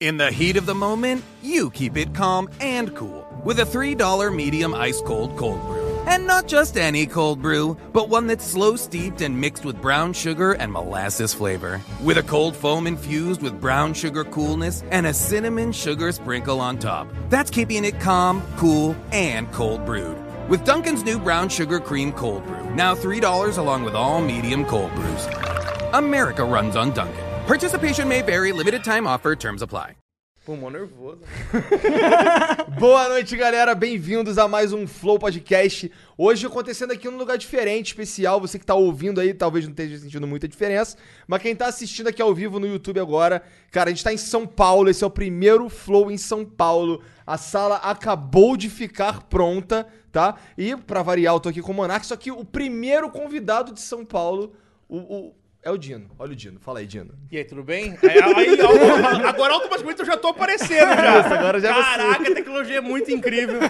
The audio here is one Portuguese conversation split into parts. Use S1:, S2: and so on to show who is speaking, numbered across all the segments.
S1: In the heat of the moment, you keep it calm and cool with a $3 medium ice cold cold brew. And not just any cold brew, but one that's slow steeped and mixed with brown sugar and molasses flavor. With a cold foam infused with brown sugar coolness and a cinnamon sugar sprinkle on top. That's keeping it calm, cool, and cold brewed. With Duncan's new brown sugar cream cold brew, now $3 along with all medium cold brews. America runs on Duncan. Participation may vary, limited time offer, terms apply.
S2: Pô, mó nervoso. Boa noite, galera. Bem-vindos a mais um Flow Podcast. Hoje acontecendo aqui num lugar diferente, especial. Você que tá ouvindo aí, talvez não esteja sentindo muita diferença. Mas quem tá assistindo aqui ao vivo no YouTube agora, cara, a gente tá em São Paulo. Esse é o primeiro Flow em São Paulo. A sala acabou de ficar pronta, tá? E, pra variar, eu tô aqui com o Monark. Só que o primeiro convidado de São Paulo, o- o- é o Dino. Olha o Dino. Fala aí, Dino.
S3: E aí, tudo bem? Aí, aí, auto- agora automaticamente eu já tô aparecendo já.
S2: Isso, agora já é você.
S3: Caraca, a tecnologia é muito incrível.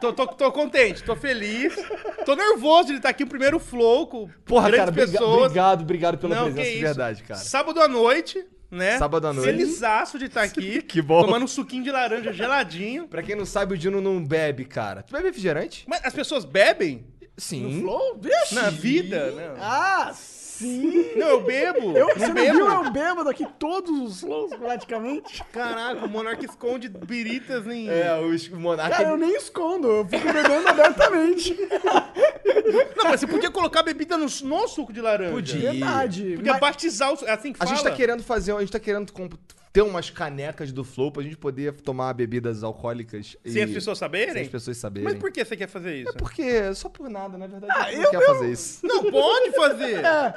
S3: Tô, tô, tô contente, tô feliz. Tô nervoso de estar aqui o primeiro flow com
S2: Porra,
S3: grandes
S2: cara, briga-
S3: pessoas.
S2: obrigado, obrigado pela
S3: Não,
S2: presença,
S3: que
S2: de
S3: isso.
S2: verdade, cara.
S3: Sábado à noite, né?
S2: Sábado à noite.
S3: Felizaço de estar aqui.
S2: Que bom.
S3: Tomando um suquinho de laranja geladinho.
S2: Pra quem não sabe, o Dino não bebe, cara. Tu bebe refrigerante?
S3: Mas as pessoas bebem?
S2: Sim.
S4: Flow? Vixe.
S3: Na vida, né?
S4: Ah, sim!
S3: Não, eu bebo.
S4: Eu,
S3: não
S4: você não
S3: bebo.
S4: viu eu bêbado aqui todos os flows, praticamente?
S3: Caraca, o Monark esconde biritas em...
S2: É, o Monarca...
S4: Cara, eu nem escondo, eu fico bebendo abertamente.
S3: Não, mas você podia colocar a bebida no, no suco de laranja.
S2: Podia.
S4: Verdade.
S3: Podia
S4: Mas-
S3: batizar o. É assim que
S2: A
S3: fala.
S2: gente tá querendo fazer... A gente tá querendo comp- ter umas canecas do Flow pra gente poder tomar bebidas alcoólicas e...
S3: Sem as pessoas
S2: Sem
S3: saberem?
S2: as pessoas saberem.
S3: Mas por que você quer fazer isso?
S2: É Porque só por nada, na verdade, a gente não quer fazer isso.
S3: Não pode fazer!
S4: é,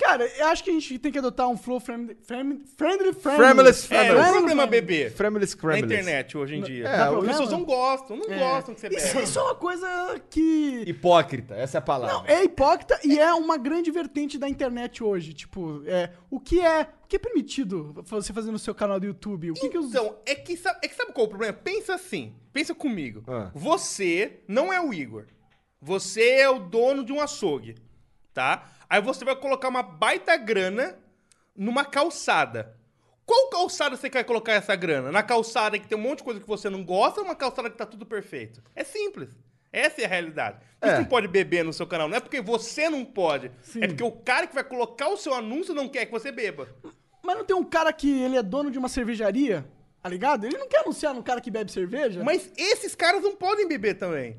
S4: cara, eu acho que a gente tem que adotar um flow friendly, friendly, friendly.
S2: Frameless,
S3: É,
S2: frameless.
S3: o problema é beber
S2: Frameless
S3: na
S2: Cramblers.
S3: internet hoje em dia.
S2: É,
S3: As
S2: o-
S3: pessoas não gostam, não gostam que você
S4: É. Isso,
S3: bebe.
S4: isso é uma coisa que...
S2: Hipócrita, essa é a palavra.
S4: Não, é hipócrita e é uma grande vertente da internet hoje. Tipo, é, o que é o que é permitido você fazer no seu canal do YouTube? O que, que os...
S3: Então, é que, sa- é que sabe qual é o problema? Pensa assim, pensa comigo.
S2: Ah.
S3: Você não é o Igor. Você é o dono de um açougue, tá? Aí você vai colocar uma baita grana numa calçada. Qual calçada você quer colocar essa grana? Na calçada que tem um monte de coisa que você não gosta ou uma calçada que tá tudo perfeito? É simples. Essa é a realidade. Você
S2: É.
S3: não pode beber no seu canal. Não é porque você não pode.
S4: Sim.
S3: É porque o cara que vai colocar o seu anúncio não quer que você beba.
S4: Mas não tem um cara que ele é dono de uma cervejaria, tá ligado? Ele não quer anunciar num cara que bebe cerveja?
S3: Mas esses caras não podem beber também.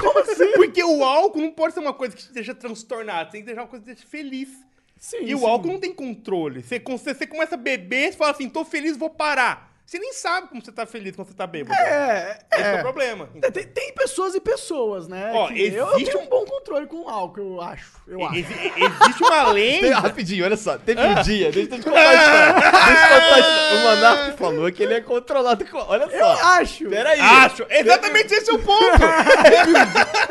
S4: como assim?
S3: Porque o álcool não pode ser uma coisa que te deixa transtornado, tem que deixar uma coisa que te deixa feliz.
S4: Sim,
S3: e o
S4: sim.
S3: álcool não tem controle. Você, com- você- você começa a beber, você fala assim, tô feliz, vou parar. Você nem sabe como você tá feliz quando você tá bêbado.
S4: É,
S3: Esse é o problema.
S4: é, tem, tem pessoas e pessoas, né?
S3: Ó,
S4: que eu, eu
S3: existe
S4: tenho um bom controle com o álcool, eu acho. Eu acho.
S3: Exi- existe uma
S2: Tem-
S3: lenda.
S2: rapidinho, olha só. Teve
S4: Ah.
S2: um dia, deixa eu te contar a história. Deixa eu te contar a história. O Monark falou que ele é controlado com. Olha
S4: Eu
S2: só.
S4: acho.
S2: Peraí.
S3: Acho! Exatamente esse é o ponto!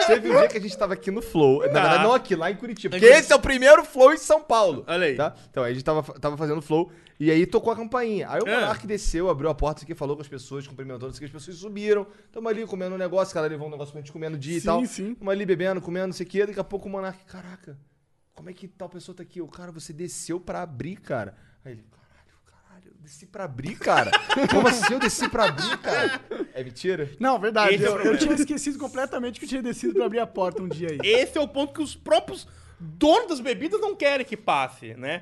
S2: Teve um dia que a gente tava aqui no Flow. Na
S3: Tá.
S2: verdade, não aqui, lá em Curitiba.
S3: Em
S2: Porque
S3: Curitiba.
S2: esse é o primeiro Flow em São Paulo.
S3: Olha aí.
S2: Tá? Então, aí a gente tava, tava fazendo Flow e aí tocou a campainha. Aí o
S3: Ah.
S2: Monark desceu, abriu a porta aqui, falou com as pessoas, cumprimentou, não sei o que, as pessoas subiram. Tamo ali comendo um negócio, cara levou um negócio pra gente comer no dia e
S4: Sim,
S2: tal.
S4: sim.
S2: Tamo ali bebendo, comendo, não sei o que. Daqui a pouco o Monark, caraca, como é que tal pessoa tá aqui? O cara, você desceu pra abrir, cara. Aí ele, caralho, caralho, eu desci pra abrir, cara. Como assim eu desci pra abrir, cara? É mentira?
S4: Não, verdade.
S3: Esse é o
S4: Eu, eu
S3: problema.
S4: tinha esquecido completamente que eu tinha descido pra abrir a porta um dia aí.
S3: Esse é o ponto que os próprios donos das bebidas não querem que passe, né?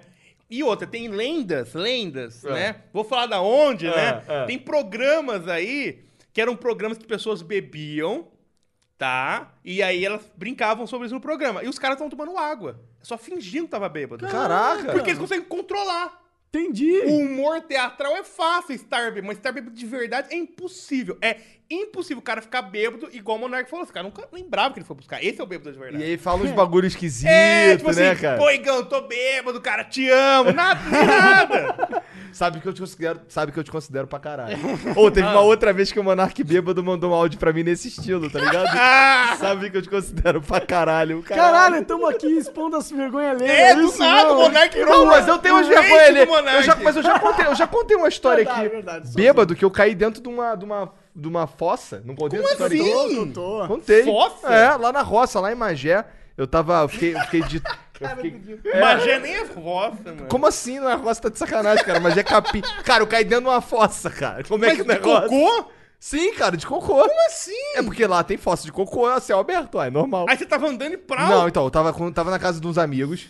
S3: E outra, tem lendas, lendas,
S2: É.
S3: né? Vou falar da onde,
S2: É,
S3: né?
S2: é.
S3: Tem programas aí que eram programas que pessoas bebiam, tá? E aí elas brincavam sobre isso no programa. E os caras estão tomando água. Só fingindo que tava bêbado.
S2: Caraca!
S3: Porque eles conseguem controlar.
S4: Entendi.
S3: O humor teatral é fácil estar bêbado, mas estar bêbado de verdade é impossível. É impossível o cara ficar bêbado igual o Monark falou. Esse cara nunca lembrava que ele foi buscar. Esse é o bêbado de verdade.
S2: E aí fala uns bagulho esquisito,
S3: É, tipo
S2: né,
S3: assim,
S2: cara?
S3: pô, Igão, tô bêbado, cara, te amo, nada, nem nada.
S2: Sabe que eu te considero, sabe que eu te considero pra caralho. Ou teve
S3: Ah.
S2: uma outra vez que o Monark Bêbado mandou um áudio pra mim nesse estilo, tá ligado?
S3: Ah,
S2: sabe que eu te considero pra caralho.
S4: Caralho, estamos aqui expondo as vergonhas alheias.
S3: é, do
S4: isso
S3: nada,
S4: não.
S3: o Monark virou
S2: Não,
S3: um-
S2: mas eu tenho
S3: um
S2: umas
S3: hate
S2: vergonhas
S3: do
S2: ali. Eu
S3: Monark.
S2: já, mas eu já contei, eu já contei uma história
S4: Verdade,
S2: aqui.
S4: verdade, só-
S2: bêbado, que eu caí dentro de uma, de uma, de uma fossa. Não contei essa história toda?
S3: assim?
S4: Tô, tô, tô.
S2: Contei.
S3: Fossa?
S2: É, lá na roça, lá em Magé. Eu tava. Eu fiquei, eu fiquei de. Eu fiquei...
S3: Magé nem é fossa, mano.
S2: Como assim? Não é roça, tá de sacanagem, cara. Mas é capim. Cara, eu caí dentro de uma fossa, cara. Como é
S3: Mas
S2: que o
S3: de
S2: negócio?
S3: cocô?
S2: Sim, cara, de cocô. Como
S3: Sim.
S2: É porque lá tem fossa de cocô, é céu aberto, é normal.
S3: Aí você tava andando e prau.
S2: Não, então, eu tava, quando eu tava na casa de uns amigos.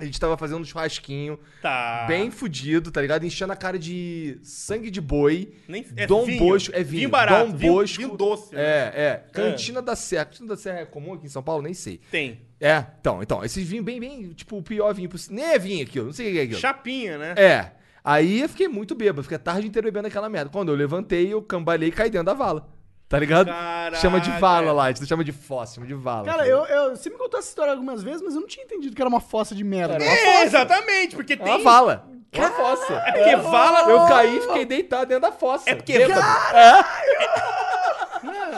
S2: A gente tava fazendo um churrasquinho,
S3: Tá.
S2: bem fudido, tá ligado? Enchendo a cara de sangue de boi.
S3: Nem,
S2: Dom
S3: vinho.
S2: Bosco, é vinho.
S3: Vinho barato.
S2: Dom
S3: vinho-
S2: Bosco.
S3: Vinho doce. né?
S2: É, é. Cantina da Serra. Cantina da Serra é comum aqui em São Paulo? Nem sei.
S3: Tem.
S2: É, então, então. Esses vinhos bem, bem, tipo, o pior vinho possível. Nem é vinho aquilo, não sei o que é aquilo.
S3: Chapinha, né?
S2: É. Aí eu fiquei muito bêbado, fiquei a tarde inteira bebendo aquela merda. Quando eu levantei, eu cambalhei e caí dentro da vala. Tá ligado?
S3: Caraca.
S2: Chama de vala lá, a gente não chama de fossa, chama de vala.
S4: Cara, eu, eu, você me contou essa história algumas vezes, mas eu não tinha entendido que era uma fossa de merda.
S3: É, exatamente, porque
S2: É
S3: tem.
S2: uma vala. É uma fossa.
S3: É porque vala.
S2: Eu caí e fiquei deitado dentro da fossa.
S3: É porque-
S2: Bêbado.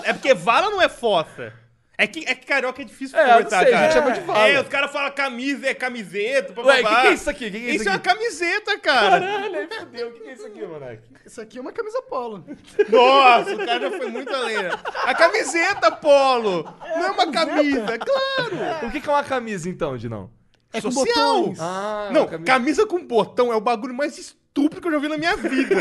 S3: É porque vala não é fossa. É que, é que carioca é difícil
S2: É, não sei, a gente chama de vala.
S3: É, os caras falam camisa, é camiseta, papapá.
S2: Ué, o que, que é isso aqui? O que, que é isso,
S3: Isso é uma
S2: aqui?
S3: camiseta, cara.
S2: Caralho, aí fodeu. O que, que é isso aqui, moleque?
S4: Isso aqui é uma camisa polo.
S3: Nossa, o cara já foi muito além. né? A camiseta, Polo. não é uma camisa, claro.
S2: O que, que é uma camisa, então, Dinão?
S4: É com
S3: Social.
S4: botões.
S2: Ah,
S3: não,
S2: uma
S3: camisa...
S2: camisa-
S3: com botão é o bagulho mais estúpido que eu já vi na minha vida.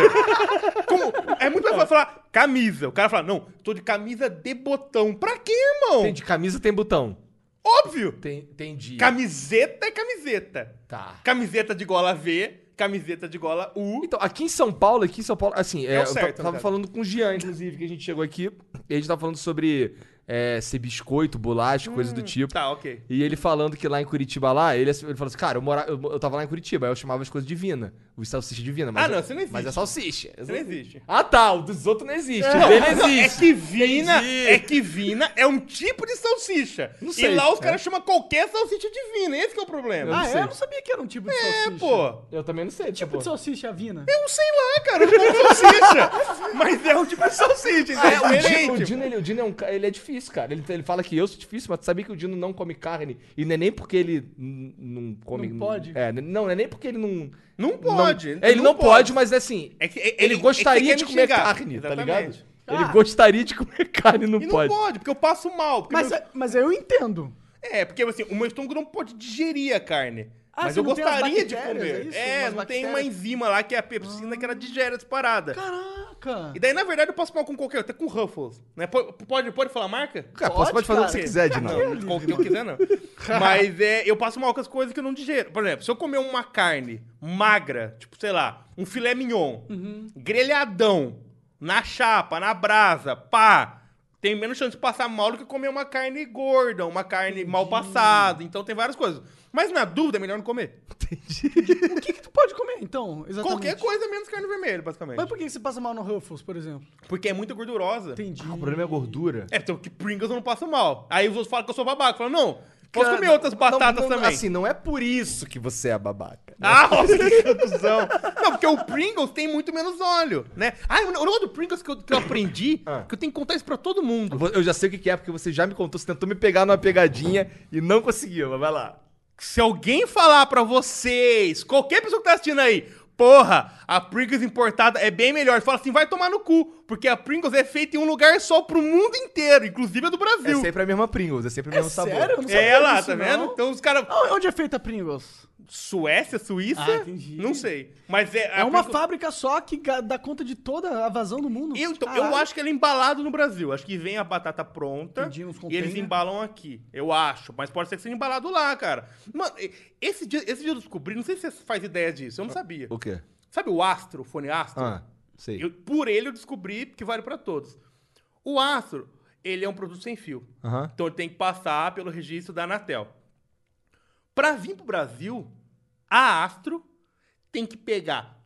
S3: Como- É muito mais fácil falar camisa. O cara fala, não, tô de camisa de botão. Pra quê, irmão?
S2: Tem de camisa tem botão.
S3: Óbvio.
S2: Tem, tem de.
S3: Camiseta é camiseta.
S2: Tá.
S3: Camiseta de gola V, camiseta de gola U.
S2: Então, aqui em São Paulo, aqui em São Paulo, assim, é,
S3: o
S2: eu ta-
S3: certo, no
S2: tava
S3: caso.
S2: falando com o Jean, inclusive, que a gente chegou aqui, e a gente tava falando sobre é, ser biscoito, bolacha, coisa do tipo.
S3: Tá, ok.
S2: E ele falando que lá em Curitiba, lá, ele, ele falou assim, cara, eu, mora, eu, eu tava lá em Curitiba, aí eu chamava as coisas divina, os salsicha divina. Mas
S3: Ah, não,
S2: é-
S3: isso não existe.
S2: Mas é salsicha.
S3: Isso não existe.
S2: Ah, tá, o dos outros não existe, o dele
S3: Não, é
S2: existe.
S3: que vina,
S2: Entendi.
S3: é que vina é um tipo de salsicha.
S2: Não sei.
S3: E lá os
S2: É.
S3: caras chamam qualquer salsicha de vina. Esse que é o
S2: Eu não
S3: problema.
S4: ah,
S2: sei.
S4: é? Eu não sabia que era um tipo de
S3: é,
S4: salsicha.
S3: pô.
S2: Eu também não sei,
S4: Tipo
S2: tipo...
S4: de salsicha avina.
S3: Eu sei lá, cara. Eu como salsicha. mas é um tipo de salsicha. então
S2: É, o
S3: É,
S2: Dino, o
S3: diferente.
S2: Dino, ele, o Dino é um ca- ele é difícil, cara. Ele, ele fala que eu sou difícil, mas tu sabia que o Dino não come carne. E não é nem porque ele n- não come.
S4: Não pode?
S2: É, n- não, não é nem porque ele não.
S3: Não pode,
S2: Não, ele não, pode, mas assim.
S3: É que- é-
S2: ele,
S3: é que
S2: gostaria
S3: você
S2: de
S3: quer me
S2: comer
S3: xingar.
S2: carne, tá
S3: Exatamente.
S2: ligado?
S4: Ah.
S2: Ele gostaria de comer carne, não,
S3: E não
S2: pode.
S3: pode. porque eu passo mal. porque
S4: Mas, é,
S3: meu-
S4: mas eu entendo.
S3: É, porque assim, o meu estômago não pode digerir a carne.
S4: Ah,
S3: mas
S4: você
S3: eu
S4: não tem as
S3: gostaria de
S4: bactérias, é
S3: comer.
S4: isso?
S3: É,
S4: Umas
S3: não tem uma
S4: bactérias?
S3: enzima lá que é a pepsina
S2: Ah.
S3: que ela digere essa parada.
S4: Caraca.
S3: E daí, na verdade, eu passo mal com qualquer, até com Ruffles. Né? Po- Pode, pode falar a marca?
S2: Cara,
S4: Pode, cara.
S2: Dino.
S3: Não, não qualquer eu quiser, não. Mas é, eu passo mal com as coisas que eu não digero. Por exemplo, se eu comer uma carne magra, tipo, sei lá, um filé mignon,
S4: Uhum.
S3: grelhadão, na chapa, na brasa, pá, tem menos chance de passar mal do que comer uma carne gorda, uma carne mal passada. Então tem várias coisas. Mas na dúvida é melhor não comer.
S4: O que, que tu pode comer, então? Exatamente.
S3: Qualquer coisa menos carne vermelha, basicamente.
S4: Mas por que que você passa mal no Ruffles, por exemplo?
S3: Porque é muito gordurosa.
S4: Entendi.
S2: O problema é a gordura.
S3: É, então que Pringles eu não passo mal. Aí os outros falam que eu sou babaca. Falam, não, posso comer outras
S2: Não,
S3: batatas
S2: não,
S3: também.
S2: Assim, não é por isso que você é babaca.
S3: Ah, nossa, que cuzão. Não, porque o Pringles tem muito menos óleo, né? Ah, o negócio do Pringles que eu, que eu aprendi,
S2: Ah.
S3: que eu tenho que contar isso pra todo mundo.
S2: Eu já sei o que que é, porque você já me contou, você tentou me pegar numa pegadinha e não conseguiu, mas vai lá.
S3: Se alguém falar pra vocês, qualquer pessoa que tá assistindo aí, porra, a Pringles importada é bem melhor, fala assim, vai tomar no cu, porque a Pringles é feita em um lugar só pro mundo inteiro, inclusive a do
S2: É
S3: Brasil.
S2: sempre a mesma Pringles, é sempre o
S4: É
S2: mesmo sabor.
S4: sério? Eu não sabia
S3: É, lá,
S4: disso,
S3: tá
S4: não.
S3: vendo? Então os caras...
S4: Ah, Onde é feita a Pringles?
S3: Suécia, Suíça?
S4: Ah, entendi.
S3: Não sei. Mas é...
S4: É uma fábrica só que ga- dá conta de toda a vazão do mundo.
S3: Eu, então, eu
S4: Caralho.
S3: acho que ela é embalada no Brasil. Acho que vem a batata pronta
S4: Entendi, uns
S3: e eles
S4: container.
S3: embalam aqui. Eu acho. Mas pode ser que seja embalado lá, cara. Mano, e- esse dia, esse dia eu descobri, não sei se você faz ideia disso, eu não sabia.
S2: O quê?
S3: Sabe o astro, o fone astro?
S2: Ah, sei.
S3: Eu- por ele eu descobri que vale pra todos. O astro, ele é um produto sem fio.
S2: Aham.
S3: Então ele tem que passar pelo registro da Anatel. Pra vir pro Brasil, a Astro tem que pegar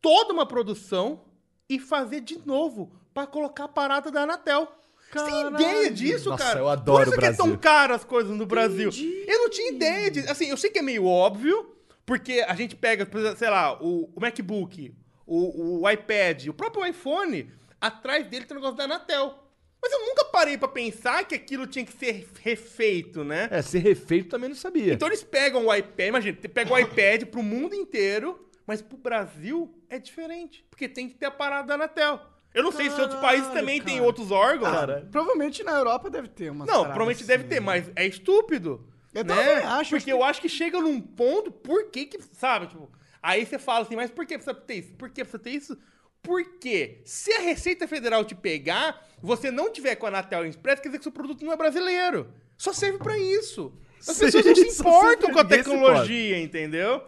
S3: toda uma produção e fazer de novo pra colocar a parada da Anatel. Você tem
S4: Caralho.
S3: ideia disso,
S2: Nossa,
S3: cara?
S2: eu adoro
S3: Por isso
S2: o
S3: que é tão
S2: Brasil.
S3: caro as coisas no Brasil.
S4: Entendi.
S3: Eu não tinha ideia disso. Assim, eu sei que é meio óbvio, porque a gente pega, por exemplo, sei lá, o, o MacBook, o, o iPad, o próprio iPhone, atrás dele tem o negócio da Anatel. Mas eu nunca parei pra pensar que aquilo tinha que ser refeito, né?
S2: É, ser refeito também não sabia.
S3: Então eles pegam o iPad, imagina, te- pega o iPad pro mundo inteiro, mas pro Brasil é diferente, porque tem que ter a parada da Anatel. Eu não sei se outros países
S4: Caralho,
S3: também têm
S4: cara.
S3: outros órgãos.
S2: Caralho.
S4: Provavelmente na Europa deve ter assim. uma.
S2: assim.
S3: não, provavelmente deve ter, mas é estúpido.
S4: Eu
S3: né?
S4: também acho
S3: Porque
S4: que-
S3: eu acho que chega num ponto, por que que, sabe, tipo, aí você fala assim, mas por que precisa ter isso? Por que precisa ter isso? Porque se a Receita Federal te pegar, você não tiver com a Anatel Express, quer dizer que seu produto não é brasileiro. Só serve pra isso. As
S2: Sim,
S3: pessoas não se
S2: só serve-
S3: importam com a
S2: ninguém se
S3: tecnologia, entendeu?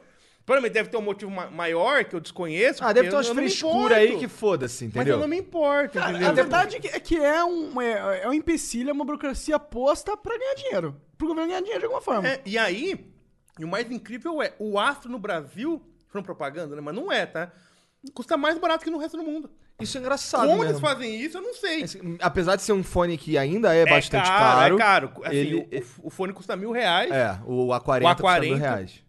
S3: Provavelmente deve ter um motivo ma- maior que eu desconheço.
S2: Ah, deve
S3: porque
S2: ter umas
S3: eu não me
S2: frescuras aí
S3: importo.
S2: que foda-se,
S3: Mas
S2: entendeu?
S3: eu não me importo,
S4: Cara,
S3: entendeu?
S4: a verdade é que é, que é um, é, é um empecilho, é uma burocracia posta pra ganhar dinheiro. Pro governo ganhar dinheiro de alguma forma.
S3: É, e aí, e o mais incrível é, o Astro no Brasil, foram propaganda, né? Mas não é, tá? Custa mais barato que no resto do mundo.
S2: Isso é engraçado
S3: Como
S2: mesmo.
S3: eles fazem isso, eu não sei.
S2: Esse- Apesar de ser um fone que ainda é, bastante caro.
S3: É caro. Assim,
S2: ele-
S3: o, o fone custa mil reais
S2: É, o A40 custa
S3: O A40
S2: mil reais.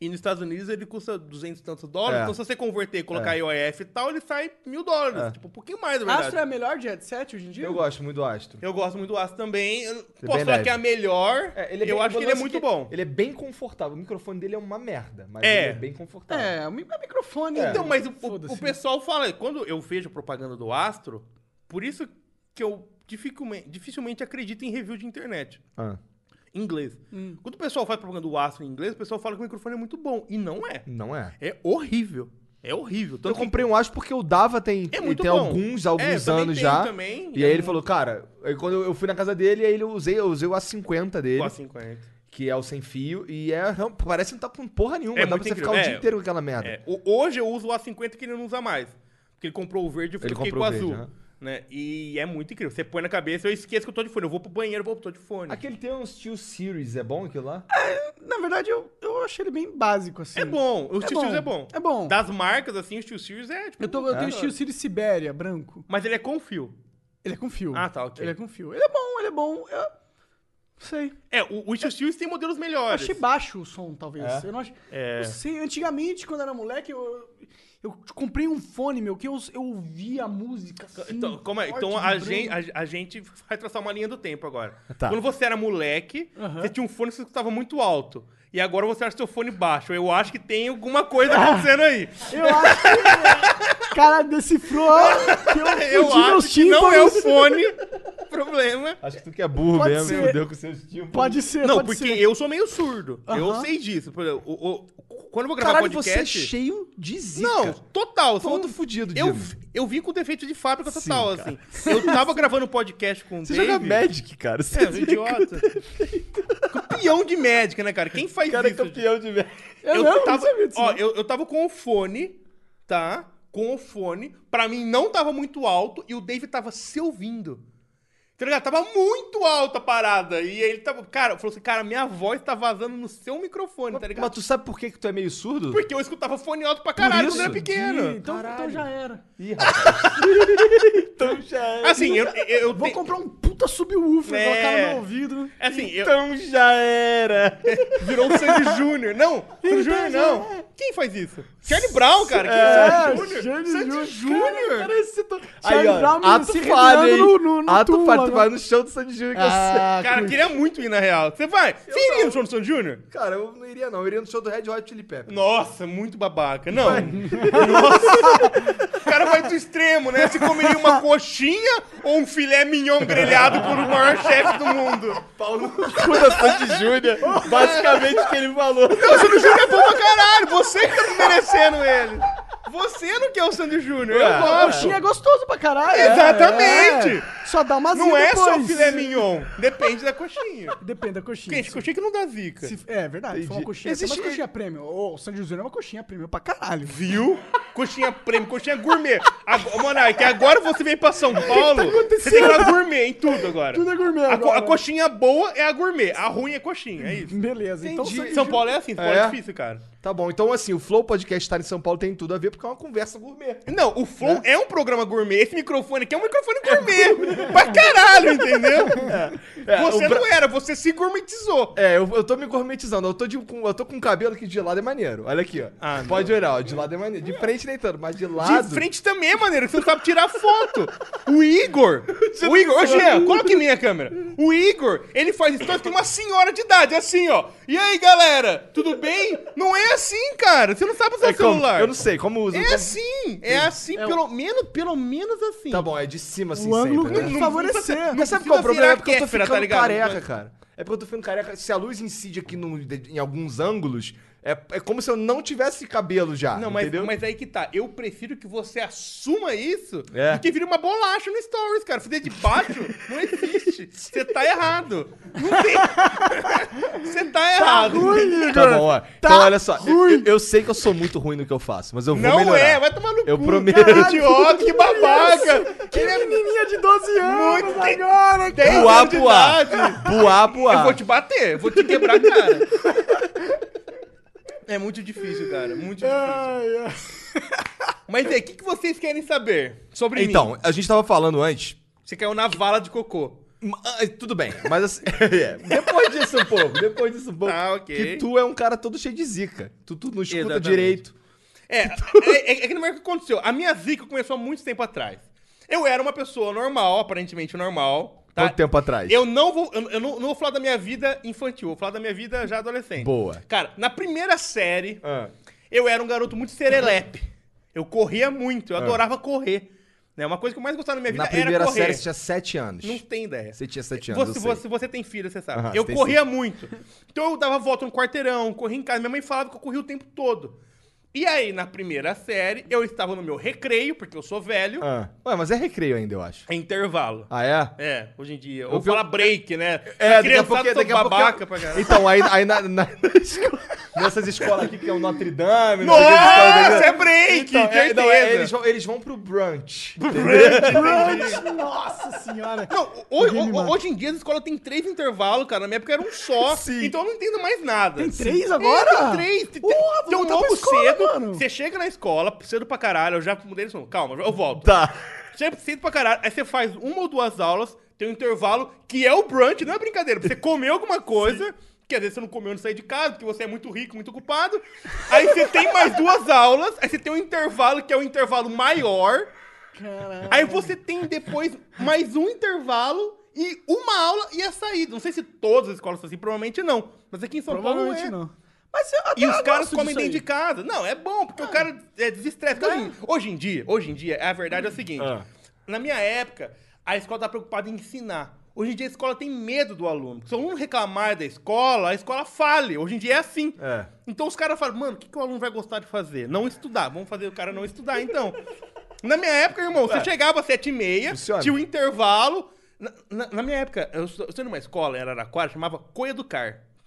S3: e nos Estados Unidos ele custa 200 e tantos dólares.
S2: É.
S3: Então, se você converter e colocar IOF e tal, ele sai mil dólares.
S2: É.
S3: Tipo, um pouquinho mais, na verdade.
S4: Astro é a melhor de headset hoje em dia?
S2: Eu gosto muito do Astro.
S3: Eu gosto muito do Astro também. Eu posso
S2: bem
S3: falar
S2: leve.
S3: que é a melhor.
S2: É,
S3: eu
S2: bem-
S3: acho que
S2: o
S3: ele é
S2: lance
S3: muito bom.
S2: Ele é bem confortável. O microfone dele é uma merda, mas
S3: É.
S2: ele é bem confortável.
S4: É, o mi- é microfone.
S2: É.
S4: né?
S3: Então, mas o, o-
S4: Foda-se.
S3: o pessoal fala, quando eu vejo propaganda do Astro, por isso que eu dificilme- dificilmente acredito em review de internet.
S2: Ah,
S3: Em inglês.
S4: Hum.
S3: Quando o pessoal faz propaganda do Astro em inglês, o pessoal fala que o microfone é muito bom. E não é.
S2: não é.
S3: É horrível. É horrível.
S2: Eu
S3: Tanto que-
S2: comprei um Astro porque o Dava tem,
S3: É
S2: ele
S3: muito
S2: tem
S3: bom.
S2: alguns,
S3: É, eu
S2: alguns
S3: também
S2: anos
S3: tenho
S2: já.
S3: Também,
S2: E aí ele falou, cara, aí quando eu fui na casa dele, aí ele usei, eu usei o A50 dele,
S3: Ó, 50.
S2: que é o sem fio, e é real- parece que não tá com porra nenhuma,
S3: É
S2: dá pra
S3: muito
S2: você
S3: incrível.
S2: ficar o
S3: É.
S2: dia inteiro com aquela merda.
S3: É, o- hoje eu uso o A50 que ele não usa mais. Porque ele comprou o verde e eu
S2: Ele
S3: fiquei com o
S2: comprou o
S3: azul.
S2: verde,
S3: né? E é muito incrível. Você põe na cabeça, eu esqueço que eu tô de fone. Eu vou pro banheiro, vou pro tô de fone.
S2: Aquele tem um Steel Series, é bom aquilo lá?
S4: Na verdade, eu, eu achei ele bem básico, assim.
S3: É bom. O Steel Series é bom.
S4: É bom.
S3: Das marcas, assim, o Steel Series é, tipo...
S4: Eu, tô, eu
S2: É.
S4: tenho o estilo Siri Sibéria, branco.
S3: Mas ele é com fio.
S4: Ele é com fio.
S3: Ah, tá, ok.
S4: Ele é com fio. Ele é bom, ele é bom. Eu... Não sei.
S3: É, o, o Steel Series tem modelos
S4: Eu
S3: melhores.
S4: achei baixo o som, talvez.
S2: É?
S4: Eu não achei...
S3: É.
S4: Eu sei, antigamente, quando eu era moleque, eu, eu comprei um fone, meu, que eu, eu ouvia a música assim,
S3: Então, como é?
S4: forte,
S3: então a, gente,
S4: vibrando.
S3: a, a gente vai traçar uma linha do tempo agora.
S2: Tá.
S3: Quando você era moleque,
S4: Aham.
S3: você tinha um fone que você escutava muito alto. E agora você acha seu fone baixo. Eu acho que tem alguma coisa acontecendo aí.
S4: Eu acho que o cara decifrou que eu,
S3: Eu
S4: fudi meus
S3: acho que não é o
S4: tímpanos.
S3: fone o problema.
S2: Acho que tu que é burro
S4: Pode
S2: mesmo,
S4: ser.
S2: fudeu com seus tímpanos.
S4: Pode ser,
S3: Não,
S4: pode
S3: porque
S4: ser.
S3: eu sou meio surdo. Eu
S4: Aham.
S3: sei disso. Por exemplo, o- o- quando eu vou gravar
S2: Caralho, você é
S3: podcast...
S2: cheio de zica.
S3: Não, total. eu sou
S2: Todo
S3: um-
S2: fudido,
S3: eu,
S2: Diego.
S3: eu vim com defeito de fábrica
S2: Sim,
S3: total,
S2: cara.
S3: assim. Eu tava gravando um podcast com o
S2: Você
S3: Dave.
S2: joga Magic, cara. Você
S3: É, eu sou idiota. campeão de médica, né, cara? Quem faz
S2: cara é
S3: isso?
S2: campeão de Magic.
S4: É, Eu,
S3: Eu,
S4: mesmo
S3: tava,
S4: não sabia disso.
S3: ó, eu, eu tava com o fone, tá? Com o fone. Pra mim não tava muito alto e o Dave tava se ouvindo. Tá ligado? Tava muito alta a parada. E ele tava. Cara, falou assim: cara, minha voz tá vazando no seu microfone, tá
S2: Mas
S3: ligado?
S2: tu sabe por que, que tu é meio surdo?
S3: Porque eu escutava fone alto pra caralho quando eu era
S2: isso?
S4: Ih,
S3: pequeno.
S4: então, então
S2: Caralho.
S4: já era.
S2: Ih, rapaz. então já era.
S3: Assim, eu. eu, eu
S4: Vou
S3: te-
S4: comprar um puta subwoofer,
S3: É.
S4: colocar no meu ouvido.
S3: Assim, eu,
S2: Então já era. Então
S3: virou o Sandy Júnior. Não, Sandy Júnior não. Quem faz isso? Charlie Brown,
S2: É.
S3: cara. que é Sandy Júnior. Sandy Júnior.
S2: Aí,
S4: Charlie
S2: ó,
S4: Brown
S2: ato
S4: se
S2: falho, Ah, hein?
S4: revirando no- no- no
S2: ato
S4: túmulo
S2: falho, tu Ah.
S4: agora.
S2: vai no né? show do Sandy Júnior que eu sei.
S3: Cara, queria muito ir na real. Você vai? Você iria no show do Sandy Júnior?
S2: Cara, eu não iria não, eu iria no show do Red Hot Chili Peppers.
S3: Nossa, muito babaca. Não. Nossa. O cara vai do extremo, né? Você comeria uma coxinha ou um filé mignon grelhado por o maior chefe do mundo?
S2: Paulo Cuda Sandy Júnior, basicamente o que ele falou.
S3: O Sandy Júnior é bom pra caralho. Você que tá desmerecendo ele. Você não quer o Sandy Júnior. Ah, Eu
S2: É,
S4: Coxinha é gostoso pra caralho.
S3: Exatamente.
S4: É. Só dá uma zica
S3: Não é só
S4: depois.
S3: filé mignon. Depende da coxinha.
S4: Depende da coxinha.
S3: Gente, coxinha que não dá zica.
S4: Se- é verdade, foi
S2: Entendi.
S4: uma coxinha. Existe...
S2: Existe-
S4: Mas coxinha prêmio. Ô, o San José é uma coxinha prêmio pra caralho.
S3: Viu? Coxinha prêmio, coxinha gourmet. Agora, Monark, agora você vem pra São Paulo, você tem que ir gourmet em tudo agora.
S4: Tudo é gourmet
S3: A, co- a
S4: agora.
S3: coxinha boa é a gourmet, a ruim é coxinha, é isso.
S4: Beleza, então
S2: Entendi.
S4: San José-
S3: São Paulo é assim, São Paulo é,
S2: É.
S3: difícil, cara.
S2: Tá bom, então assim, o Flow Podcast estar em São Paulo tem tudo a ver porque é uma conversa gourmet.
S3: Não, o Flow é. um programa gourmet. Esse microfone aqui é um microfone gourmet. pra caralho, entendeu?
S2: É,
S3: você
S2: o Bra-
S3: não era, você se gourmetizou.
S2: É, eu, eu tô me gourmetizando. Eu tô, de- com, eu tô com um cabelo que de lado é maneiro. Olha aqui, ó.
S3: Ah,
S2: Pode olhar, ó. De lado é maneiro. De frente nem tanto, mas de lado.
S3: De frente também é maneiro, que você não sabe tirar foto. O Igor. o Igor. Ô, Jean, coloca em minha câmera. O Igor, ele faz stories com uma senhora de idade, assim, ó. E aí, galera? Tudo bem? Não é assim, cara. Você não sabe usar
S2: É como-
S3: celular.
S2: eu não sei, um- como usa.
S3: É
S2: como-
S3: assim. É assim,
S4: É o-
S3: pelo menos, pelo menos assim.
S2: Tá bom, é de cima assim
S4: O ângulo
S2: sempre.
S4: tem
S2: Né?
S4: que favorecer.
S3: não
S2: Mas sabe qual é o
S3: precisa virar
S2: problema? É porque eu tô
S3: Kéfera,
S2: ficando
S3: tá ligado?
S2: careca, cara. É porque eu tô ficando careca. Se a luz incide aqui num- de- em alguns ângulos, é, é como se eu não tivesse cabelo já.
S3: Não, mas,
S2: entendeu?
S3: mas aí que tá. Eu prefiro que você assuma isso
S2: É.
S3: do que vire uma bolacha no Stories, cara. Fazer de baixo não existe. Você tá errado. Não tem. Você tá errado.
S2: Tá bom, ó. então,
S4: Tá
S2: olha só. Eu, eu- eu sei que eu sou muito ruim no que eu faço, mas eu vou
S3: Não
S2: melhorar.
S3: é, vai tomar no
S2: Eu
S3: cu.
S2: prometo.
S3: Que idiota, que babaca.
S4: Que menininha de 12 anos
S3: Muito-
S4: agora, cara.
S3: Tem
S2: Buá,
S3: anos de
S2: buá.
S3: idade.
S2: Buá, buá.
S3: Eu vou te bater, eu vou te quebrar a cara. É muito difícil, cara. Muito difícil.
S4: Ai, ai.
S3: Mas aí, o que, que vocês querem saber sobre mim?
S2: Então, a gente tava falando antes.
S3: Você caiu na vala de cocô.
S2: Ma- ah, Tudo bem, mas assim. é, depois disso um pouco, depois disso um pouco.
S3: Ah, ok.
S2: Que tu é um cara todo cheio de zica. Tu, tu não escuta
S3: Exatamente.
S2: direito.
S3: É, é, é- é que não é o que aconteceu. A minha zica começou há muito tempo atrás. Eu era uma pessoa normal, aparentemente normal. Tá?
S2: Quanto tempo atrás?
S3: Eu não vou. Eu, eu não, não vou falar da minha vida infantil, vou falar da minha vida já adolescente.
S2: Boa.
S3: Cara, na primeira série,
S2: Ah.
S3: eu era um garoto muito serelepe. Eu corria muito, eu adorava correr. Né? Uma coisa que eu mais gostava na minha vida
S2: Ah. Na
S3: era
S2: primeira
S3: correr.
S2: série você tinha 7 anos.
S3: Não tem ideia.
S2: Você tinha 7 anos.
S3: Você,
S2: eu sei.
S3: você, você tem filho, você sabe.
S2: Aham,
S3: eu
S2: tem
S3: corria muito. Então eu dava volta no quarteirão, corria em casa. Minha mãe falava que eu corria o tempo todo. E aí, na primeira série, eu estava no meu recreio, porque eu sou velho,
S2: Ah. Ué, mas é recreio ainda, eu acho.
S3: é intervalo.
S2: Ah, é?
S3: É, hoje em dia.
S2: Eu
S3: Ou
S2: vi um-
S3: fala break, né?
S2: É,
S3: A criançada são babaca pra caralho.
S2: Então, aí, aí na, na- nessas escolas aqui que é o Notre Dame... não sei o que, essas escolas
S3: Nossa,
S2: daqui-
S3: é break,
S2: Então, é,
S3: certeza.
S2: não, é, eles, vão, eles vão pro brunch.
S4: Crunch, nossa senhora.
S3: Não, hoje,
S4: Ninguém me
S3: ho-
S4: mata.
S3: hoje em dia as escolas têm três intervalos, cara. Na minha época era um só.
S2: Sim.
S3: Então eu não entendo mais nada.
S4: Tem três agora?
S3: tem três. Tem,
S4: Porra, vou
S3: tem um
S4: voltar pra
S3: novo
S4: escola,
S3: cedo.
S4: mano.
S3: Você chega na escola, cedo pra caralho. Eu já mudei isso. Calma, eu volto.
S2: Tá.
S3: Chega cedo pra caralho. Aí você faz uma ou duas aulas, tem um intervalo, que é o brunch, não é brincadeira. Você comeu alguma coisa. Que às vezes você não comeu não sai de casa, porque você é muito rico, muito ocupado. Aí você tem mais duas aulas, aí você tem um intervalo, que é o intervalo maior.
S4: Caralho.
S3: Aí você tem depois mais um intervalo e uma aula e a saída. Não sei se todas as escolas são assim, provavelmente não. Mas aqui em São Paulo
S4: Provavelmente
S3: é.
S4: não. Mas eu até
S3: E os
S4: eu
S3: caras
S4: gosto
S3: comem
S4: disso
S3: dentro de
S4: aí. Ah.
S3: casa. Não, é bom, porque o cara é, desestressa. Porque Hoje, hoje em dia, hoje em dia, a verdade é o seguinte.
S2: Ah.
S3: Na minha época, a escola tá preocupada em ensinar. Hoje em dia a escola tem medo do aluno. Se o aluno reclamar da escola, a escola fale. Hoje em dia é assim.
S2: É.
S3: Então os caras falam, mano, o que, que o aluno vai gostar de fazer? Não estudar. Vamos fazer o cara não estudar, então. na minha época, irmão,
S2: É.
S3: você chegava às sete e meia,
S2: Funciona.
S3: tinha um intervalo. Na, na- na minha época, eu estou eu estudei numa escola em Araraquara, chamava Coeducar.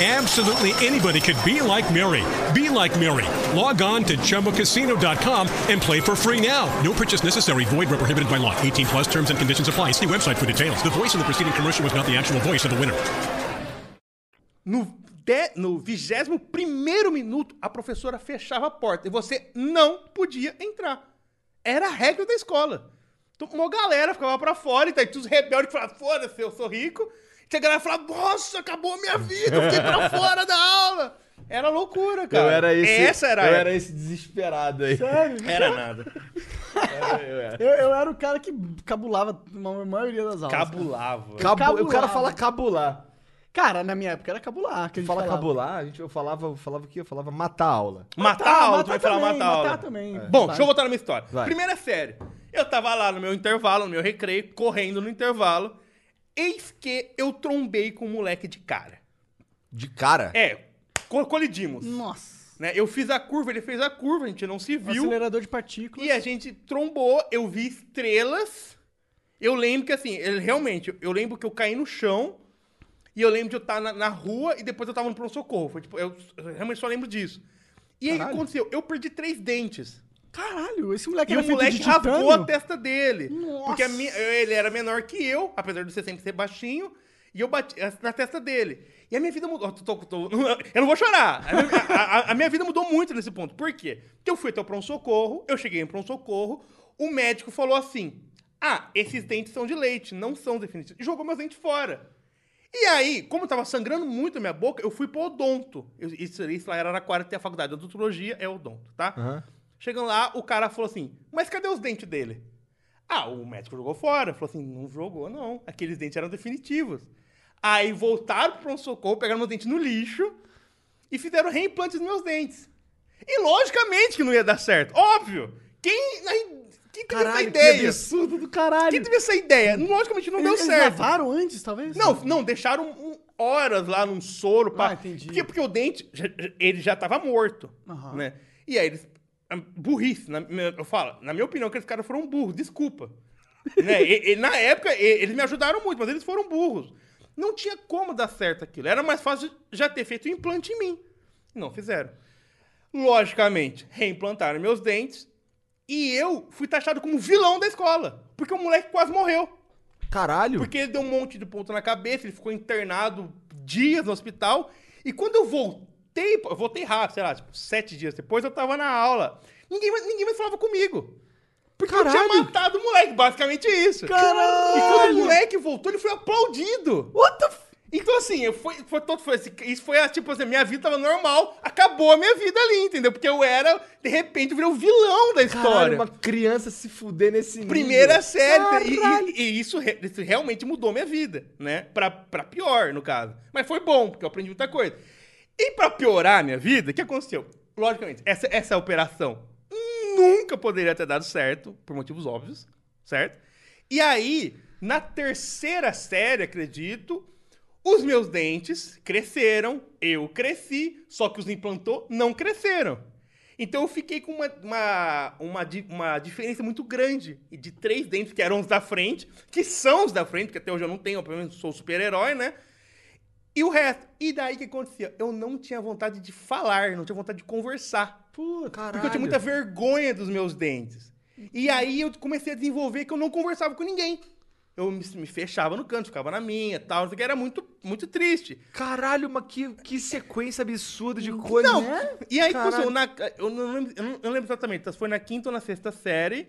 S5: Absolutely anybody could be like Mary. Be like Mary. Log on to chumbacasino.com and play for free now. No purchase necessary. Void where prohibited by law. 18 plus terms and conditions apply. See website for details. The voice in the preceding commercial was not the actual voice of the winner.
S3: No, de, no 21 minuto, a professora fechava a porta e você não podia entrar. Era a regra da escola. Então, uma galera ficava pra fora e tá, e tinha os rebeldes que falavam, foda-se, eu sou rico. E tinha a galera que falava, nossa, acabou a minha vida, eu fiquei pra fora da aula. Era loucura, cara.
S2: Eu era esse...
S3: Essa era a
S2: Eu
S3: época.
S2: era esse desesperado aí.
S4: Sério?
S3: Era nada.
S4: Eu, eu era o cara que cabulava a maioria das aulas.
S3: Cabulava.
S2: Cabu- O cara
S4: cabulava.
S2: fala cabular.
S4: Cara, na minha época era cabular. Que a gente
S2: Fala
S4: falava.
S2: cabular, a gente, eu falava, eu falava o quê? Eu falava matar a aula.
S3: Matar a
S4: Ah,
S3: aula, tu
S4: matar
S3: vai falar
S4: também,
S3: matar É. a aula.
S4: matar também.
S3: Bom,
S4: Vai.
S3: deixa eu voltar na minha história.
S2: Vai.
S3: Primeira série. Eu tava lá no meu intervalo, no meu recreio, correndo no intervalo. Eis que eu trombei com um moleque de cara.
S2: De cara?
S3: É, co- colidimos.
S4: Hum. Nossa.
S3: Né? Eu fiz a curva, ele fez a curva, a gente não se viu.
S4: Acelerador de partículas.
S3: E a gente trombou, eu vi estrelas. Eu lembro que assim, ele realmente, eu lembro que eu caí no chão. E eu lembro de eu estar na, na rua e depois eu tava no pronto-socorro. Foi, tipo, eu, eu realmente só lembro disso. E aí o que
S2: Caralho.
S3: aconteceu? Eu perdi três dentes.
S4: Caralho, esse moleque
S3: E
S4: era
S3: o
S4: feito
S3: moleque
S4: de
S3: rasgou a
S4: titânio.
S3: testa dele.
S4: Nossa.
S3: Porque a minha- ele era menor que eu, apesar de você sempre ser baixinho. E eu bati na testa dele. E a minha vida mudou. Tô- tô- tô- eu não vou chorar. A minha, a- a- a minha vida mudou muito nesse ponto. Por quê? Porque eu fui até o pronto-socorro, eu cheguei em pronto-socorro, o médico falou assim: Ah, esses dentes são de leite, não são definitivos. E jogou meus dentes fora. E aí, como tava sangrando muito a minha boca, eu fui pro odonto. Eu- isso, isso lá era Araraquara, tem a faculdade de odontologia, é odonto, tá? Chegando lá, o cara falou assim: Mas cadê os dentes dele? Ah, o médico jogou fora. Falou assim: Não jogou, não. Aqueles dentes eram definitivos. Aí voltaram pro pronto-socorro, pegaram meus dentes no lixo e fizeram reimplante dos meus dentes. E logicamente que não ia dar certo. Óbvio! Quem, aí, quem teve essa
S2: que
S3: ideia?
S2: absurdo do
S3: Quem
S2: caralho.
S3: teve essa ideia? Logicamente não deu
S4: eles
S3: certo.
S4: lavaram antes, talvez?
S3: Não, não, deixaram um- horas lá num soro. Pra...
S4: Ah, entendi.
S3: Porque, porque o dente, já- já- ele já tava morto,
S4: Aham.
S3: né? E aí eles... a Burrice, na- na- eu falo, na minha opinião, aqueles caras foram burros, desculpa. né? E- e na época, e- eles me ajudaram muito, mas eles foram burros. Não tinha como dar certo aquilo. Era mais fácil já ter feito o implante em mim. Não fizeram. Logicamente, reimplantaram meus dentes e eu fui taxado como vilão da escola. Porque o moleque quase morreu.
S2: Caralho.
S3: Porque ele deu um monte de ponto na cabeça, ele ficou internado dias no hospital. E quando eu voltei, eu voltei rápido, sei lá, tipo, sete dias depois, eu tava na aula. Ninguém, mais- ninguém mais falava comigo. Porque eu tinha
S2: Caralho.
S3: matado o moleque, basicamente é isso.
S4: Caralho.
S3: E quando o moleque voltou, ele foi aplaudido.
S4: What the f...
S3: Então, assim, eu fui, foi todo, foi, assim, isso foi, tipo assim, minha vida tava normal, acabou a minha vida ali, entendeu? Porque eu era, de repente, eu virei o vilão da
S2: Caralho,
S3: história.
S2: uma criança se fuder nesse nível.
S3: Primeira série. E-
S2: Ah, Caralho.
S3: E, e isso, re- isso realmente mudou minha vida, né? Pra, pra pior, no caso. Mas foi bom, porque eu aprendi muita coisa. E pra piorar minha vida, o que aconteceu? Logicamente, essa, essa operação nunca poderia ter dado certo, por motivos óbvios, certo? E aí, na terceira série, acredito, os meus dentes cresceram, eu cresci, só que os implantou não cresceram. Então eu fiquei com uma, uma, uma, di- uma diferença muito grande de três dentes que eram os da frente, que são os da frente, porque até hoje eu não tenho, pelo menos sou super-herói, né? E o resto. E daí o que acontecia? Eu não tinha vontade de falar, não tinha vontade de conversar.
S2: Pô, caralho.
S3: Porque eu tinha muita vergonha dos meus dentes. E aí eu comecei a desenvolver que eu não conversava com ninguém. Eu me, me fechava no canto, ficava na minha, tal, não sei o que era muito, muito triste.
S2: Caralho, mas que, que sequência absurda de coisa.
S3: Não,
S2: né?
S3: e aí, tipo assim,
S2: Caralho.
S3: cuzão, na, eu, não lembro, eu não- eu não lembro exatamente, se foi na quinta ou na sexta série,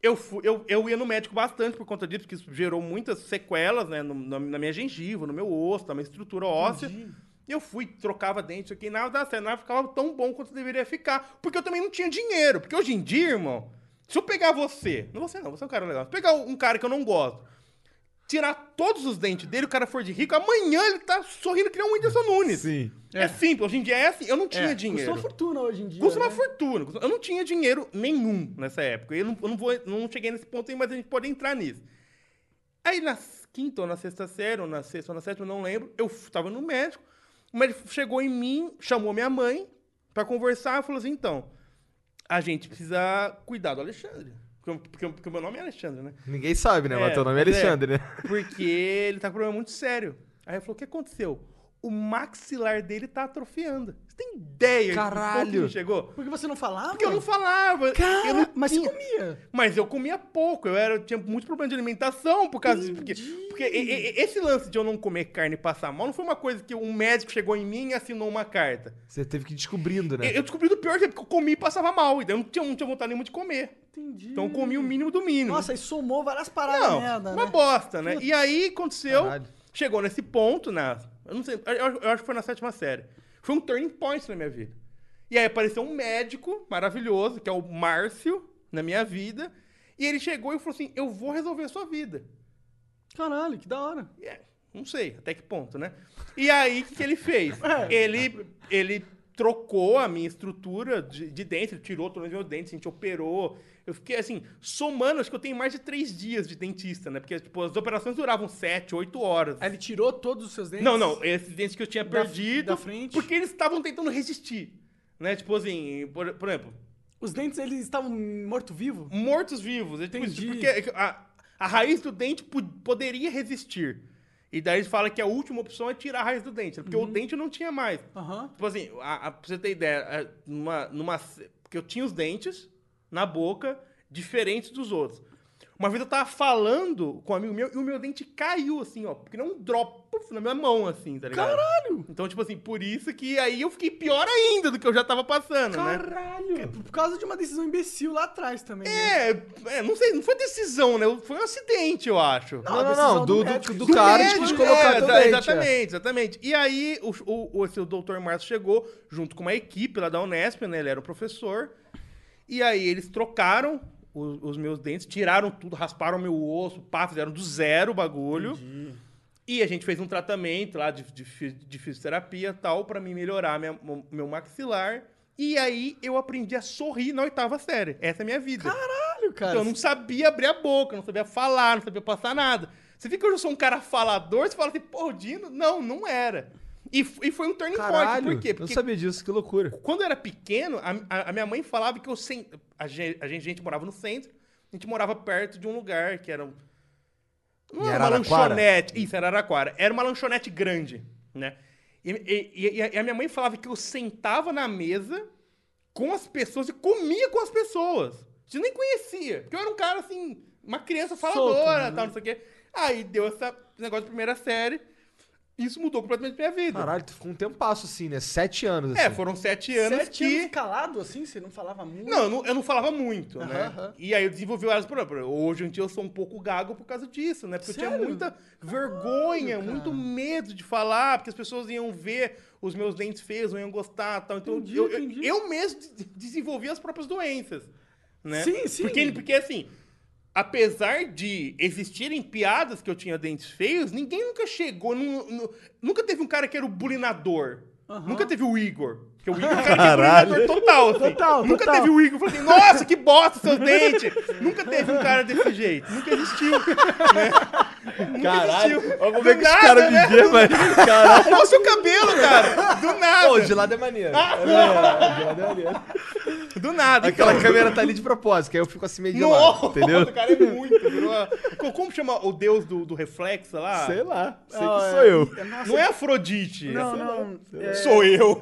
S3: eu, fui, eu, eu ia no médico bastante por conta disso, porque isso gerou muitas sequelas, né, no- na, na minha gengiva, no meu osso, na minha estrutura óssea. E eu fui, trocava dente aqui, nada dava certo, nada ficava tão bom quanto deveria ficar, porque eu também não tinha dinheiro, porque hoje em dia, irmão, se eu pegar você, não você não, você é um cara legal, se eu pegar um cara que eu não gosto, tirar todos os dentes dele, o cara for de rico, amanhã ele tá sorrindo que nem um Whindersson Nunes.
S2: Sim.
S3: É. simples, hoje em dia é assim. Eu não tinha
S4: Custou
S3: dinheiro.
S4: uma fortuna hoje em dia,
S3: Custa uma
S4: né?
S3: fortuna. custa- Eu não tinha dinheiro nenhum nessa época. Eu não, eu não vou, não cheguei nesse ponto aí, mas a gente pode entrar nisso. Aí na quinta ou na sexta série, ou na sexta ou na sétima, eu não lembro, eu f- tava no médico, o médico chegou em mim, chamou minha mãe pra conversar, falou assim, então, a gente precisa cuidar do Alexandre. Porque, porque, porque o meu nome é Alexandre, né?
S2: Ninguém sabe, né?
S3: É,
S2: mas teu nome é
S3: mas é.
S2: Alexandre, né?
S3: Porque ele tá com um problema muito sério. Aí ele falou: o que aconteceu? O maxilar dele tá atrofiando. Você tem ideia
S2: Caralho.
S3: de como que chegou?
S4: Porque você não falava?
S3: Porque eu não falava.
S4: Cara,
S3: eu não
S4: mas você
S3: tinha-
S4: comia.
S3: Mas eu comia pouco. Eu era, eu tinha muitos problemas de alimentação por causa disso. Porque, porque e- e- e- esse lance de eu não comer carne e passar mal não foi uma coisa que um médico chegou em mim e assinou uma carta.
S2: Você teve que ir descobrindo, né?
S3: Eu- Eu descobri do pior que eu comi e passava mal. Então eu não tinha, não tinha vontade nenhuma de comer.
S4: Entendi.
S3: Então eu comi o mínimo do mínimo.
S4: Nossa, aí somou várias paradas
S3: Não,
S4: merda,
S3: uma
S4: né?
S3: bosta, né? E aí aconteceu,
S2: Caralho.
S3: chegou nesse ponto, na, eu não sei, eu, eu- eu acho que foi na sétima série. Foi um turning point na minha vida. E aí apareceu um médico maravilhoso, que é o Márcio, na minha vida, e ele chegou e falou assim: "Eu vou resolver a sua vida".
S4: Caralho, que da hora.
S3: E é, não sei até que ponto, né? E aí, o que, que ele fez?
S4: É.
S3: Ele, ele trocou a minha estrutura de, de dente, ele tirou todos os meus dentes, a gente operou. Eu fiquei, assim, somando, acho que eu tenho mais de três dias de dentista, né? Porque, tipo, as operações duravam sete, oito horas.
S4: Aí ele tirou todos os seus É dentes?
S3: Não, não, esses dentes que eu tinha
S4: Da-
S3: perdido.
S4: da frente?
S3: Porque eles estavam tentando resistir, né? Tipo assim, por- por exemplo,
S4: Os dentes, eles estavam morto-vivo?
S3: mortos-vivos. Ele, tipo,
S4: Entendi.
S3: Porque a, a raiz do dente po- poderia resistir. E daí eles falam que a última opção é tirar a raiz do dente, né? porque o dente não tinha mais.
S4: Uhum. Aham.
S3: Tipo assim, a, a- pra você ter ideia, é, numa, numa, ce- porque eu tinha os dentes na boca, diferentes dos outros. Uma vez eu tava falando com um amigo meu e o meu dente caiu, assim, ó. Porque não um drop puf, na minha mão, assim, tá ligado?
S4: Caralho!
S3: Então, tipo assim, por isso que aí eu fiquei pior ainda do que eu já tava passando, né?
S4: Caralho! Por causa de uma decisão imbecil lá atrás também. né?
S3: É, é, não sei, não foi decisão, né? Foi um acidente, eu acho.
S2: Não, não,
S4: decisão
S2: não.
S4: do
S2: Do, do,
S4: médico.
S2: do
S4: Do
S2: cara
S4: médico,
S2: de
S4: né?
S2: colocar
S3: É,
S2: teu
S3: exa-
S2: dente. é.
S3: Exatamente, exatamente. E aí, o, o, o, esse, o doutor Márcio chegou junto com uma equipe lá da Unesp, né? Ele era um professor. E aí eles trocaram o- os meus dentes, tiraram tudo, rasparam meu osso, pá, fizeram do zero o bagulho. E a gente fez um tratamento lá de, de, fi- de fisioterapia e tal, pra me melhorar minha- mo- meu maxilar. E aí eu aprendi a sorrir na oitava série. Essa é a minha vida.
S4: Caralho, cara.
S3: Então, eu não sabia abrir a boca, não sabia falar, não sabia passar nada. Você vê que hoje eu sou um cara falador, você fala assim, pô, o Dino? Não, não era. E, f- e foi um turning point. Por quê?
S2: eu não sabia disso, que loucura.
S3: Quando eu era pequeno, a, a- a minha mãe falava que eu sem, a, gente, a gente- a gente morava no centro, a gente morava perto de um lugar que era um. Não
S2: Em
S3: era uma
S2: Araraquara?
S3: lanchonete. Isso, era Araraquara. Era uma lanchonete grande, né? E, e- e a- e a minha mãe falava que eu sentava na mesa com as pessoas e comia com as pessoas. Você nem conhecia. Porque eu era um cara assim, uma criança faladora,
S2: né?
S3: tal, não sei o quê. Aí deu essa- esse negócio de primeira série. Isso mudou completamente minha vida.
S2: Caralho, tu ficou um tempasso assim, né? Sete anos assim.
S3: É, foram sete anos
S4: Sete
S3: que.
S4: anos calado, assim? Você não falava muito?
S3: Não eu, não, eu não falava muito, né?
S4: aham.
S3: E aí eu desenvolvi vários problemas. Hoje em dia eu sou um pouco gago por causa disso, né? Porque eu
S4: Sério? Tá
S3: tinha muita vergonha, muito medo de falar, porque as pessoas iam ver os meus dentes feios, não iam gostar tal. Então
S4: Entendi,
S3: eu, eu-
S4: entendi.
S3: eu mesmo de- desenvolvi as próprias doenças, né?
S4: Sim, sim.
S3: Porque, porque assim, apesar de existirem piadas que eu tinha dentes feios, ninguém nunca chegou. nu- nu- nunca teve um cara que era o bulinador. Nunca teve o Igor. Porque o Igor é um cara que é bulinador total, assim.
S4: Total,
S3: Nunca
S4: total.
S3: teve o Igor falando assim, nossa, que bosta seus dentes. nunca teve um cara desse jeito. Nunca existiu. né?
S2: Caralho,
S3: existiu.
S2: olha como é
S3: Do
S2: que os
S3: nada,
S2: caras
S3: né?
S2: me vê, velho. Caralho.
S3: Olha o seu cabelo, cara. Do nada.
S2: Pô, de lado é maneiro. É maneiro, de lado é maneiro.
S3: Do nada.
S2: Aquela
S3: então.
S2: câmera tá ali de propósito, que aí eu fico assim meio de lado,
S3: Nossa,
S2: entendeu?
S3: o cara é muito. virou a- Co- Como chama o deus do, do reflexo lá?
S2: Sei lá, sei
S4: Ah,
S2: que
S4: é.
S2: sou eu.
S4: Nossa,
S3: Não é Afrodite.
S4: não, não. é-
S3: Sou eu.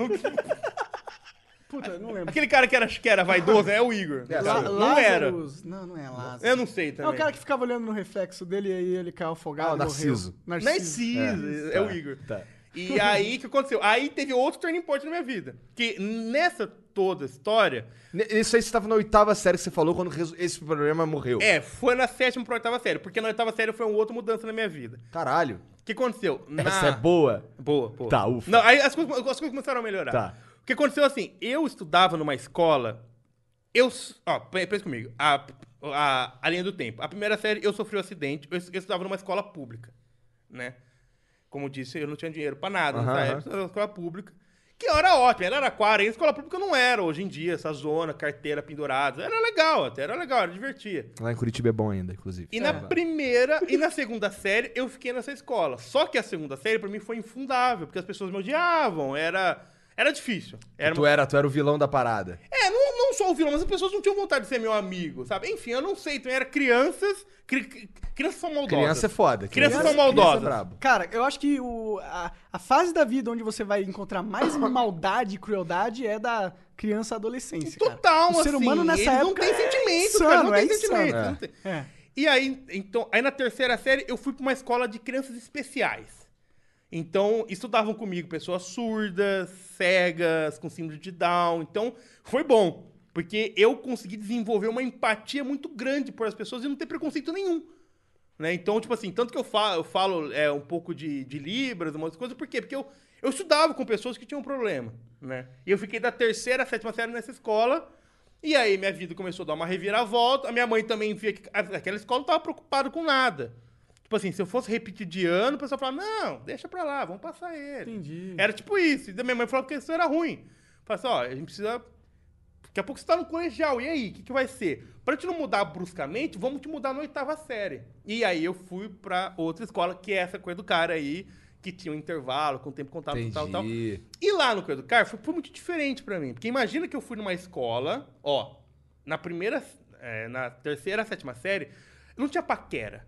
S4: Puta, não lembro.
S3: Aquele cara que era, que era vaidoso é o Igor.
S4: Lá-
S3: não era.
S4: Lázarus. Não, não é Lázaro.
S3: Eu não sei
S4: É
S3: também.
S4: o cara que ficava olhando no reflexo dele e aí ele caiu afogado.
S2: Ah, o
S4: morreu.
S2: Narciso.
S4: Narciso.
S3: Narciso, é, o Igor.
S2: tá.
S3: E aí, o que aconteceu? Aí teve outro turning point na minha vida. Que nessa toda história,
S2: Ne- Isso aí você tava na oitava série que você falou quando resu- esse problema morreu.
S3: é, foi na sétima pra oitava série. Porque na oitava série foi uma outra mudança na minha vida.
S2: Caralho,
S3: O que aconteceu? Na...
S2: essa é boa.
S3: Boa, boa.
S2: Tá, ufa.
S3: Não, aí as coisas, as coisas começaram a melhorar.
S2: Tá.
S3: O que aconteceu assim, eu estudava numa escola, eu... s- Ó, pe- pensa comigo, a, a, a linha do tempo. A primeira série, eu sofri um acidente, eu, es- eu estudava numa escola pública, né? Como eu disse, eu não tinha dinheiro pra nada
S2: Aham,
S3: nessa
S2: aham.
S3: época, eu estudava numa escola pública. Que era ótima, era Araquara, e a escola pública não era hoje em dia, essa zona, carteira pendurada. Era legal até, era legal, era divertia.
S2: Lá em Curitiba é bom ainda, inclusive.
S3: E na primeira e na segunda série eu fiquei nessa escola. Só que a segunda série pra mim foi infundável, porque as pessoas me odiavam, era era difícil. Era
S2: Tu era, tu era o vilão da parada.
S3: É, não, não só o vilão, mas as pessoas não tinham vontade de ser meu amigo, sabe? Enfim, eu não sei, também era crianças, cri- cri- crianças são maldosas.
S2: Criança é foda.
S3: Crianças
S2: criança-
S3: são maldosas.
S2: criança é brabo.
S4: Cara, eu acho que o- a, a fase da vida onde você vai encontrar mais maldade e crueldade é da criança à adolescência. cara.
S3: Total,
S4: O ser
S3: assim,
S4: humano nessa
S3: eles
S4: época
S3: não tem sentimento,
S4: é
S3: cara, não
S4: insano,
S3: tem
S4: é insano.
S3: sentimento.
S2: É.
S3: não tem-
S4: É.
S3: E aí, então, aí na terceira série eu fui pra uma escola de crianças especiais. Então, estudavam comigo pessoas surdas, cegas, com síndrome de Down. Então, foi bom, porque eu consegui desenvolver uma empatia muito grande por as pessoas e não ter preconceito nenhum. Né? Então, tipo assim, tanto que eu falo, eu falo é, um pouco de, de Libras, um monte de coisa, por quê? Porque eu, eu estudava com pessoas que tinham problema, né? E eu fiquei da terceira à sétima série nessa escola, e aí minha vida começou a dar uma reviravolta, a minha mãe também via que a- aquela escola não tava preocupada com nada. Tipo assim, se eu fosse repetir de ano, o pessoal falava, não, deixa pra lá, vamos passar ele.
S4: Entendi.
S3: Era tipo isso, e da minha mãe falava que isso era ruim. Falava assim, ó, a gente precisa Daqui a pouco você tá no colegial, e aí? O que, que vai ser? Pra te não mudar bruscamente, vamos te mudar na oitava série. E aí eu fui pra outra escola, que é essa coisa do cara aí, que tinha um intervalo, com o tempo contado,
S2: Entendi.
S3: tal, tal. E lá no Coelho do Car foi, foi muito diferente pra mim. Porque imagina que eu fui numa escola, ó, na primeira, é, na terceira, sétima série, não tinha paquera.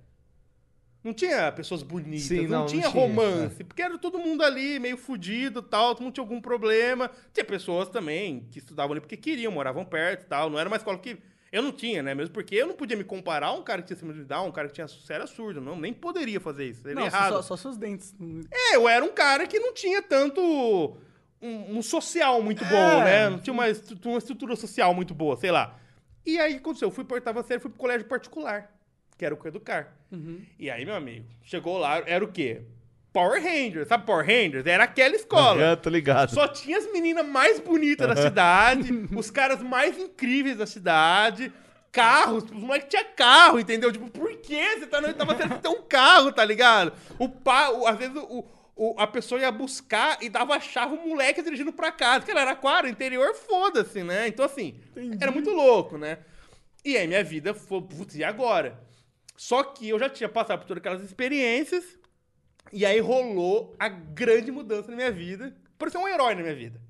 S3: Não tinha pessoas bonitas,
S2: Sim,
S3: não,
S2: não, não
S3: tinha
S2: tinha,
S3: romance, porque era todo mundo ali meio fudido e tal, todo mundo tinha algum problema. Tinha pessoas também que estudavam ali porque queriam, moravam perto e tal. Não era uma escola que. Eu não tinha, né? Mesmo porque eu não podia me comparar a um cara que tinha síndrome de Down, um cara que tinha era surdo, não, nem poderia fazer isso. Seria
S4: Não,
S3: errado.
S4: só, só seus dentes. hum,
S3: É, eu era um cara que não tinha tanto. Um, um social muito bom, né? Não tinha uma, estru- uma estrutura social muito boa, sei lá. E aí o que aconteceu? Eu fui pra oitava série, fui pro colégio particular, que era o Coeducar. E aí, meu amigo, chegou lá, era o quê? Power Rangers. Sabe Power Rangers? Era aquela escola.
S2: Eu É, tô ligado.
S3: Só tinha as meninas mais bonitas da cidade, os caras mais incríveis da cidade, carros, os moleques tinham carro, entendeu? Tipo, por que você tá na oitava série você tem um carro, tá ligado? O pá, o- às vezes o, o- a pessoa ia buscar e dava a chave o moleque dirigindo pra casa. Cara, era aquário, interior, foda-se, né? Então, assim, era muito louco, né? E aí minha vida foi, putz, e agora? Só que eu já tinha passado por todas aquelas experiências, e aí rolou a grande mudança na minha vida. Por ser um herói na minha vida.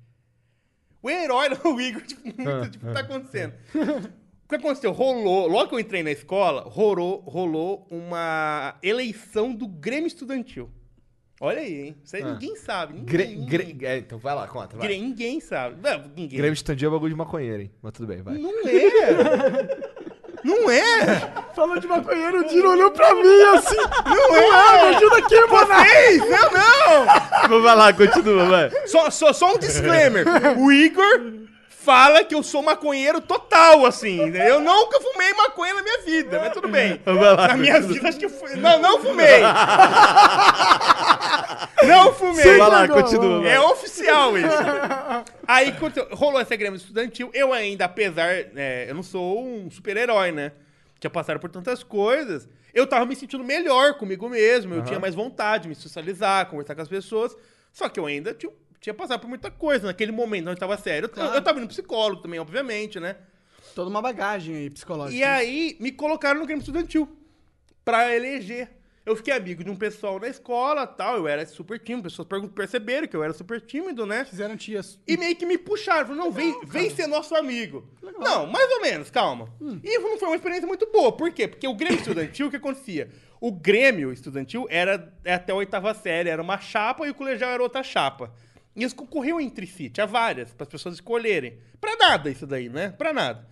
S3: O herói, o Igor, tipo,
S2: Ah,
S3: muito, tipo, tá acontecendo. O que aconteceu? Rolou, logo que eu entrei na escola, rolou, rolou uma eleição do Grêmio Estudantil. Olha aí, hein? Isso aí ninguém sabe. Ninguém,
S2: Ah. Gre-
S3: ninguém,
S2: gre- é, então vai lá, conta. Vai.
S3: Gre- ninguém sabe. Não, ninguém.
S2: Grêmio de Tandia é bagulho de maconheiro, hein? Mas tudo bem, vai.
S3: Não é! Não é!
S4: Falou de maconheiro, o Dino olhou pra mim assim. Não é, me ajuda aqui, mano.
S3: Ei, não, não!
S2: vai lá, continua, vai.
S3: Só, só, só um disclaimer. O Igor fala que eu sou maconheiro total, assim. né? Eu nunca fumei maconha na minha vida, mas tudo bem. Na minha vida, acho que eu fui. Não, não fumei. Não
S2: Vai
S3: fumei.
S2: lá, continua.
S3: É oficial isso. Aí aconteceu- rolou essa greve estudantil. Eu ainda, apesar. é, eu não sou um super-herói, né? Tinha passado por tantas coisas. Eu tava me sentindo melhor comigo mesmo. Eu tinha mais vontade de me socializar, conversar com as pessoas. Só que eu ainda tinha, tinha passado por muita coisa naquele momento, não estava sério. Eu- Eu, eu tava indo no psicólogo também, obviamente, né?
S4: Toda uma bagagem aí psicológica. né?
S3: E aí me colocaram no Grêmio Estudantil pra eleger. Eu fiquei amigo de um pessoal na escola tal, eu era super tímido, pessoas pergun- perceberam que eu era super tímido, né?
S4: Fizeram tias.
S3: E meio que me puxaram, falaram, não, vem, vem ser nosso amigo. Não, mais ou menos, calma.
S4: Hum.
S3: E não foi uma experiência muito boa, por quê? Porque o Grêmio Estudantil, o que acontecia? O Grêmio Estudantil era é até a oitava série, era uma chapa e o colegial era outra chapa. E eles concorriam entre si, tinha várias, para as pessoas escolherem. Pra nada isso daí, né? Pra nada.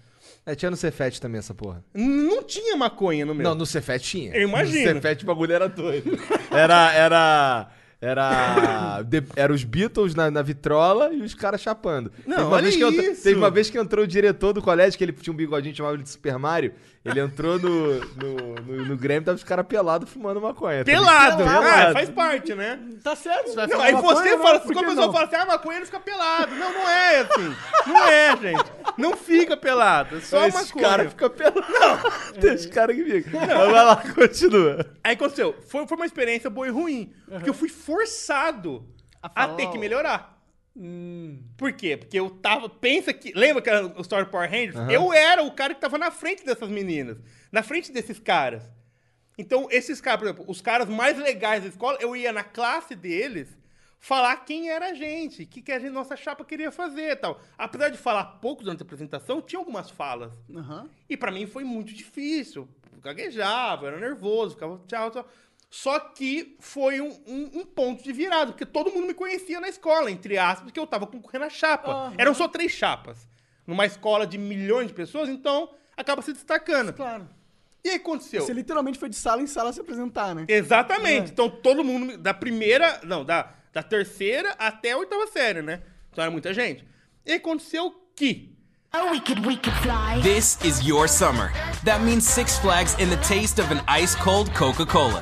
S2: É, tinha no Cefete também essa porra.
S3: N- Não tinha maconha no meu.
S2: Não, no Cefete tinha.
S3: Eu imagino.
S2: No Cefete o bagulho era doido. Era, era... Era, de- era os Beatles na, na vitrola e os caras chapando.
S3: Não,
S2: uma
S3: olha
S2: vez que entrou-
S3: isso.
S2: teve uma vez que entrou o diretor do colégio, que ele tinha um bigodinho, chamava ele de Super Mario. Ele entrou no, no, no, no Grêmio, tava os caras pelados fumando maconha. tá ligado?
S3: Pelado!
S2: Pelado.
S3: Ah, faz parte, né?
S4: Tá certo, vai
S3: Não,
S4: falar
S3: aí
S4: maconha,
S3: você
S4: né?
S3: fala,
S4: Por
S3: quando a
S4: que
S3: pessoa
S4: não?
S3: fala assim, ah, maconheiro fica pelado. Não, não é assim. Não é, gente. Não fica pelado. É só
S2: Então, esses
S3: maconha.
S2: caras ficam pelados. Tem esses caras que ficam. Mas vai lá, continua.
S3: Aí aconteceu. Foi, foi uma experiência boa e ruim. Porque eu fui forçado a,
S4: falar
S3: ter que
S4: o- Hum.
S3: melhorar. Por quê? Porque eu tava. Pensa que. Lembra que era o Story Power Rangers? Eu era o cara que tava na frente dessas meninas. Na frente desses caras. Então, esses caras, por exemplo, os caras mais legais da escola, eu ia na classe deles falar quem era a gente, o que, que a gente- nossa chapa queria fazer e tal. Apesar de falar pouco durante a apresentação, tinha algumas falas.
S4: Aham.
S3: E pra mim foi muito difícil. Eu gaguejava, eu era nervoso, ficava tchau, tchau. Só que foi um, um- um ponto de virada, porque todo mundo me conhecia na escola, entre aspas, porque eu tava concorrendo à chapa. Eram só três chapas. Numa escola de milhões de pessoas, então acaba se destacando.
S4: Claro.
S3: E aí aconteceu?
S4: Você literalmente foi de sala em sala se apresentar, né?
S3: Exatamente. Então todo mundo, me- da primeira, não, da, da terceira até a oitava série, né? Então era muita gente. E aconteceu que
S6: Oh, we could, we could fly.
S7: This is your summer. That means Six Flags and the taste of an ice cold Coca Cola.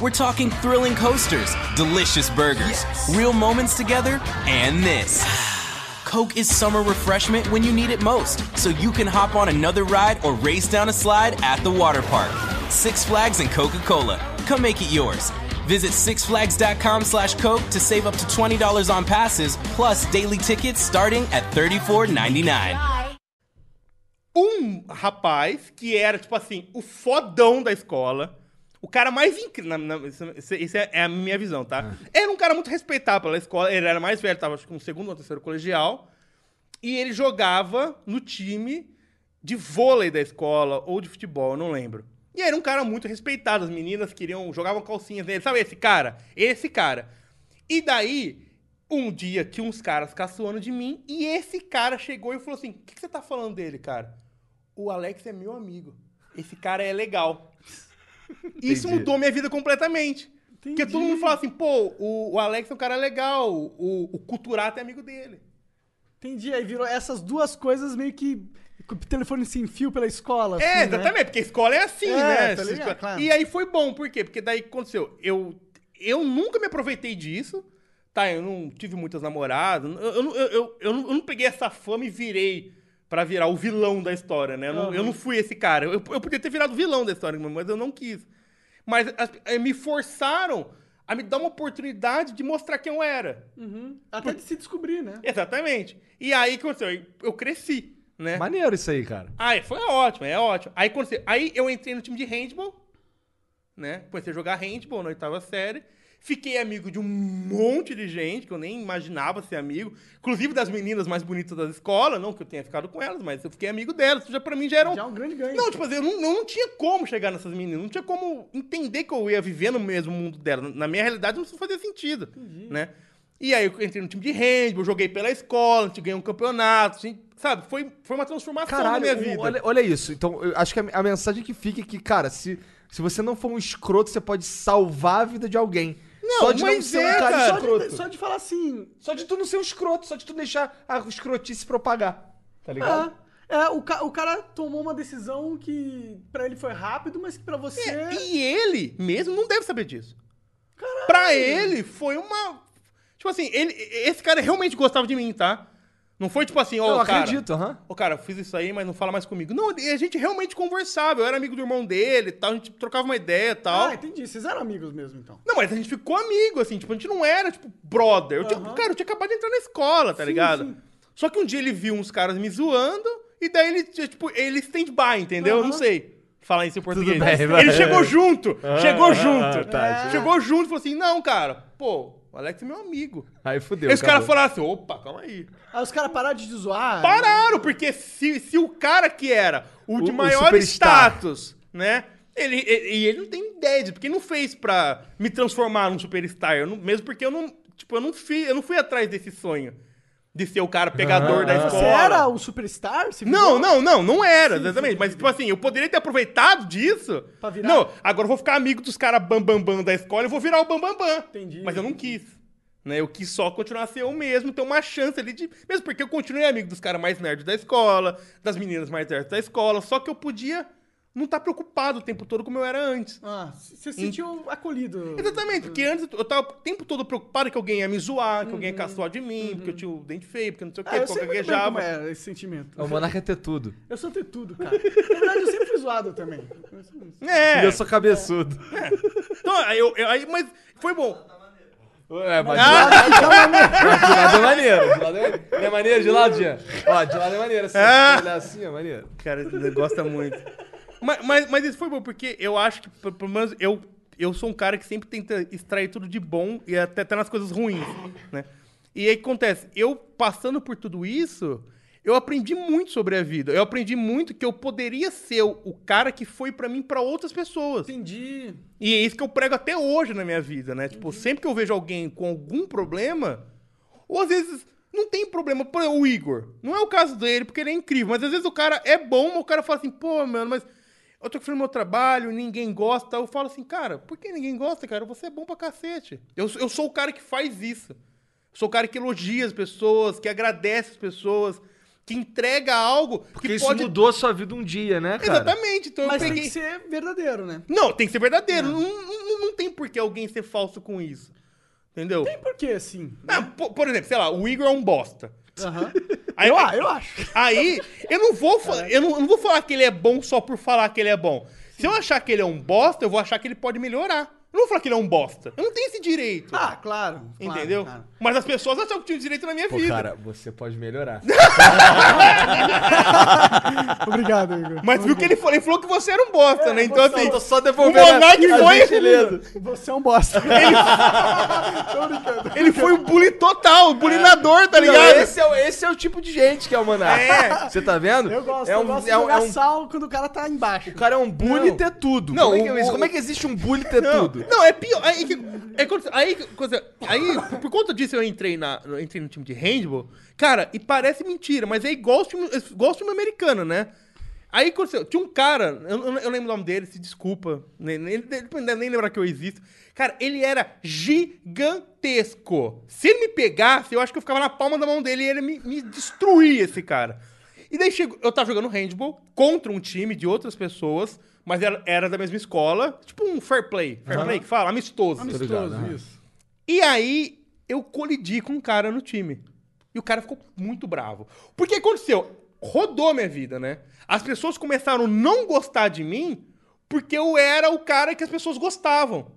S7: We're talking thrilling coasters, delicious burgers, real moments together, and this. Coke is summer refreshment when you need it most, so you can hop on another ride or race down a slide at the water park. Six Flags and Coca Cola. Come make it yours. Visit sixflags.com slash Coke to save up to $20 on passes, plus daily tickets starting at $34.99.
S6: Fly.
S3: um rapaz que era, tipo assim, o fodão da escola. O cara mais incrível. Isso, isso é, é a minha visão, tá? Era um cara muito respeitado pela escola. Ele era mais velho, tava acho que no segundo ou terceiro colegial. E ele jogava no time de vôlei da escola ou de futebol, eu não lembro. E era um cara muito respeitado, as meninas queriam, jogavam calcinhas nele. Sabe esse cara? Esse cara. E daí, um dia tinha uns caras caçoando de mim e esse cara chegou e falou assim: O que, que você tá falando dele, cara? O Alex é meu amigo. Esse cara é legal. Isso mudou minha vida completamente. Porque todo mundo fala assim, pô, o, o Alex é um cara legal, o, o Culturato é amigo dele.
S4: Entendi, aí virou essas duas coisas meio que com o telefone sem fio pela escola.
S3: É,
S4: assim, né?
S3: exatamente, porque a escola é assim,
S4: É,
S3: né?
S4: tá ligado,
S3: Escola-
S4: claro.
S3: E aí foi bom, por quê? Porque daí aconteceu, eu, eu nunca me aproveitei disso, tá? Eu não tive muitas namoradas, eu, eu, não- eu, eu, eu não, eu não peguei essa fama e virei pra virar o vilão da história, né? Eu não, eu não fui esse cara. Eu, eu podia ter virado vilão da história, mas eu não quis. Mas as- eh, me forçaram a me dar uma oportunidade de mostrar quem eu era.
S4: Hum. Até de se descobrir, né?
S3: Exatamente. E aí o que aconteceu? Eu- Eu cresci, né?
S2: Maneiro isso aí, cara.
S3: Aí foi ótimo, é ótimo. Aí aconteceu. Aí eu entrei no time de handball, né? Comecei a jogar handball na oitava série. Fiquei amigo de um monte de gente que eu nem imaginava ser amigo. Inclusive das meninas mais bonitas da escola. Não que eu tenha ficado com elas, mas eu fiquei amigo delas. Isso já pra mim já era um,
S4: Já é um grande ganho.
S3: não, tipo assim, eu não, eu não tinha como chegar nessas meninas, não tinha como entender que eu ia viver no mesmo mundo dela. Na minha realidade, não fazia sentido, né? E aí eu entrei no time de handball, joguei pela escola, a gente ganhou um campeonato, a gente- sabe? Foi, foi uma transformação na
S2: Caralho,
S3: minha
S2: o-
S3: vida.
S2: Olha, olha isso. Então, eu acho que a, a mensagem que fica é que, cara, se, se você não for um escroto, você pode salvar a vida de alguém. Não, só de não
S3: mas
S2: ser
S3: é,
S2: um cara,
S3: cara.
S2: escroto.
S4: Só de falar assim,
S2: Só de tu não ser um escroto, só de tu deixar a escrotice propagar. Tá ligado?
S4: É, é, o, ca- o cara tomou uma decisão que pra ele foi rápido, mas que pra você.
S3: É, E ele mesmo não deve saber disso. Pra ele, foi uma. Tipo assim, ele, esse cara realmente gostava de mim, tá? Não foi tipo assim, ó,
S2: eu
S3: cara.
S2: acredito, aham.
S3: Ô, cara, eu fiz isso aí, mas não fala mais comigo. Não, e a gente realmente conversava. Eu era amigo do irmão dele e tal, a gente trocava uma ideia e tal.
S4: Ah, entendi. Vocês eram amigos mesmo, então.
S3: Não, mas a gente ficou amigo, assim, tipo, a gente não era, tipo, brother. Eu tinha- Cara, eu tinha acabado de entrar na escola, tá ligado? Só que um dia ele viu uns caras me zoando, e daí ele, tipo, ele stand-by, entendeu? Eu Não sei falar isso em português.
S2: bem,
S3: ele
S2: vai. Ah,
S3: chegou junto, chegou junto.
S2: tá,
S3: É. Chegou junto e falou assim, não, cara, pô, o Alex é meu amigo.
S2: Aí fudeu.
S3: Aí os caras
S2: acabou.
S3: falaram assim, opa, calma aí.
S4: Aí os caras pararam de zoar.
S3: Pararam, porque se, se o cara que era o de
S2: O- o
S3: maior
S2: superstar.
S3: status, né? Ele, e- e ele não tem ideia disso, porque não fez pra me transformar num superstar. Eu não- mesmo porque eu não, tipo, eu não fui, eu não fui atrás desse sonho de ser o cara
S2: Ah,
S3: pegador da escola.
S4: Você era o superstar? Você
S3: Não,
S4: virou?
S3: não, não, não era, exatamente. Mas, tipo assim, eu poderia ter aproveitado disso.
S4: Pra virar?
S3: Não, agora eu vou ficar amigo dos caras bam, bam, bam da escola e vou virar o bam, bam, bam.
S4: Entendi.
S3: Mas eu não quis. Né? Eu quis só continuar a ser eu mesmo, ter uma chance ali de. Mesmo porque eu continuei amigo dos caras mais nerds da escola, das meninas mais nerds da escola, só que eu podia não estar preocupado o tempo todo como eu era antes.
S4: Ah, c- você se sentiu acolhido.
S3: Exatamente, porque antes eu tava o tempo todo preocupado que alguém ia me zoar, que alguém ia caçoar de mim, porque eu tinha o dente feio, porque não sei o quê,
S4: Uhum. Ah, eu
S3: porque
S4: sei
S3: eu
S4: muito bem como
S3: gaguejava.
S4: é esse sentimento.
S2: O Monarca é ia ter tudo.
S4: Eu sou ter tudo, cara. Na verdade, eu sempre fui zoado também.
S3: É,
S2: Eu sou cabeçudo.
S3: então, aí eu- eu- aí, mas foi bom.
S2: É, mas de lado, mas de lado é maneiro. De lado é maneiro. Não é maneiro de lado, Jean? Ó, de lado é maneiro. Assim,
S3: Ah!
S2: se olhar assim é maneiro.
S3: Cara, ele gosta muito. mas, mas, mas isso foi bom, porque eu acho que, pe- pelo menos, eu, eu sou um cara que sempre tenta extrair tudo de bom e até, até nas coisas ruins, né? E aí o que acontece? Eu, passando por tudo isso, eu aprendi muito sobre a vida. Eu aprendi muito que eu poderia ser o, o cara que foi pra mim pra outras pessoas.
S4: Entendi.
S3: E é isso que eu prego até hoje na minha vida, né?
S4: Uhum.
S3: Tipo, sempre que eu vejo alguém com algum problema, ou às vezes não tem problema. Por exemplo, o Igor. Não é o caso dele, porque ele é incrível. Mas às vezes o cara é bom, mas o cara fala assim, pô, mano, mas eu tô fazendo meu trabalho, ninguém gosta. Eu falo assim, cara, por que ninguém gosta, cara? Você é bom pra cacete. Eu, eu sou o cara que faz isso. Eu sou o cara que elogia as pessoas, que agradece as pessoas, que entrega algo
S2: Porque
S3: que
S2: isso
S3: pode...
S2: mudou a sua vida um dia, né, cara?
S3: Exatamente. Então
S4: Mas
S3: eu
S4: tem
S3: peguei...
S4: que ser verdadeiro, né?
S3: Não, tem que ser verdadeiro. Não, não, não- não tem por que alguém ser falso com isso. Entendeu?
S4: Tem por quê, assim?
S3: Ah, po- por, exemplo, sei lá, o Igor é um bosta.
S4: Aham.
S3: Aí,
S4: Eu, ah,
S3: aí,
S4: eu acho.
S3: aí eu, não vou fa- eu, não, eu não vou falar que ele é bom só por falar que ele é bom. Se eu achar que ele é um bosta, eu vou achar que ele pode melhorar. Eu não vou falar que ele é um bosta. Eu não tenho esse direito.
S4: Ah, claro. claro,
S3: entendeu?
S4: claro.
S3: Mas as pessoas achavam que tinham direito na minha
S2: Pô,
S3: vida.
S2: cara, você pode melhorar.
S4: Obrigado, Igor.
S3: Mas viu que ele falou, ele falou que você era um bosta, né? Então, assim,
S2: Tô só
S3: o
S2: devolvendo
S3: Monark
S2: a
S3: foi,
S2: gentileza.
S4: Você é um bosta.
S3: ele foi um bully total, o bulinador, tá
S2: Não,
S3: ligado?
S2: esse, é, o- esse é o tipo de gente que é o Monark.
S3: É.
S2: Você tá vendo?
S4: Eu gosto,
S2: é um,
S4: eu gosto de
S2: é um,
S4: jogar
S2: é um-
S4: sal quando o cara tá embaixo.
S2: O cara é um bully
S4: Não.
S2: tetudo.
S3: Não,
S2: como, é que,
S3: o-
S2: como é que existe um bully tetudo?
S3: Não, é pior. Aí, que- é quando- aí, que- coisa- aí, por conta disso, eu entrei, na, eu entrei no time de handball. Cara, e parece mentira, mas é igual os time, igual os time americano, né? Aí aconteceu. Tinha um cara, eu, eu- eu lembro o nome dele, se desculpa. nem- nem- Ele não deve nem lembrar que eu existo. Cara, ele era gigantesco. Se ele me pegasse, eu acho que eu ficava na palma da mão dele e ele me, me destruía, esse cara. E daí chegou, eu tava jogando handball contra um time de outras pessoas, mas era, era da mesma escola, tipo um fair play, fair play que fala, amistoso.
S4: Gostoso, isso.
S3: E aí eu colidi com um cara no time. E o cara ficou muito bravo. Porque aconteceu, rodou minha vida, né? As pessoas começaram a não gostar de mim porque eu era o cara que as pessoas gostavam.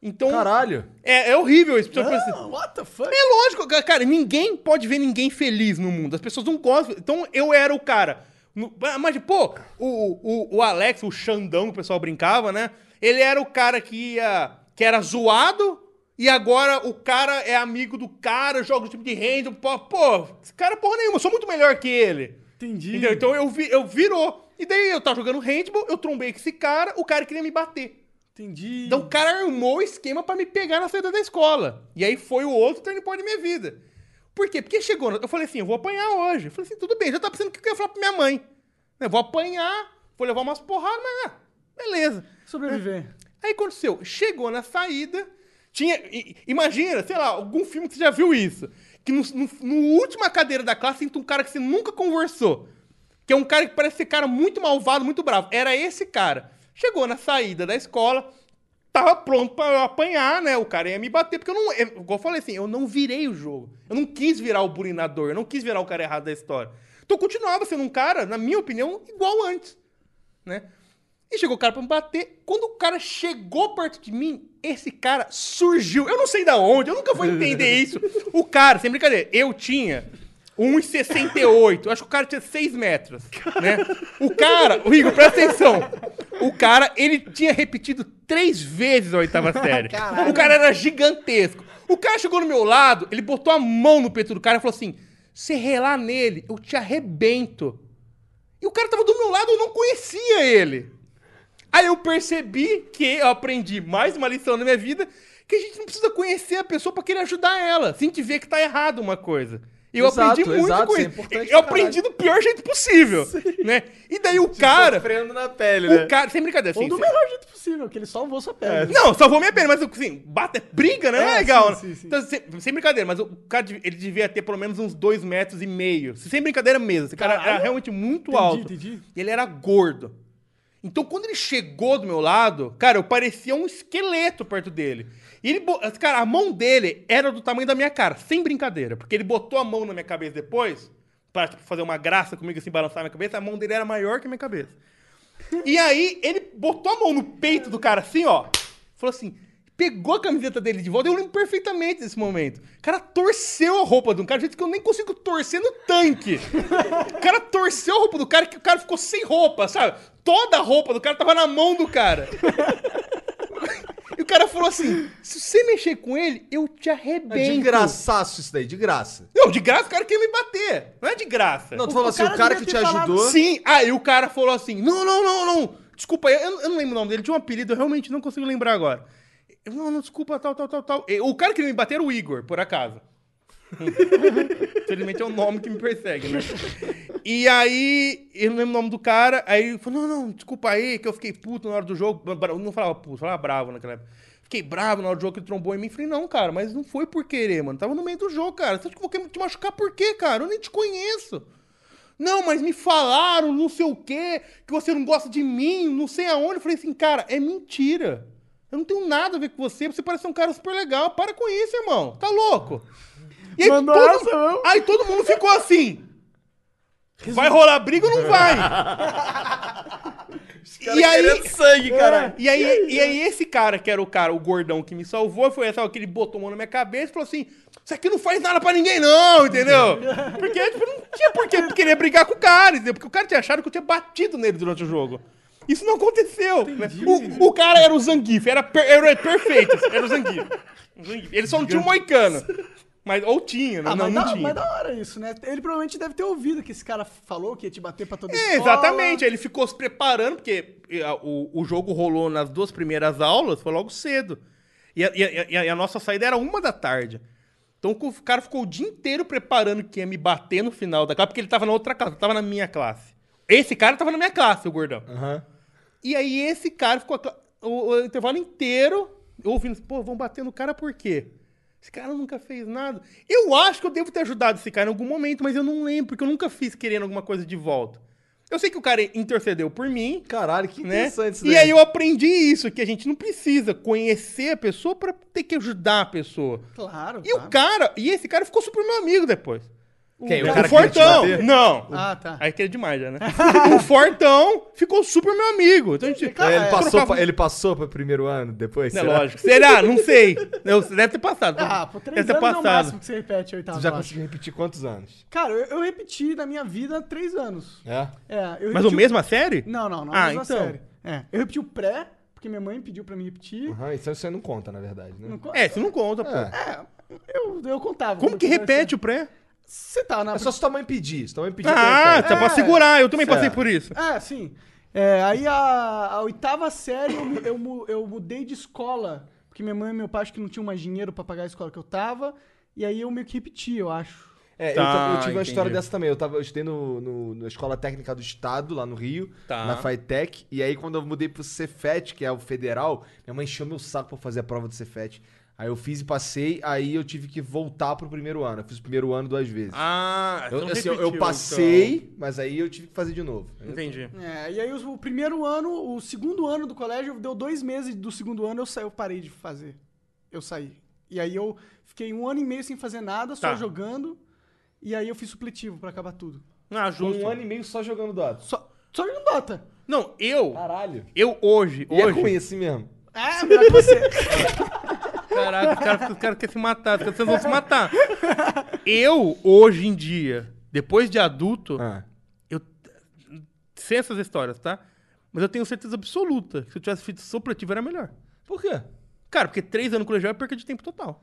S3: Então,
S2: Caralho.
S3: é, é horrível isso. Pessoa pensa-
S4: What the fuck?
S3: é lógico, ca- cara, ninguém pode ver ninguém feliz no mundo. As pessoas não gostam. Então eu era o cara. No- ah, Mas, pô, o, o, o Alex, o Xandão, que o pessoal brincava, né? Ele era o cara que ia. que era zoado. E agora o cara é amigo do cara, joga o time de handball. Pô, pô, esse cara é porra nenhuma, eu sou muito melhor que ele.
S4: Entendi.
S3: Entendeu? Então eu, vi, eu virou. E daí eu tava jogando handball, eu trombei com esse cara, o cara queria me bater.
S4: Entendi.
S3: Então o cara armou o esquema pra me pegar na saída da escola. E aí foi o outro turning point da minha vida. Por quê? Porque chegou. na- Eu falei assim, eu vou apanhar hoje. Eu falei assim, tudo bem, já tá pensando o que eu ia falar pra minha mãe. Eu vou apanhar, vou levar umas porradas, mas ah, beleza.
S4: Sobreviver.
S3: Aí aconteceu, chegou na saída, tinha. i- Imagina, sei lá, algum filme que você já viu isso. Que no, no, no última cadeira da classe entra um cara que você nunca conversou. Que é um cara que parece ser cara muito malvado, muito bravo. Era esse cara. Chegou na saída da escola, tava pronto pra eu apanhar, né? O cara ia me bater, porque eu não. é, Igual eu falei assim, eu não virei o jogo. Eu não quis virar o bulinador, eu não quis virar o cara errado da história. Então eu continuava sendo um cara, na minha opinião, igual antes. Né? E chegou o cara pra me bater. Quando o cara chegou perto de mim, esse cara surgiu. Eu não sei da onde, eu nunca vou entender isso. O cara, sem brincadeira, eu tinha 1,68. Eu acho que o cara tinha 6 metros. Né? O cara, o Igor, presta atenção. O cara, ele tinha repetido três vezes a oitava série. O cara era gigantesco. O cara chegou no meu lado, ele botou a mão no peito do cara e falou assim: se relar nele, eu te arrebento. E o cara tava do meu lado, eu não conhecia ele. Aí eu percebi que eu aprendi mais uma lição na minha vida, que a gente não precisa conhecer a pessoa pra querer ajudar ela, sem te ver que tá errado uma coisa. Eu
S2: Exato,
S3: aprendi muito
S2: exato,
S3: com
S2: isso é
S3: isso.
S2: importante
S3: eu
S2: pra
S3: aprendi do pior jeito possível, né? E daí o cara,
S2: Sofrendo na pele, né?
S3: o cara, sem brincadeira, assim,
S4: Ou do
S3: sem-
S4: melhor jeito possível, que ele salvou sua pele.
S3: não, salvou minha pena, mas assim, bate, briga, né? Não é,
S4: É,
S3: legal,
S4: sim,
S3: né?
S4: sim, sim.
S3: Então, sem, sem brincadeira, mas o cara de- ele devia ter pelo menos uns dois metros e meio. Sem brincadeira mesmo. Esse cara era
S4: Caralho.
S3: realmente muito
S4: Entendi,
S3: alto.
S4: entendi.
S3: E ele era gordo. Então, quando ele chegou do meu lado, cara, eu parecia um esqueleto perto dele. E ele, bo- cara, a mão dele era do tamanho da minha cara, sem brincadeira. Porque ele botou a mão na minha cabeça depois, pra tipo, fazer uma graça comigo, assim, balançar a minha cabeça. A mão dele era maior que a minha cabeça. E aí, ele botou a mão no peito do cara, assim, ó. Falou assim, pegou a camiseta dele de volta. Eu lembro perfeitamente desse momento. O cara torceu a roupa de um cara, do jeito que eu nem consigo torcer no tanque. O cara torceu a roupa do cara, que o cara ficou sem roupa, sabe? Toda a roupa do cara tava na mão do cara. E o cara falou assim: se você mexer com ele, eu te arrebento.
S2: É De graçaço isso daí, de graça.
S3: Não, de graça o cara quer me bater. Não é de graça.
S2: Não, tu falou assim, o
S4: cara
S2: cara que
S4: devia
S2: te
S4: ter falado
S2: ajudou...
S3: Sim, aí o cara falou assim: não, não, não, não. Desculpa, eu, eu não lembro o nome dele, tinha um apelido, eu realmente não consigo lembrar agora. Eu, não, não, desculpa, tal, tal, tal, tal. E O cara que me bater era o Igor, por acaso. Infelizmente é o nome que me persegue, né? E aí, eu não lembro o nome do cara, aí ele falou: não, não, desculpa aí, que eu fiquei puto na hora do jogo. Bra- Eu não falava puto, falava bravo naquela época. Fiquei bravo na hora do jogo que ele trombou em mim. Falei, não, cara, mas não foi por querer, mano. Tava no meio do jogo, cara. Você acha que eu vou te machucar por quê, cara? Eu nem te conheço. Não, mas me falaram, não sei o quê, que você não gosta de mim, não sei aonde. Eu falei assim, cara, é mentira. Eu não tenho nada a ver com você, você parece ser um cara super legal. Para com isso, irmão. Tá louco? E aí,
S4: Mandou
S3: todo,
S4: essa, não?
S3: aí todo mundo ficou assim. Vai rolar briga ou não vai? E aí- É,
S2: querendo sangue, caralho.
S3: E aí, e aí esse cara, que era o cara, o gordão que me salvou, foi essa hora que ele botou a mão na minha cabeça e falou assim: Isso aqui não faz nada pra ninguém, não, entendeu? Porque tipo, não tinha por que querer brigar com o cara, entendeu? Porque o cara tinha achado que eu tinha batido nele durante o jogo. Isso não aconteceu. né? O, o cara era o Zangief, era, per- era perfeito. Era o Zangief. O Zangief. Ele só não tinha o Moicano. Mas, ou tinha, né?
S4: Um Ah,
S3: não,
S4: mas,
S3: não
S4: da,
S3: tinha.
S4: mas da hora isso, né? Ele provavelmente deve ter ouvido que esse cara falou que ia te bater pra toda
S3: É,
S4: escola.
S3: exatamente. Ele ficou se preparando, porque eh, a- o, o jogo rolou nas duas primeiras aulas, foi logo cedo. E a, e a- e a- e a nossa saída era uma da tarde. Então o cara ficou o dia inteiro preparando que ia me bater no final da classe, porque ele tava na outra classe, tava na minha classe. Esse cara tava na minha classe, o gordão. E aí esse cara ficou acla- o, o intervalo inteiro ouvindo, pô, vão bater no cara por quê? Esse cara nunca fez nada. Eu acho que eu devo ter ajudado esse cara em algum momento, mas eu não lembro, porque eu nunca fiz querendo alguma coisa de volta. Eu sei que o cara intercedeu por mim,
S2: Caralho, que
S3: né?
S2: interessante isso
S3: E
S2: daí.
S3: aí eu aprendi isso, que a gente não precisa conhecer a pessoa pra ter que ajudar a pessoa.
S4: Claro.
S3: E o
S4: tá.
S3: cara, e esse cara ficou super meu amigo depois.
S2: Quem?
S3: O,
S2: cara que queria te
S3: Fortão!
S2: bater?
S3: Não!
S4: Ah, tá.
S3: Aí que é demais já, né? o Fortão ficou super meu amigo. Então a gente.
S2: É, ele, passou
S3: trocava-
S2: pra, ele passou pro primeiro ano depois?
S3: Não é
S2: será?
S3: lógico. Será? Não sei. Eu, deve ter passado.
S4: Ah, por três
S3: deve ter
S4: anos é o
S3: passado.
S4: máximo que você repete a oitava.
S2: Tu já
S4: eu acho.
S2: conseguiu repetir quantos anos?
S4: Cara, eu, eu repeti na minha vida três anos.
S2: É?
S4: É, eu
S3: Mas
S4: repeti
S3: o mesmo a série?
S4: Não, não, não.
S3: Ah,
S4: Ah, então.
S3: então.
S4: Série. É, eu repeti o pré, porque minha mãe pediu pra mim repetir.
S2: Aham, isso, isso aí não conta, na verdade, né?
S4: Não co-
S3: É, isso não conta, pô.
S2: É.
S4: Eu, eu contava.
S3: Como que repete o pré?
S4: Você tá na...
S2: É só se tua mãe pedir. Se tua mãe pedir, É.
S3: Ah,
S2: tu
S3: tá
S2: repete.
S3: pra segurar. Eu também passei por isso.
S4: É, sim. É, aí a, a oitava série eu, mu- eu, mu- eu mudei de escola, porque minha mãe e meu pai acho que não tinham mais dinheiro pra pagar a escola que eu tava, e aí eu meio que repeti, eu acho.
S2: É, eu tam-
S3: Tá,
S2: eu, tive uma
S3: entendi.
S2: história dessa também. Eu, tava, eu estudei no, no- na Escola Técnica do Estado, lá no Rio,
S3: Tá.
S2: na FITEC. E aí, quando eu mudei pro Cefet, que é o federal, minha mãe encheu meu saco pra fazer a prova do Cefet. Aí eu fiz e passei, aí eu tive que voltar pro primeiro ano. Eu fiz o primeiro ano duas vezes.
S3: Ah,
S2: eu,
S3: então
S2: assim, eu- eu
S3: repetiu,
S2: passei, mas aí eu tive que fazer de novo.
S3: então. Entendi.
S4: É, e aí os- o primeiro ano, o segundo ano do colégio, deu dois meses do segundo ano, eu, saí, eu parei de fazer. Eu saí. E aí eu fiquei um ano e meio sem fazer nada, só
S3: Tá.
S4: jogando, e aí eu fiz supletivo pra acabar tudo.
S3: Ah, justo.
S2: Um ano e meio só jogando Dota.
S4: Só, só jogando Dota.
S3: Não, eu.
S2: Caralho.
S3: Eu hoje.
S2: E é
S3: hoje
S2: com isso mesmo.
S4: É, melhor que você.
S3: Caraca, os caras cara querem se matar, os caras vocês vão se matar. Eu, hoje em dia, depois de adulto,
S2: Ah.
S3: eu. Sem essas histórias, tá? Mas eu tenho certeza absoluta que se eu tivesse feito supletivo era melhor.
S2: Por quê?
S3: Cara, porque três anos no colegial é perca de tempo total.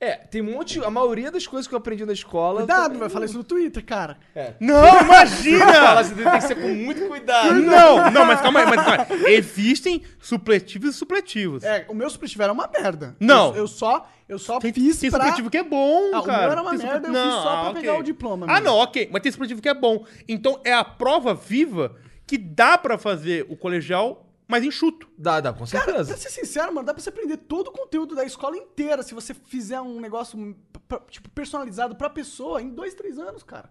S2: É, tem um monte. A maioria das coisas que eu aprendi na escola. tá
S4: Cuidado, vai falar isso no Twitter, cara.
S3: Não, imagina!
S2: Você tem que ser com muito cuidado.
S3: não, não, mas calma aí, mas calma aí. Existem supletivos e supletivos.
S4: É, o meu supletivo era uma merda.
S3: Não.
S4: Eu, eu só, eu só
S3: Tem,
S4: fiz
S3: tem
S4: pra...
S3: supletivo que é bom,
S4: Ah, o
S3: cara.
S4: meu era uma
S3: Tem
S4: merda,
S3: supletivo-
S4: eu fiz só pra
S3: ok.
S4: pegar o diploma
S3: Ah,
S4: mesmo.
S3: não, ok. Mas tem supletivo que é bom. Então é a prova viva que dá pra fazer o colegial, mas enxuto.
S2: Dá, dá,
S3: é
S2: com
S4: Cara,
S2: certeza.
S4: pra ser sincero, mano, dá pra você aprender todo o conteúdo da escola inteira se você fizer um negócio, pra- pra- tipo, personalizado pra pessoa em dois, três anos, cara.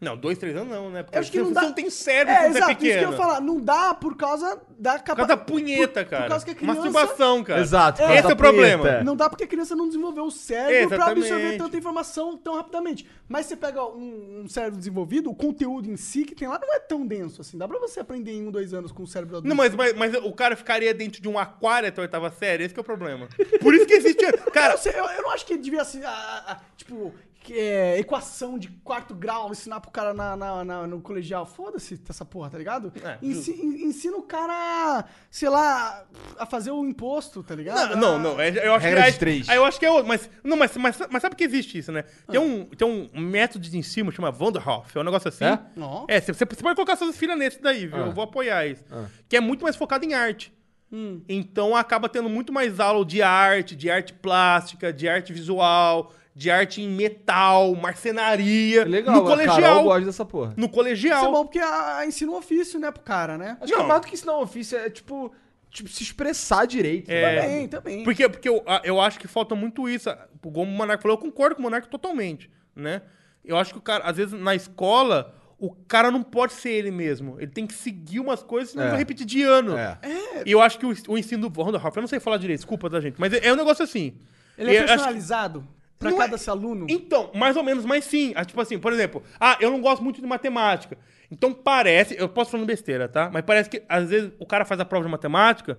S3: Não, dois, três anos não, né? Porque
S4: Eu acho que não
S3: você
S4: dá-
S3: não tem cérebro
S4: É,
S3: quando você é
S4: exato,
S3: pequeno.
S4: isso que eu ia falar. Não dá por causa da
S3: Por causa
S4: capacidade.
S3: da punheta, cara.
S4: Por causa que a criança...
S3: Masturbação, cara.
S2: Exato.
S3: Esse é o problema.
S4: Não dá porque a criança não desenvolveu o cérebro pra
S3: Exatamente.
S4: absorver tanta informação tão rapidamente. Mas você pega um, um cérebro desenvolvido, o conteúdo em si que tem lá não é tão denso assim. Dá pra você aprender em um, dois anos com o cérebro adulto.
S3: Não, mas, mas, mas o cara ficaria dentro de um aquário até a oitava série, esse que é o problema. Por isso que existe.
S4: Eu
S3: Cara,
S4: não, sei, eu, eu não acho que devia assim, a- a- a- tipo, que é, equação de quarto grau ensinar pro cara na, na- na- no colegial. Foda-se essa porra, tá ligado?
S3: É,
S4: Ensi- en- ensina o cara, sei lá, a fazer o imposto, tá ligado?
S3: Não, não, não. é- Eu acho
S2: Regra
S3: que,
S2: de três.
S3: Aí eu acho que é outro. Mas, não, mas, mas, mas sabe que existe isso, né? Tem, um, tem um método de ensino chama Vanderhoff. É um negócio assim.
S2: É?
S4: Ó.
S3: É, você, você pode colocar suas filhas nesse daí, viu?
S2: Ah.
S3: Eu vou apoiar isso. Que é muito mais focado em arte.
S4: Hum.
S3: Então acaba tendo muito mais aula de arte, de arte plástica, de arte visual, de arte em metal, marcenaria.
S2: É Legal,
S3: no
S2: A Carol
S3: colegial.
S2: gosta dessa porra.
S3: No
S4: Isso é
S3: colegial.
S4: bom porque a, a ensina um ofício, né, pro cara, né?
S2: Acho que
S3: Não.
S2: mais do que ensinar um ofício é, tipo, tipo se expressar direito.
S3: É.
S4: Também, também.
S3: Porque, porque eu, a- eu acho que falta muito isso. Como o Monarca falou, eu concordo com o Monarca totalmente, né? Eu acho que o cara, às vezes, na escola, o cara não pode ser ele mesmo. Ele tem que seguir umas coisas, senão
S2: É.
S3: ele vai repetir de ano.
S2: É.
S3: E eu acho que o, ens- o ensino do Randolph, eu não sei falar direito, desculpa, tá, gente? Mas é, é um negócio assim.
S4: Ele é
S3: Eu acho que-
S4: personalizado. Pra
S3: Não
S4: cada
S3: é-
S4: aluno?
S3: Então, mais ou menos, mas sim. Ah, Tipo assim, por exemplo, ah, eu não gosto muito de matemática. Então parece, eu posso falando besteira, tá? Mas parece que às vezes o cara faz a prova de matemática,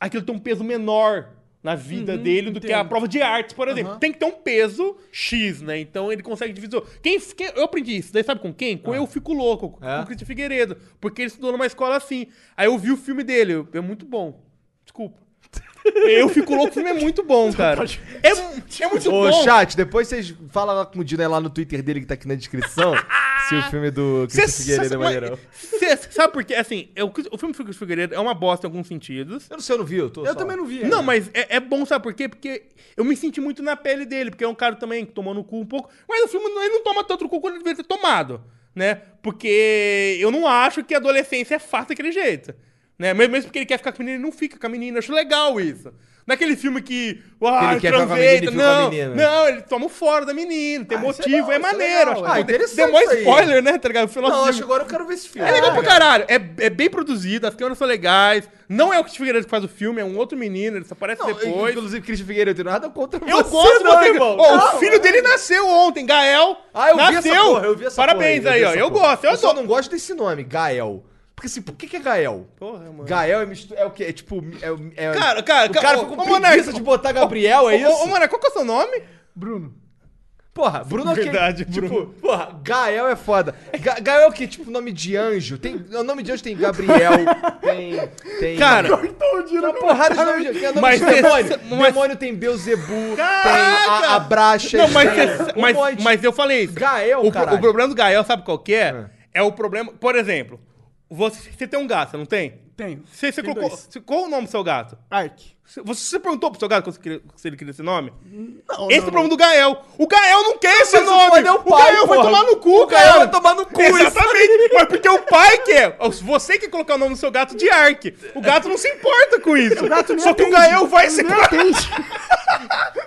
S3: aquilo tem um peso menor na vida dele do que a
S4: entendo.
S3: prova de artes, por exemplo. Tem que ter um peso X, né? Então ele consegue dividir. Quem, quem- eu aprendi isso, daí sabe com quem? Com Eu Fico Louco, com
S2: É?
S3: o Cristian Figueiredo. Porque ele estudou numa escola assim. Aí eu vi o filme dele, eu- é muito bom. Desculpa. Eu Fico Louco, o filme é muito bom, cara. É, mu- é muito
S2: Ô,
S3: bom.
S2: chat, depois vocês falam lá com o Dino é lá no Twitter dele que tá aqui na descrição. se o filme do
S3: Cê-
S2: Cristo Figueiredo é
S3: cê-
S2: maneirão.
S3: cê- cê sabe por quê? Assim, eu- o filme do Figueiredo Figueiredo é uma bosta em alguns sentidos.
S2: Eu não sei, eu não vi. Eu, tô
S4: Eu também não vi.
S3: Não, mas é, é bom, sabe por quê? Porque eu me senti muito na pele dele, porque é um cara também que tomou no cu um pouco. Mas o filme não- ele não toma tanto no cu quanto ele deveria ter tomado, né? Porque eu não acho que a adolescência é fácil daquele jeito. Né? Mesmo mesmo porque ele quer ficar com a menina, ele não fica com a menina. Eu acho legal isso. Naquele filme que. Ah,
S2: Ele quer ficar com a menina e
S3: transei,
S2: fica com a
S3: não,
S2: menina.
S3: Não, ele toma o fora da menina, tem
S4: Ah, isso é
S3: motivo,
S4: bom,
S3: é,
S4: isso é
S3: maneiro.
S4: legal,
S3: acho
S4: é.
S3: que
S2: Ah, interessante
S3: Deu mó
S2: isso aí.
S3: spoiler, né? Tá ligado? O final
S2: Não,
S3: do filme-
S2: acho que agora eu quero ver esse filme.
S3: é legal
S2: cara.
S3: pra caralho. É, é bem produzido, as câmeras são legais. Não é o Kit Figueiredo que faz o filme, é um outro menino, ele só aparece
S2: Não,
S3: depois. Eu,
S2: é, Inclusive, Cristo Figueiredo, eu tenho nada contra você,
S3: gosto
S2: não,
S3: do
S2: irmão.
S3: Ó,
S2: Não.
S3: O filho dele nasceu ontem, Gael.
S2: Ah, eu
S3: nasceu.
S2: vi essa porra, eu vi essa
S3: é Parabéns
S2: porra
S3: aí,
S2: vi
S3: ó.
S2: essa
S3: Eu
S2: porra.
S3: gosto, eu,
S2: eu só
S3: adoro.
S2: não gosto desse nome, Gael. Porque assim, por que que é Gael?
S3: Porra, mano.
S2: Gael é, mistu... é o quê? É tipo... É, é...
S3: Cara, cara,
S2: o cara
S3: ô,
S2: ficou com
S3: ô,
S2: preguiça
S3: Monark,
S2: de botar Gabriel, é
S3: Ô, ô,
S2: isso?
S3: ô, mano, qual que é o seu nome?
S4: Bruno.
S2: Porra, Bruno é
S3: Verdade,
S2: tipo,
S3: Bruno.
S2: porra, Gael é foda. Ga Gael é o quê? Tipo, nome de anjo. Tem, o nome de anjo tem Gabriel, tem... tem...
S3: Cara,
S2: tem uma porrada de nome de anjo. Tem nome
S3: Mas
S2: de
S3: esse-
S2: demônio.
S3: mas-
S2: Demônio tem Beuzebu, tem
S3: Caraca!
S2: a, Abraxas,
S3: não, mas,
S2: tem
S3: cê-
S2: um
S3: mas,
S2: monte.
S3: mas eu falei isso.
S2: Gael,
S3: o, pro-
S2: caralho.
S3: o problema do Gael, sabe qual que é? É, o problema... Por exemplo, você, você tem um gato, você não tem?
S4: Tenho.
S3: Você, você
S4: Tem
S3: colocou,
S4: dois.
S3: você- qual o nome do seu gato?
S4: Ark.
S3: Você- Você perguntou pro seu gato quando você queria- se ele queria esse nome? esse é o problema do Gael. O Gael não quer esse
S2: mas o
S3: nome.
S2: foda é o pai,
S3: Gael vai
S2: porra.
S3: tomar no cu,
S2: O Gael
S3: cara.
S2: vai tomar no cu,
S3: Exatamente. mas porque é o pai quer. Você quer colocar o nome do seu gato de Ark. O gato não se importa com isso.
S4: gato nem
S3: Só que o
S4: atende.
S3: Gael vai se...
S4: Ele é não é atende.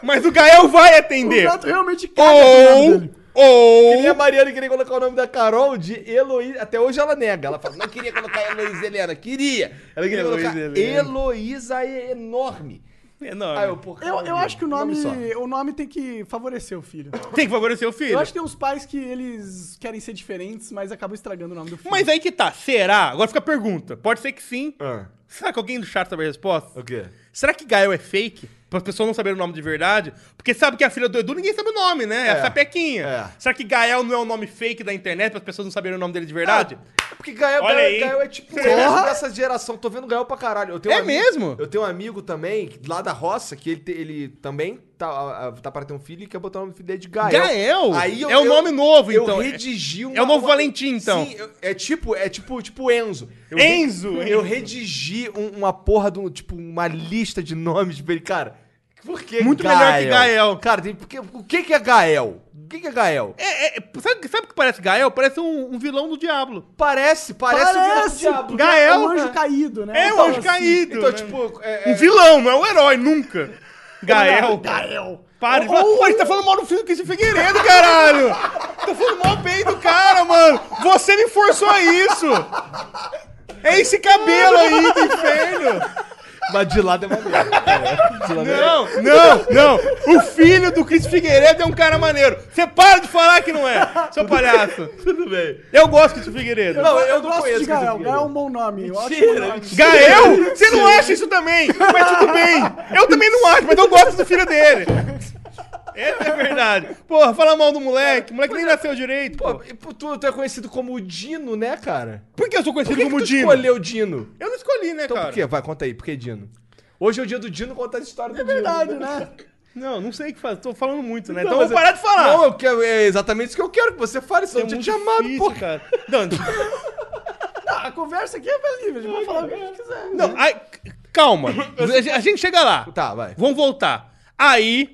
S3: Mas o Gael vai
S4: O
S3: atender.
S4: gato realmente caga pro nome
S3: Ou... um.
S4: dele.
S2: Que nem a
S3: Ou...
S2: Mariana queria colocar o nome da Carol de Heloísa. Até hoje ela nega. Ela fala, não queria colocar Heloísa Helena. Queria. Ela queria
S3: Heloísa
S2: colocar
S3: Helena.
S2: Heloísa é enorme.
S3: Enorme.
S2: Aí Ah, eu, pô,
S4: Eu, eu acho que o nome,
S2: um só.
S4: o nome tem que favorecer o filho.
S3: Tem que favorecer o filho.
S4: Eu acho que tem uns pais que eles querem ser diferentes, mas acabam estragando o nome do filho.
S3: Mas aí que tá. Será? Agora fica a pergunta. Pode ser que sim.
S2: Ah,
S3: Será que alguém do chat sabe a resposta?
S2: o quê?
S3: Será que Gael é fake? Para as pessoas não saberem o nome de verdade? Porque sabe que a filha do Edu ninguém sabe o nome, né? É,
S2: É.
S3: a Sapequinha.
S2: É.
S3: Será que Gael não é um nome fake da internet para as pessoas não saberem o nome dele de verdade?
S2: Porque Gael,
S3: Olha
S2: Gael,
S3: aí.
S2: Gael é tipo
S3: Porra!
S2: dessa geração. Tô vendo Gael pra caralho. Eu tenho
S3: É mesmo?
S2: Eu tenho um amigo também, lá da roça, que ele, te- ele também tá, ah, tá pra ter um filho e quer botar o nome do filho dele de Gael.
S3: Gael?
S2: Aí eu-
S3: É o
S2: eu-
S3: nome novo,
S2: eu
S3: então.
S2: redigi
S3: É o novo Valentim, então.
S2: Sim, eu- é tipo, é tipo, tipo Enzo. Eu
S3: Enzo,
S2: re-
S3: Enzo.
S2: Eu redigi um- uma porra de um, tipo, uma lista de nomes pra ele, cara. Por que
S3: Muito melhor que Gael.
S2: Cara, tem, porque, o que que é Gael? O que que é Gael?
S3: É, é, sabe, sabe o que parece Gael? Parece um, um vilão do Diablo.
S2: Parece, parece, o vilão do
S4: Parece,
S2: diabo.
S4: porque
S3: Gael,
S4: é um anjo
S3: né?
S4: caído, né?
S3: É um
S4: Então,
S3: anjo
S4: assim,
S3: caído.
S2: Então,
S3: né?
S2: tipo, é,
S3: Um
S2: é-
S3: vilão, não é um herói, nunca. Gael.
S4: Gael.
S3: Para de falar. Pô, a gente tá falando mal do filho do Cristian Figueiredo, caralho! Tá falando mal bem do cara, mano! Você me forçou a isso! É esse cabelo aí do inferno!
S2: mas de lado é maneiro. é
S3: Não, não, não! O filho do Cristian Figueiredo é um cara maneiro! Você para de falar que não é, seu palhaço!
S2: Tudo bem.
S3: Eu gosto do Cristian Figueiredo.
S2: Não, eu
S4: Eu,
S2: não
S4: gosto
S2: conheço
S4: de
S2: esse
S4: Gael.
S2: filho.
S4: Gael é um bom nome. eu acho um bom nome.
S3: Gael? Você não acha isso também? Mas tudo bem. Eu também não acho, mas eu gosto do filho dele. Essa é a verdade. Porra, fala mal do moleque. O moleque nem nasceu direito.
S2: Pô,
S3: Pô,
S2: e pô, tu, tu é conhecido como o Dino, né, cara?
S3: por que eu sou conhecido
S2: Por que, que
S3: como
S2: tu
S3: Dino?
S2: escolheu Dino?
S3: Eu não escolhi, né,
S2: Então
S3: cara?
S2: por quê? Vai, conta aí, por que Dino? Hoje é o dia do Dino contar a história do Dino. É
S4: Verdade, né?
S3: Não, não sei o que fazer. Tô falando muito, né? então
S2: mas é-
S3: vou parar de falar. Tá é
S2: Não, eu quero, é exatamente isso que eu quero que você fale, senão eu
S3: muito
S2: te chamado,
S3: difícil,
S2: porra.
S3: cara. Não,
S4: Ah, a conversa aqui é pra livre. A gente pode falar o que a gente quiser.
S3: não ai, c- calma. A gente- A gente chega lá.
S2: Tá, vai.
S3: Vamos voltar. Aí,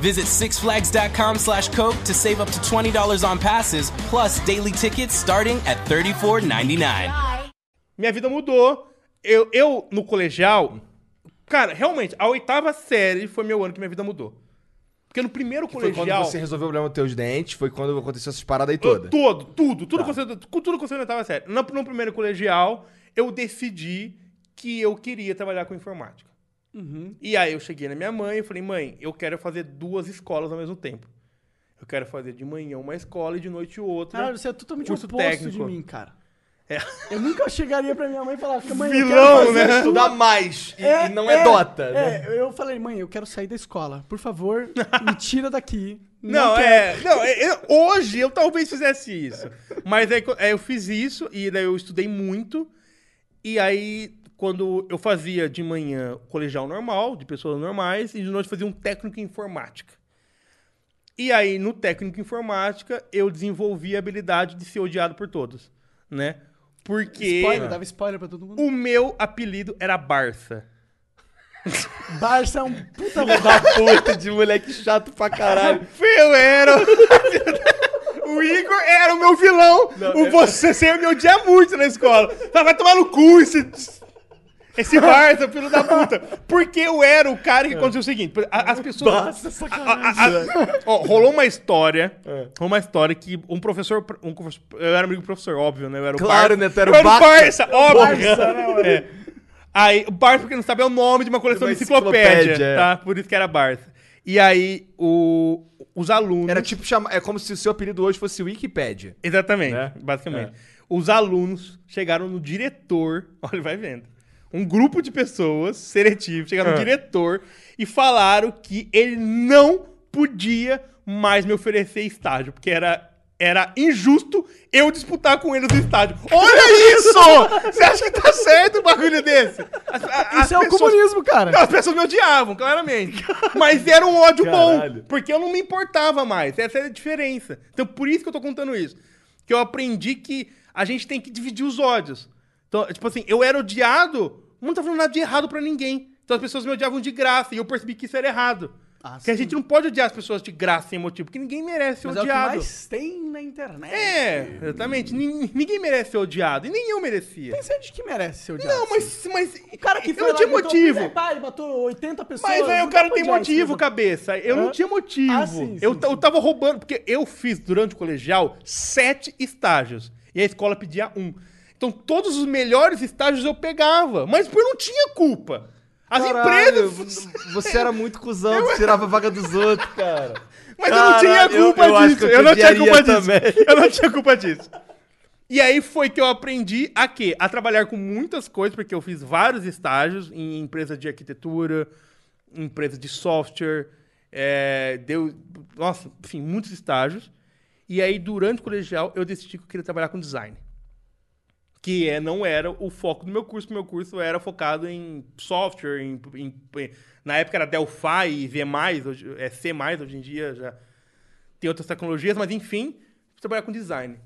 S7: Visit sixflags.com slash Coke to save up to $20 on passes, plus daily tickets starting at $34.99.
S6: Fly.
S3: Minha vida mudou. Eu, eu, no colegial. Cara, realmente, a oitava série foi meu ano que minha vida mudou. Porque no primeiro
S2: Foi
S3: colegial.
S2: quando você resolveu o problema dos teus dentes, foi quando aconteceu essas paradas aí todas.
S3: Todo, tudo, tudo que você, tudo que você não estava sério. No, no primeiro colegial, eu decidi que eu queria trabalhar com informática.
S4: Uhum.
S3: E aí eu cheguei na minha mãe e falei, mãe, eu quero fazer duas escolas ao mesmo tempo. Eu quero fazer de manhã uma escola e de noite outra.
S4: Caralho, você é totalmente
S3: Curso
S4: oposto de
S3: técnico.
S4: mim, cara.
S3: É.
S4: Eu nunca chegaria pra minha mãe e falar, mãe, eu quero
S2: Vilão,
S4: fazer
S2: né?
S4: tudo."
S2: Estudar mais. E, e não é, dota. né?
S4: É, eu falei, mãe, eu quero sair da escola. Por favor, me tira daqui.
S3: Não, é.
S4: quero.
S3: Não, é- eu- hoje eu talvez fizesse isso. Mas aí, co- aí eu fiz isso e daí eu estudei muito. E aí, quando eu fazia de manhã colegial normal, de pessoas normais, e de noite eu fazia um técnico em informática. E aí, no técnico em informática, eu desenvolvi a habilidade de ser odiado por todos, né? Porque
S4: Spoiler, tá dava spoiler pra todo mundo.
S3: o meu apelido era Barça.
S4: Barça é um puta lugar.
S2: Da puta de moleque chato pra caralho.
S3: Eu era. O Igor era o meu vilão. o
S2: é-
S3: você, você me odia muito na escola. Fala, Vai tomar no cu esse. Esse Barça, filho da puta. Porque eu era o cara
S2: É.
S3: que aconteceu o seguinte: a- as pessoas. a- a- a- ó, rolou uma história.
S2: É.
S3: Rolou uma história que um professor. Um, professor- eu era amigo do professor, óbvio, né? Eu era o
S2: Claro, né?
S3: Barça.
S2: Tu era o
S3: Eu era o
S2: Barça. né,
S3: Barça, óbvio. É. Aí, o Barça, porque não sabe, é o nome de uma coleção
S2: Uma
S3: de enciclopédia,
S2: enciclopédia, é.
S3: tá? Por isso que era Barça. E aí, o, os alunos.
S2: Era tipo chamar. É como se o seu apelido hoje fosse Wikipedia.
S3: Exatamente,
S2: Né?
S3: basicamente.
S2: É.
S3: Os alunos chegaram no diretor, olha, vai vendo. Um grupo de pessoas, seletivo, chegaram
S2: Ah.
S3: no diretor e falaram que ele não podia mais me oferecer estágio, porque era, era injusto eu disputar com eles o estágio. Olha isso! Você acha que tá certo um bagulho desse? As- a- as
S4: Isso é o
S3: pessoas-
S4: comunismo, cara.
S3: não, as pessoas me odiavam, claramente. Mas era um ódio
S2: Caralho.
S3: bom, porque eu não me importava mais. Essa é a diferença. Então, por isso que eu tô contando isso. Que eu aprendi que a gente tem que dividir os ódios. Então, tipo assim, eu era odiado, não tava falando nada de errado pra ninguém. Então as pessoas me odiavam de graça e eu percebi que isso era errado.
S4: Ah,
S3: Porque a
S4: sim.
S3: gente não pode odiar as pessoas de graça sem motivo, porque ninguém merece ser
S4: Mas é o que
S3: odiado.
S4: mais tem na internet.
S3: É, exatamente. Nin- Ninguém merece ser odiado. E nem eu merecia.
S4: Tem gente que merece ser odiado.
S3: Não, mas, mas.
S4: O cara que
S3: eu
S4: foi
S3: não
S4: lá
S3: tinha
S4: e gritou,
S3: motivo.
S4: Pai, matou 80 pessoas.
S3: Mas aí
S4: não
S3: o cara
S4: dá pra
S3: tem
S4: odiar
S3: motivo,
S4: esse
S3: cabeça. Eu
S4: Hã?
S3: não tinha motivo.
S4: Ah, sim,
S3: eu,
S4: sim,
S3: ta- eu
S4: sim.
S3: tava roubando, porque eu fiz durante o colegial sete estágios. E a escola pedia um. Então todos os melhores estágios eu pegava. Mas eu não tinha culpa. As
S2: Caralho,
S3: empresas.
S2: Você era muito cuzão, você tirava a vaga dos outros, cara.
S3: Mas eu não
S2: Caralho,
S3: tinha culpa
S2: eu- eu acho
S3: disso.
S2: que
S3: Eu,
S2: eu
S3: não tinha
S2: judiaria
S3: culpa disso.
S2: também.
S3: Eu não tinha culpa disso. E aí foi que eu aprendi a quê? A trabalhar com muitas coisas, porque eu fiz vários estágios em empresa de arquitetura, em empresa de software, é, deu, nossa, enfim, muitos estágios. E aí, durante o colegial, eu decidi que eu queria trabalhar com design. Que é, não era o foco do meu curso, porque meu curso era focado em software, em, em- em- na época era Delphi e V+, hoje, é C+, hoje em dia já tem outras tecnologias, mas enfim, trabalhar com design.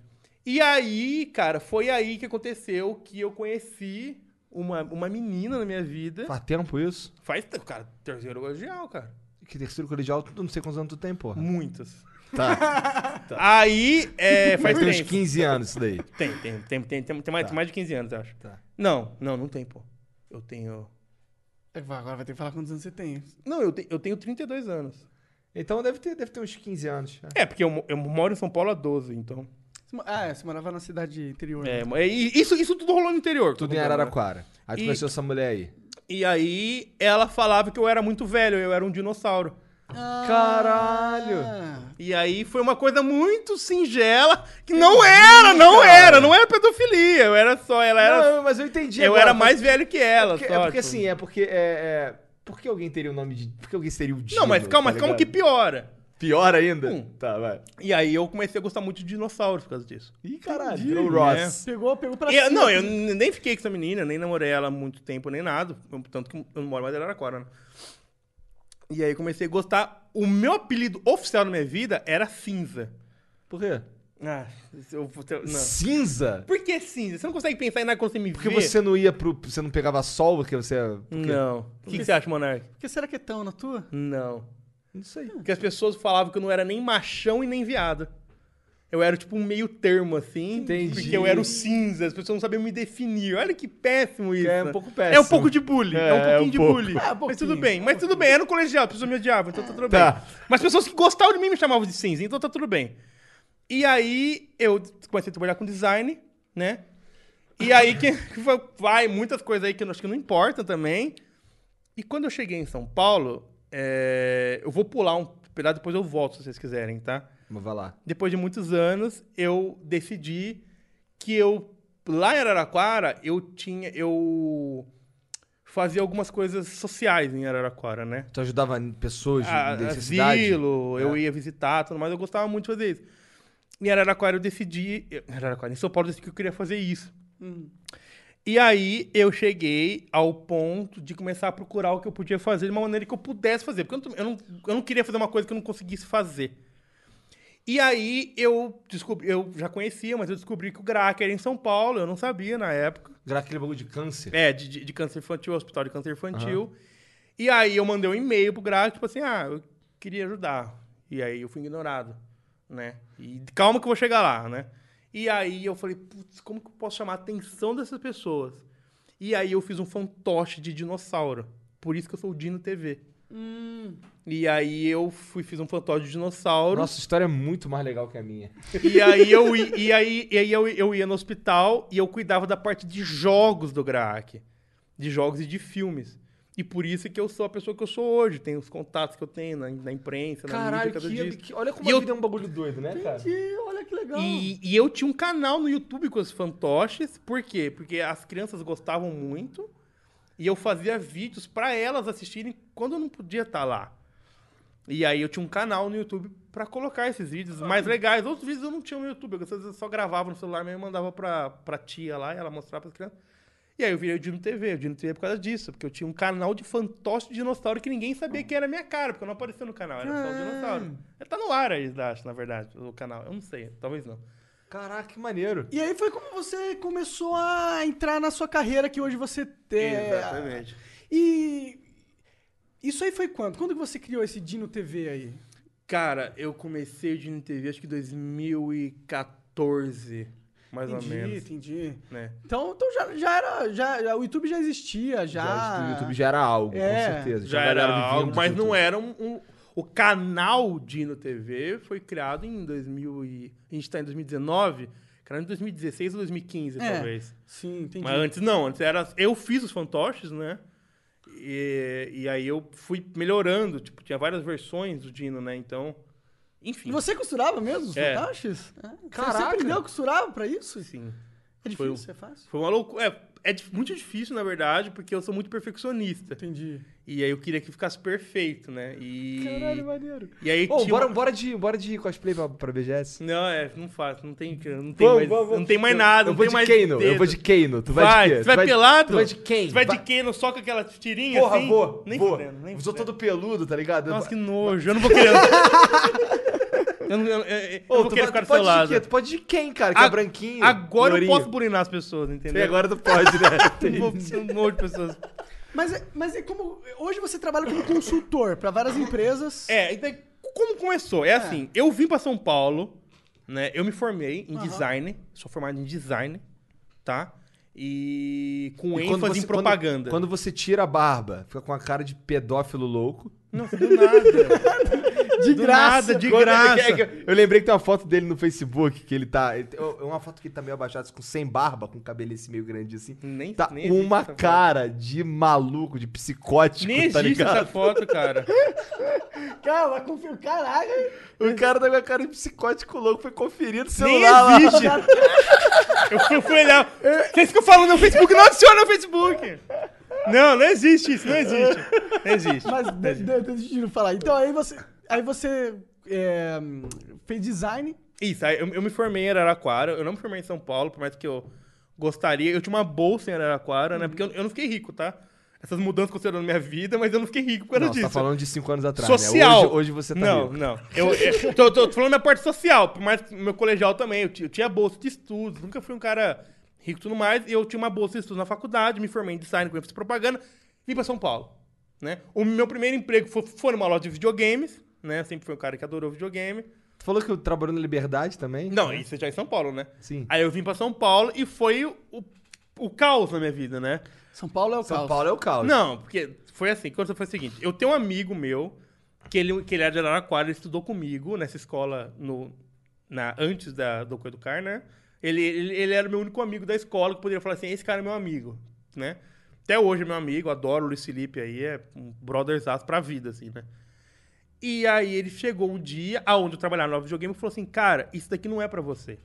S3: E aí, cara, foi aí que aconteceu que eu conheci uma, uma menina na minha vida.
S2: Faz tempo isso?
S3: Faz, tempo, cara, terceiro colegial, cara.
S2: Que terceiro colegial, tu não sei quantos anos tu tem, porra.
S3: Muitas.
S2: Tá.
S3: Aí, é,
S2: Vai
S3: faz
S2: ter uns
S3: tempo.
S2: 15 anos isso daí.
S3: Tem, tem, tem, tem, tem, tem mais, mais de 15 anos, eu acho.
S2: Tá.
S3: Não, não, não tem, pô. Eu tenho...
S4: outro. Vai, Agora vai ter que falar quantos anos você tem.
S3: Não, eu, te, eu tenho 32 anos.
S2: Então deve ter, deve ter uns 15 anos. né?
S3: É, porque eu, mo- eu moro em São Paulo há 12, então...
S4: Você mo- Ah, é, você morava na cidade interior. né?
S3: É, mo- é, e isso, isso tudo rolou no interior.
S2: Tudo em
S3: Tô contando, né?
S2: Araraquara. Aí tu
S3: E-
S2: conheceu essa mulher aí.
S3: E aí, ela falava que eu era muito velho, eu era um dinossauro.
S2: Caralho!
S4: Ah,
S3: E aí foi uma coisa muito singela, que não era, não era, não era pedofilia, eu era só, ela era...
S2: Não, mas eu entendi.
S3: eu
S2: agora,
S3: era
S2: mas-
S3: mais velho que ela,
S2: porque-
S3: só,
S2: é porque
S3: tipo.
S2: assim, é porque. É, é, Por que alguém teria o nome de. Por que alguém seria o Dino?
S3: Não, mas calma,
S2: tá
S3: calma que
S2: ligado?
S3: piora.
S2: Pior ainda?
S3: Hum.
S2: Tá, vai.
S3: E aí eu comecei a gostar muito de dinossauros por causa disso.
S2: Ih, caralho. Virou Ross.
S4: É. Pegou, pegou pra
S3: Eu-
S4: cima.
S3: não, eu n- nem fiquei com essa menina, nem namorei ela há muito tempo, nem nada. Tanto que eu não moro mais em Araraquara, né? E aí comecei a gostar. O meu apelido oficial na minha vida era Cinza.
S2: Por quê?
S3: Ah, eu vou ter- não.
S2: Cinza?
S3: Por que cinza? Você não consegue pensar em nada quando você é me
S2: Porque
S3: vê?
S2: você não ia pro. Você não pegava sol porque você. Porque...
S3: Não. O que, que você acha, Monark?
S4: Por que será que é tão na tua?
S3: Não.
S2: Não sei.
S3: Porque as pessoas falavam que eu não era nem machão e nem viado. Eu era tipo um meio termo, assim.
S2: Entendi.
S3: Porque eu era o cinza, as pessoas não sabiam me definir. Olha que péssimo isso.
S2: É um pouco
S3: É
S2: péssimo.
S3: um pouco de bullying. É,
S2: É,
S3: um pouquinho
S2: é um
S3: de
S2: pouco.
S3: bullying.
S4: É, um
S3: mas
S4: pouquinho,
S3: tudo bem, mas tudo bem. Era no colegial, as pessoas me odiavam, então tá tudo bem.
S2: Tá.
S3: Mas pessoas que gostavam de mim me chamavam de cinza, então tá tudo bem. E aí eu comecei a trabalhar com design, né? E aí que vai muitas coisas aí que eu acho que não importa também. E quando eu cheguei em São Paulo, é, eu vou pular um pedaço, depois eu volto se vocês quiserem, tá?
S2: Mas vai lá.
S3: Depois de muitos anos, eu decidi que eu lá em Araraquara eu tinha eu fazia algumas coisas sociais em Araraquara, né?
S2: Tu ajudava pessoas de
S3: A-
S2: necessidade? É.
S3: Asilo, Ah, eu ia visitar, tudo mais, eu gostava muito de fazer isso. Em Araraquara eu decidi, eu- em Araraquara, em São Paulo eu decidi que eu queria fazer isso. E aí eu cheguei ao ponto de começar a procurar o que eu podia fazer de uma maneira que eu pudesse fazer, porque eu não, eu não, eu não queria fazer uma coisa que eu não conseguisse fazer. E aí eu descobri, eu já conhecia, mas eu descobri que o Graca era em São Paulo, eu não sabia na época.
S2: Graças aquele bagulho de câncer.
S3: É, de, de- de câncer infantil, hospital de câncer infantil. E aí eu mandei um e-mail pro Graco, tipo assim, ah, eu queria ajudar. E aí eu fui ignorado, né? E calma que eu vou chegar lá, né? E aí eu falei, putz, como que eu posso chamar a atenção dessas pessoas? E aí eu fiz um fantoche de dinossauro. Por isso que eu sou o Dino TV. E aí eu fui, fiz um fantoche de dinossauro.
S2: Nossa, a história é muito mais legal que a minha.
S3: E aí eu, i- e aí, e aí eu, eu ia no hospital e eu cuidava da parte de jogos do Graak. De jogos e de filmes. E por isso que eu sou a pessoa que eu sou hoje. Tenho os contatos que eu tenho na, na imprensa, na mídia, cada dia.
S2: olha como
S3: E eu-
S2: é um bagulho doido, né, cara?
S4: Ih, olha que legal.
S3: E, e eu tinha um canal no YouTube com os fantoches. Por quê? Porque as crianças gostavam muito. E eu fazia vídeos pra elas assistirem quando eu não podia estar lá. E aí eu tinha um canal no YouTube pra colocar esses vídeos mais legais. Outros vídeos eu não tinha no YouTube. Eu às vezes, eu só gravava no celular mesmo e mandava pra, pra tia lá e ela mostrava pras crianças. E aí eu virei o Dino TV. O Dino TV por causa disso. Porque eu tinha um canal de fantoche de dinossauro que ninguém sabia que era a minha cara. Porque eu não aparecia no canal. Era só o dinossauro. Tá no ar aí, acho, na verdade, o canal. Eu não sei. Talvez não.
S2: Caraca, que maneiro.
S4: E aí foi como você começou a entrar na sua carreira que hoje você tem.
S3: Exatamente.
S4: E isso aí foi quando? Quando que você criou esse Dino TV aí?
S3: Cara, eu comecei o Dino TV acho que em 2014, mais ou
S4: Entendi,
S3: menos.
S4: entendi.
S3: Né?
S4: Então, então já, já era. Já, já- o YouTube já existia, já.
S2: Já, o YouTube já era algo,
S4: É.
S2: com certeza.
S3: Já
S2: a
S3: era
S2: galera vivia
S3: algo,
S2: do
S3: mas não
S2: YouTube.
S3: era um, um- O canal Dino TV foi criado em 2000 e... A gente tá em 2019, criado em 2016 ou 2015,
S4: É.
S3: talvez.
S4: Sim, entendi.
S3: Mas antes não, antes era. Eu fiz os fantoches, né? E, e aí eu fui melhorando, tipo, tinha várias versões do Dino, né? Então. Enfim.
S4: E você costurava mesmo os
S3: É.
S4: fantoches? É. Você
S2: Caraca.
S4: aprendeu a costurar pra isso?
S3: Sim.
S4: É
S3: Foi
S4: difícil,
S3: um-
S4: é fácil.
S3: Foi uma loucura. É, é dif- muito difícil, na verdade, porque eu sou muito perfeccionista.
S4: Entendi.
S3: E aí eu queria que ficasse perfeito, né? E.
S4: Caralho, maneiro.
S3: E aí
S2: Ô,
S3: tinha
S2: bora,
S3: uma-
S2: bora, de, bora de cosplay pra, pra BGS.
S3: Não, é, não faço. Não tem, não tem
S2: Vamos,
S3: mais.
S2: vamos,
S3: Não tem mais
S2: eu-
S3: nada.
S2: Eu
S3: não
S2: vou
S3: tem
S2: de
S3: mais
S2: Keino, eu
S3: dedo.
S2: vou de Keino. Tu vai,
S3: Vai,
S2: de quê?
S3: tu vai pelado?
S2: Tu vai de quem?
S3: Você vai de Kano só com aquela tirinha
S2: Porra,
S3: assim?
S2: vou.
S3: Nem
S2: vou.
S3: fudendo, nem
S2: Sou
S3: fudendo.
S2: todo peludo, tá ligado?
S3: Nossa, que
S2: Eu-
S3: nojo. Eu não vou querer. eu não, eu, eu, eu não
S2: Ô,
S3: vou
S2: tu,
S3: querer
S2: vai-
S3: ficar
S2: tu
S3: do seu
S2: pode de
S3: lado.
S2: quê? Tu pode de quem, cara? Que é
S3: A-
S2: branquinho.
S3: Agora
S2: lourinho.
S3: eu posso burinar as pessoas, entendeu?
S2: E agora tu pode, né?
S3: eu vou ser um nojo de pessoas.
S4: Mas, é- mas é como. Hoje você trabalha como consultor pra várias empresas.
S3: É, então, como começou? É assim, eu vim pra São Paulo, né? Eu me formei em design, sou formado em design, tá? E com
S2: E quando
S3: ênfase em
S2: você-
S3: propaganda.
S2: Quando, quando você tira a barba, fica com a cara de pedófilo louco.
S3: Do
S2: Tipo, tá
S3: nada. do nada,
S4: de graça.
S3: de
S2: Quando-
S3: graça.
S2: é que Eu lembrei que tem uma foto dele no Facebook, que ele tá. ele tem- É uma foto que ele tá meio abaixado, assim, com sem barba, com o cabelo esse meio grande assim.
S3: Nem-
S2: tá
S3: nem existe
S2: uma
S3: essa foto.
S2: cara de maluco, de psicótico,
S3: Nem
S2: tá
S3: existe
S2: ligado?
S3: essa foto, cara.
S4: Calma, confio. Caraca.
S2: O cara tá com a cara de psicótico louco, foi conferido o
S3: Nem
S2: celular lá.
S3: existe. eu fui, eu fui olhar. Vocês ficam falando no Facebook, não adiciona no Facebook. Não, não existe isso, não existe. existe.
S4: Mas de- de- deixa eu falar. Então aí você, aí você é, fez design.
S3: Isso, aí eu, eu me formei em Araraquara. Eu não me formei em São Paulo, por mais que eu gostaria. Eu tinha uma bolsa em Araraquara,
S2: Uhum.
S3: né? Porque eu, eu não fiquei rico, tá? Essas mudanças aconteceram na minha vida, mas eu não fiquei rico por causa
S2: Não, você
S3: disso.
S2: tá falando de cinco anos atrás,
S3: Social.
S2: né? Hoje, hoje você tá
S3: Não,
S2: rico.
S3: não. Eu, eu tô, tô- tô falando da minha parte social, por mais que meu colegial também. Eu, ti- eu tinha bolsa de estudos, nunca fui um cara rico e tudo mais. E eu tinha uma bolsa de estudos na faculdade, me formei em design com ênfase em propaganda, vim pra São Paulo. Né? O meu primeiro emprego foi, foi numa loja de videogames, né? Eu Sempre fui um cara que adorou videogame.
S2: Tu falou que eu trabalhou na Liberdade também?
S3: Não, isso já é em São Paulo, né?
S2: Sim.
S3: Aí eu vim pra São Paulo e foi o, o, o caos na minha vida, né?
S4: São Paulo é o
S2: São
S4: caos.
S2: Paulo é o caos.
S3: Não, porque foi assim, quando foi o seguinte, eu tenho um amigo meu, que ele, que ele era de Araraquara, ele estudou comigo nessa escola no, na, antes da, do Coeducar, né? Ele, ele, ele era meu único amigo da escola, que poderia falar assim, esse cara é meu amigo, né? Até hoje é meu amigo, adoro o Luiz Felipe aí, é um brotherzaço pra vida, assim, né? E aí ele chegou um dia, aonde eu trabalhava no videogame, e falou assim, cara, isso daqui não é pra você.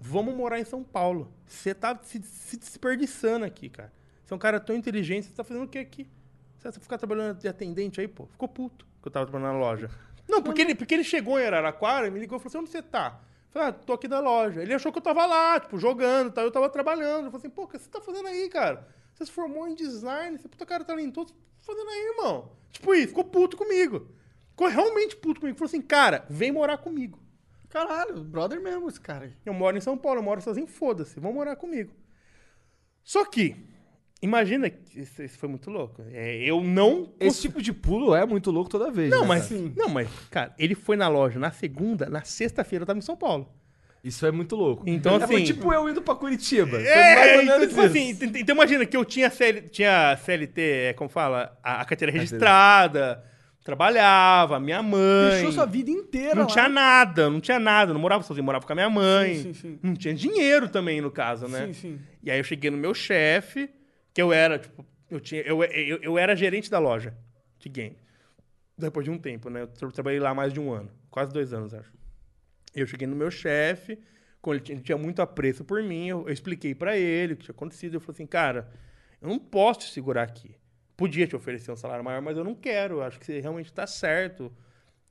S3: Vamos morar em São Paulo. Você tá se, se desperdiçando aqui, cara. Você é um cara tão inteligente, você tá fazendo o que aqui? Você vai ficar trabalhando de atendente aí, pô? Ficou puto que eu tava trabalhando na loja. Não, porque ele, porque ele chegou em Araraquara e me ligou e falou assim, onde você tá? Eu falei, ah, tô aqui na loja. Ele achou que eu tava lá, tipo, jogando, tá? eu tava trabalhando. Eu falei assim, pô, o que você tá fazendo aí, cara? Você se formou em design, você é puta cara talentoso, o que você tá fazendo aí, irmão? Tipo, isso, ficou puto comigo. Ficou realmente puto comigo. Falou assim, cara, vem morar comigo.
S4: Caralho, brother mesmo esse cara. aí.
S3: Eu moro em São Paulo, eu moro sozinho, foda-se, vão morar comigo. Só que, imagina, que isso, isso foi muito louco. É, eu não.
S2: Esse tipo de pulo é muito louco toda vez.
S3: Não,
S2: né,
S3: mas.
S2: cara?
S3: Não, mas, cara, ele foi na loja na segunda, na sexta-feira eu tava em São Paulo.
S2: Isso é muito louco.
S3: Então,
S2: é
S3: assim-
S2: tipo eu indo pra Curitiba.
S3: É,
S2: Foi mais ou
S3: então,
S2: menos
S3: tipo
S2: isso.
S3: assim, ent- então imagina que eu tinha, CL, tinha CLT, é, como fala? A, a carteira registrada, trabalhava, minha mãe.
S4: Fechou sua vida inteira
S3: Não
S4: lá.
S3: tinha nada, não tinha nada. Não morava sozinho, morava com a minha mãe.
S4: sim, sim.
S3: Não tinha dinheiro também, no caso, né?
S4: Sim, sim.
S3: E aí eu cheguei no meu chefe, que eu era, tipo, eu, tinha, eu, eu, eu era gerente da loja de game. Depois de um tempo, né? Eu tra- trabalhei lá mais de um ano, quase dois anos, acho. Eu cheguei no meu chefe, quando ele tinha, ele tinha muito apreço por mim, eu, eu expliquei pra ele o que tinha acontecido. Eu falei assim, cara, eu não posso te segurar aqui. Podia te oferecer um salário maior, mas eu não quero. Eu acho que você realmente tá certo.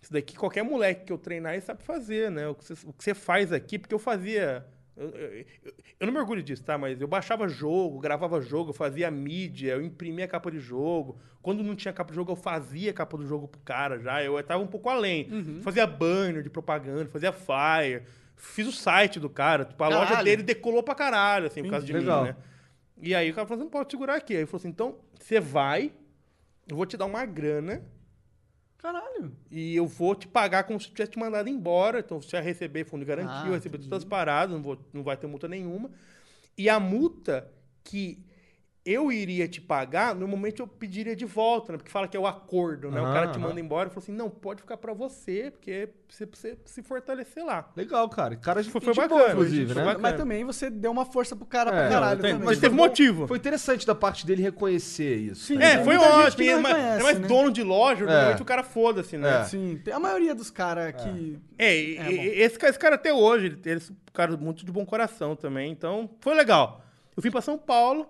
S3: Isso daqui qualquer moleque que eu treinar ele sabe fazer, né? O que você, o que você faz aqui, porque eu fazia. Eu, eu- eu- eu não me orgulho disso, tá? Mas eu baixava jogo, gravava jogo, eu fazia mídia, eu imprimia capa de jogo. Quando não tinha capa de jogo, eu fazia capa do jogo pro cara já. Eu tava um pouco além. Fazia banner de propaganda, fazia flyer. Fiz o site do cara. Tipo, a loja
S4: Caralho.
S3: dele decolou pra caralho, assim, por causa de
S2: Legal.
S3: mim, né? E aí o cara falou assim, não pode segurar aqui. Aí ele falou assim, então, você vai, eu vou te dar uma grana
S4: Caralho.
S3: e eu vou te pagar como se eu tivesse te mandado embora. Então você vai receber fundo de garantia,
S4: Ah,
S3: vai receber todas as paradas, não, vou- não vai ter multa nenhuma. E a multa que eu iria te pagar, normalmente eu pediria de volta, né? Porque fala que é o acordo, né? o cara te
S2: Ah.
S3: manda embora e falou assim: não, pode ficar pra você, porque você precisa se fortalecer lá.
S2: Legal, cara. Cara,
S3: Foi-
S2: foi,
S3: foi
S2: foi
S3: bacana,
S2: inclusive,
S3: foi
S2: né?
S3: bacana.
S4: Mas também você deu uma força pro cara
S2: É,
S4: pra caralho.
S2: tem-
S4: também.
S3: Mas teve motivo.
S2: Foi interessante da parte dele reconhecer isso.
S4: Sim.
S2: tá
S3: é,
S4: tem
S3: foi
S4: muita gente
S3: ótimo.
S4: que não
S3: Era mais,
S4: reconhece,
S3: era mais
S4: né?
S3: dono de loja, normalmente o cara foda-se, né?
S2: É.
S4: Sim, tem- a maioria dos caras que.
S3: É, e-
S4: É,
S3: e-
S4: bom.
S3: esse, ca- esse cara até hoje, ele, ele é um cara muito de bom coração também, então foi legal. Eu vim pra São Paulo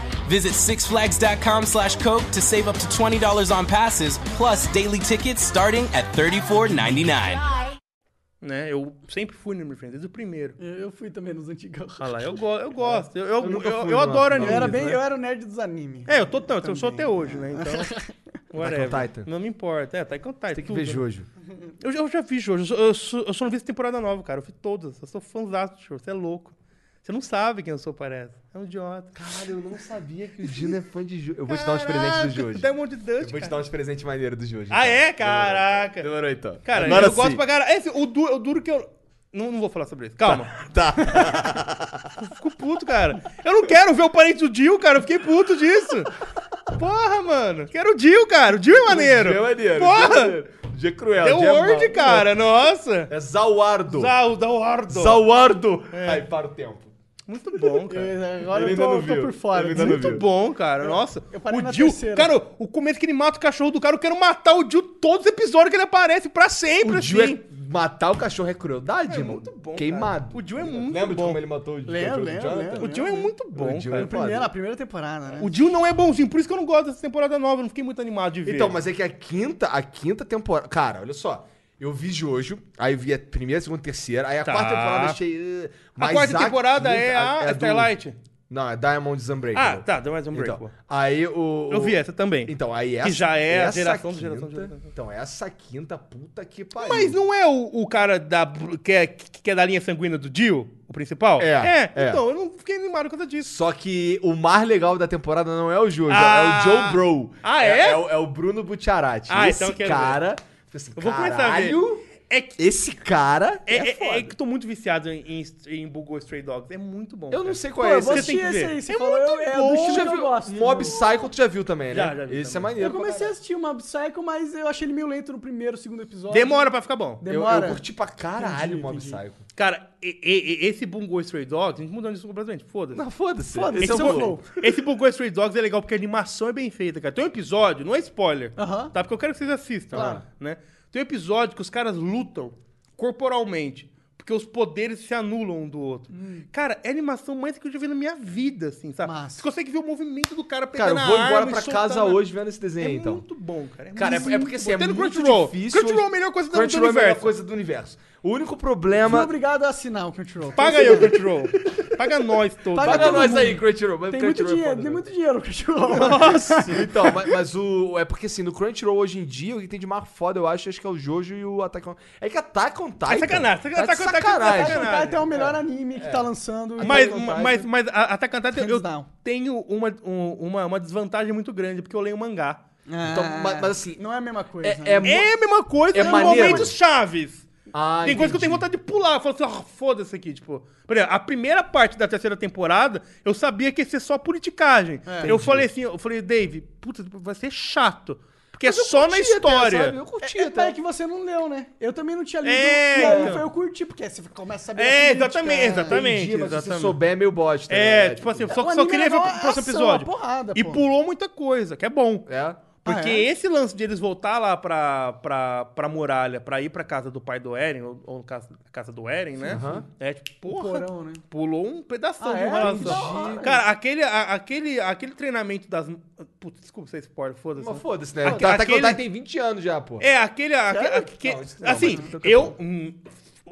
S7: Visit sixflags.com slash Coke to save up to $20 on passes, plus daily tickets starting at $34.99.
S6: Fly.
S3: Né? Eu sempre fui no Anime Friends, desde o primeiro.
S4: Eu
S2: É.
S4: eu fui também nos antigos.
S3: Ah lá, eu, go eu gosto, eu, eu, eu,
S2: nunca fui
S3: eu
S2: lá,
S3: adoro
S2: não.
S4: Hum.
S3: anime.
S4: Eu era bem, eu era o nerd dos anime.
S3: É, eu tô tanto, eu sou até hoje, né? Então, whatever.
S2: Attack on Titan.
S3: Não me importa, é, Taika on Titan.
S2: Tem que
S3: tudo,
S2: ver
S3: né?
S2: Jojo.
S3: Eu, já- eu já vi Jojo. Eu, sou- eu, sou- eu só não vi essa temporada nova, cara. Eu vi todas. Eu sou fãzão de Jojo. Você é louco. Você não sabe quem eu sou, parece. É um idiota.
S2: Cara, eu não sabia que o Dino é fã de Jojo. Eu vou te dar uns presentes do Jojo.
S3: Diamond
S2: Eu
S3: Dust,
S2: vou te
S3: cara.
S2: dar uns presentes maneiros do Jojo.
S3: Ah, é?
S2: Demorou.
S3: Caraca.
S2: então. Demorou, então.
S3: Cara,
S2: Agora
S3: eu gosto
S2: sim.
S3: pra caralho. Esse, o, du, o duro que eu... Não, não vou falar sobre isso. Calma.
S2: Tá.
S3: Fico puto, cara. Eu não quero ver o parente do Dio, cara. Eu fiquei puto disso. Porra, mano. Quero o Dio, cara. O Dio é maneiro.
S2: Jojo é maneiro.
S3: Porra.
S2: Jojo é maneiro. Dia cruel.
S3: The
S2: dia
S3: Word,
S2: mau.
S3: cara, nossa.
S2: É Zauardo.
S3: Zau, da Wardo.
S2: Zauardo.
S3: É.
S2: Aí para o tempo.
S3: Muito bom, cara.
S4: Agora
S2: Ele ainda
S4: eu tô,
S2: não
S4: tô
S2: viu.
S4: por fora.
S2: Ele ainda não
S3: Muito bom, cara. Nossa.
S4: eu parei
S3: o
S4: na
S3: Jill,
S4: terceira.
S3: cara, o começo que ele mata o cachorro do cara, eu quero matar o Jill todos os episódios que ele aparece pra sempre,
S2: O Jill
S3: assim.
S2: é- Matar o cachorro é crueldade,
S3: É
S2: irmão.
S3: muito bom,
S2: Queimado.
S3: cara. O Jill é muito
S2: Lembra de
S3: bom.
S2: como ele matou o
S4: Lembro,
S2: o
S4: lembro,
S2: Jonathan?
S4: lembro.
S3: O Jill é muito bom,
S2: O Jill
S3: cara.
S2: é foda.
S4: Primeira, a primeira temporada, né?
S3: O Jill não é bonzinho, por isso que eu não gosto dessa temporada nova, eu não fiquei muito animado de ver.
S2: Então, mas é que a quinta, a quinta temporada. Cara, olha só. Eu vi Jojo, aí eu vi a primeira, segunda, terceira, aí a
S3: Tá.
S2: quarta temporada eu achei. uh,
S3: a
S2: mas
S3: quarta temporada
S2: quinta-
S3: é a,
S2: do-
S3: Starlight.
S2: Não, é Diamond's Unbreakable.
S3: Ah, tá, deu mais um break.
S2: Então, aí o.
S3: eu vi essa também.
S2: Então, aí essa.
S3: já é a
S2: essa
S3: geração do
S2: quinta,
S3: geração do geração.
S2: Então, essa quinta, puta que pariu.
S3: Mas não é o, o cara da, que, é, que é da linha sanguínea do Jill, o principal?
S2: É, é.
S3: então, eu não fiquei animado por causa disso.
S2: Só que o mais legal da temporada não é o Jojo,
S3: Ah.
S2: é o Joe Bro.
S3: Ah, é?
S2: o, o Bruno Butiarati.
S3: Ah,
S2: esse
S3: então eu quero
S2: cara. fica Assim,
S3: Eu vou começar a ver.
S2: caralho,
S3: É que,
S2: Esse cara.
S3: é,
S2: É,
S3: é-
S2: foda.
S3: é que eu tô muito viciado em, em, em Bugou Stray Dogs. É muito bom.
S2: Eu não
S3: cara.
S2: sei
S4: Pô,
S2: qual é
S4: eu
S2: esse.
S4: vou
S3: Você tem
S4: assistir
S3: que
S4: esse
S3: ver.
S4: aí. Você
S3: É
S4: falou,
S3: muito
S4: eu, é
S2: Bom,
S4: do
S2: tu
S4: estilo
S2: já
S4: que eu
S2: viu
S4: gosto.
S2: Mob Psycho, tu já viu também, né?
S3: Já, já vi
S2: Esse
S3: também.
S2: é
S4: Eu
S2: maneiro.
S4: comecei a assistir o Mob Psycho, mas eu achei ele meio lento no primeiro, segundo
S2: é.
S4: episódio.
S3: Demora pra ficar bom.
S2: Eu,
S4: Demora.
S2: eu curti pra caralho o Mob Psycho.
S3: Cara, e- e- e- esse Bungo Stray Dogs, a gente mudando isso completamente, foda-se.
S2: Não, foda-se.
S4: Foda-se,
S2: Esse é
S4: eu
S2: o
S4: vou-
S2: Flow.
S3: Esse Bungo Stray Dogs é legal porque a animação é bem feita, cara. Tem um episódio, não é spoiler,
S4: Aham.
S3: tá? Porque eu quero que vocês assistam,
S4: Claro.
S3: né? Tem um episódio que os caras lutam corporalmente, porque os poderes se anulam um do outro.
S2: Hum.
S3: Cara, é a animação mais que eu já vi na minha vida, assim, sabe?
S4: Massa.
S3: Você consegue ver o movimento do cara
S2: Cara,
S3: pegando
S2: eu vou
S3: a
S2: embora
S3: arma e
S2: pra
S3: soltando
S2: casa
S3: a-
S2: hoje vendo esse desenho,
S3: É
S2: então.
S3: muito bom, cara. É
S2: Cara,
S3: muito
S2: é, é porque assim, é
S3: Tendo
S2: muito
S3: Crunchyroll.
S2: difícil.
S3: Crunchyroll é a melhor coisa do- do
S2: Crunchyroll é a melhor
S3: universo.
S2: coisa do universo. O único
S4: Fui
S2: problema...
S4: obrigado a assinar o Crunchyroll.
S3: Paga eu, Crunchyroll. Paga nós todos.
S4: Paga
S2: Paga
S4: todo
S2: nós
S4: mundo.
S2: aí, Crunchyroll. Mas
S4: Tem muito
S2: Crunchyroll é
S4: dinheiro,
S2: foda,
S4: tem
S2: né?
S4: muito dinheiro no Crunchyroll.
S2: Então, mas, mas o... É porque assim, no Crunchyroll hoje em dia, o que tem de mais foda, eu acho, acho que é o Jojo e o Attack on... É que Attack on Titan...
S3: É sacanagem,
S2: Tá de
S3: Attack on Titan é
S2: sacanagem. É.
S3: sacanagem.
S4: Tá, até o melhor anime que tá lançando.
S3: É. Mas,
S2: Attack on Titan.
S3: mas, mas a- Attack on Titan, eu
S4: Hands down.
S3: tenho uma, um- uma, uma desvantagem muito grande, porque eu leio mangá.
S2: Então, mas, mas assim...
S4: Não é a mesma coisa.
S2: É, é, mu-
S3: É a mesma coisa
S2: É
S3: em
S2: maneiro.
S3: momentos chaves.
S2: Ah,
S3: Tem coisa que
S2: entendi.
S3: eu tenho vontade de pular. Eu falo assim, ah, foda-se aqui, tipo... Por exemplo, a primeira parte da terceira temporada, eu sabia que ia ser só politicagem. eu falei assim, eu falei, Dave, puta, vai ser chato. Porque é
S2: eu
S3: só na
S2: curti até,
S3: história.
S2: sabe? eu curti
S4: É,
S2: até.
S4: é que você não leu, né? Eu também não tinha lido.
S3: É,
S4: e aí
S3: então.
S4: foi eu curti, porque você começa a saber.
S3: É,
S4: a política,
S3: exatamente,
S4: né?
S3: exatamente.
S2: Entendi, mas se
S3: exatamente.
S2: você souber é meio bosta.
S3: É,
S2: né?
S3: tipo assim, eu
S4: é,
S3: só,
S4: o
S3: só
S4: anime
S3: queria ver o
S4: legal é
S3: próximo
S4: ação,
S3: episódio.
S4: é porrada,
S3: e
S4: pô.
S3: pulou muita coisa, que é bom.
S2: É.
S3: Porque
S4: Ah, é?
S3: esse lance de eles voltar lá pra, pra, pra muralha, pra ir pra casa do pai do Eren, ou, ou casa, casa do Eren, né? É tipo, porra,
S4: porão, né?
S3: pulou um pedaço
S4: Ah,
S3: de
S4: é?
S3: relação.
S4: Entendi.
S3: Cara, aquele, a- aquele, aquele treinamento das... Putz, desculpa se é spoiler, foda-se. né?
S2: Mas foda-se, né?
S3: Aque-
S2: Até que
S3: aquele-
S2: o Dai tem 20 anos já, pô.
S3: É, aquele... aque-
S2: Sério?
S3: aque-
S2: Não, é isso não,
S3: assim,
S2: mas tanto
S3: eu... hum,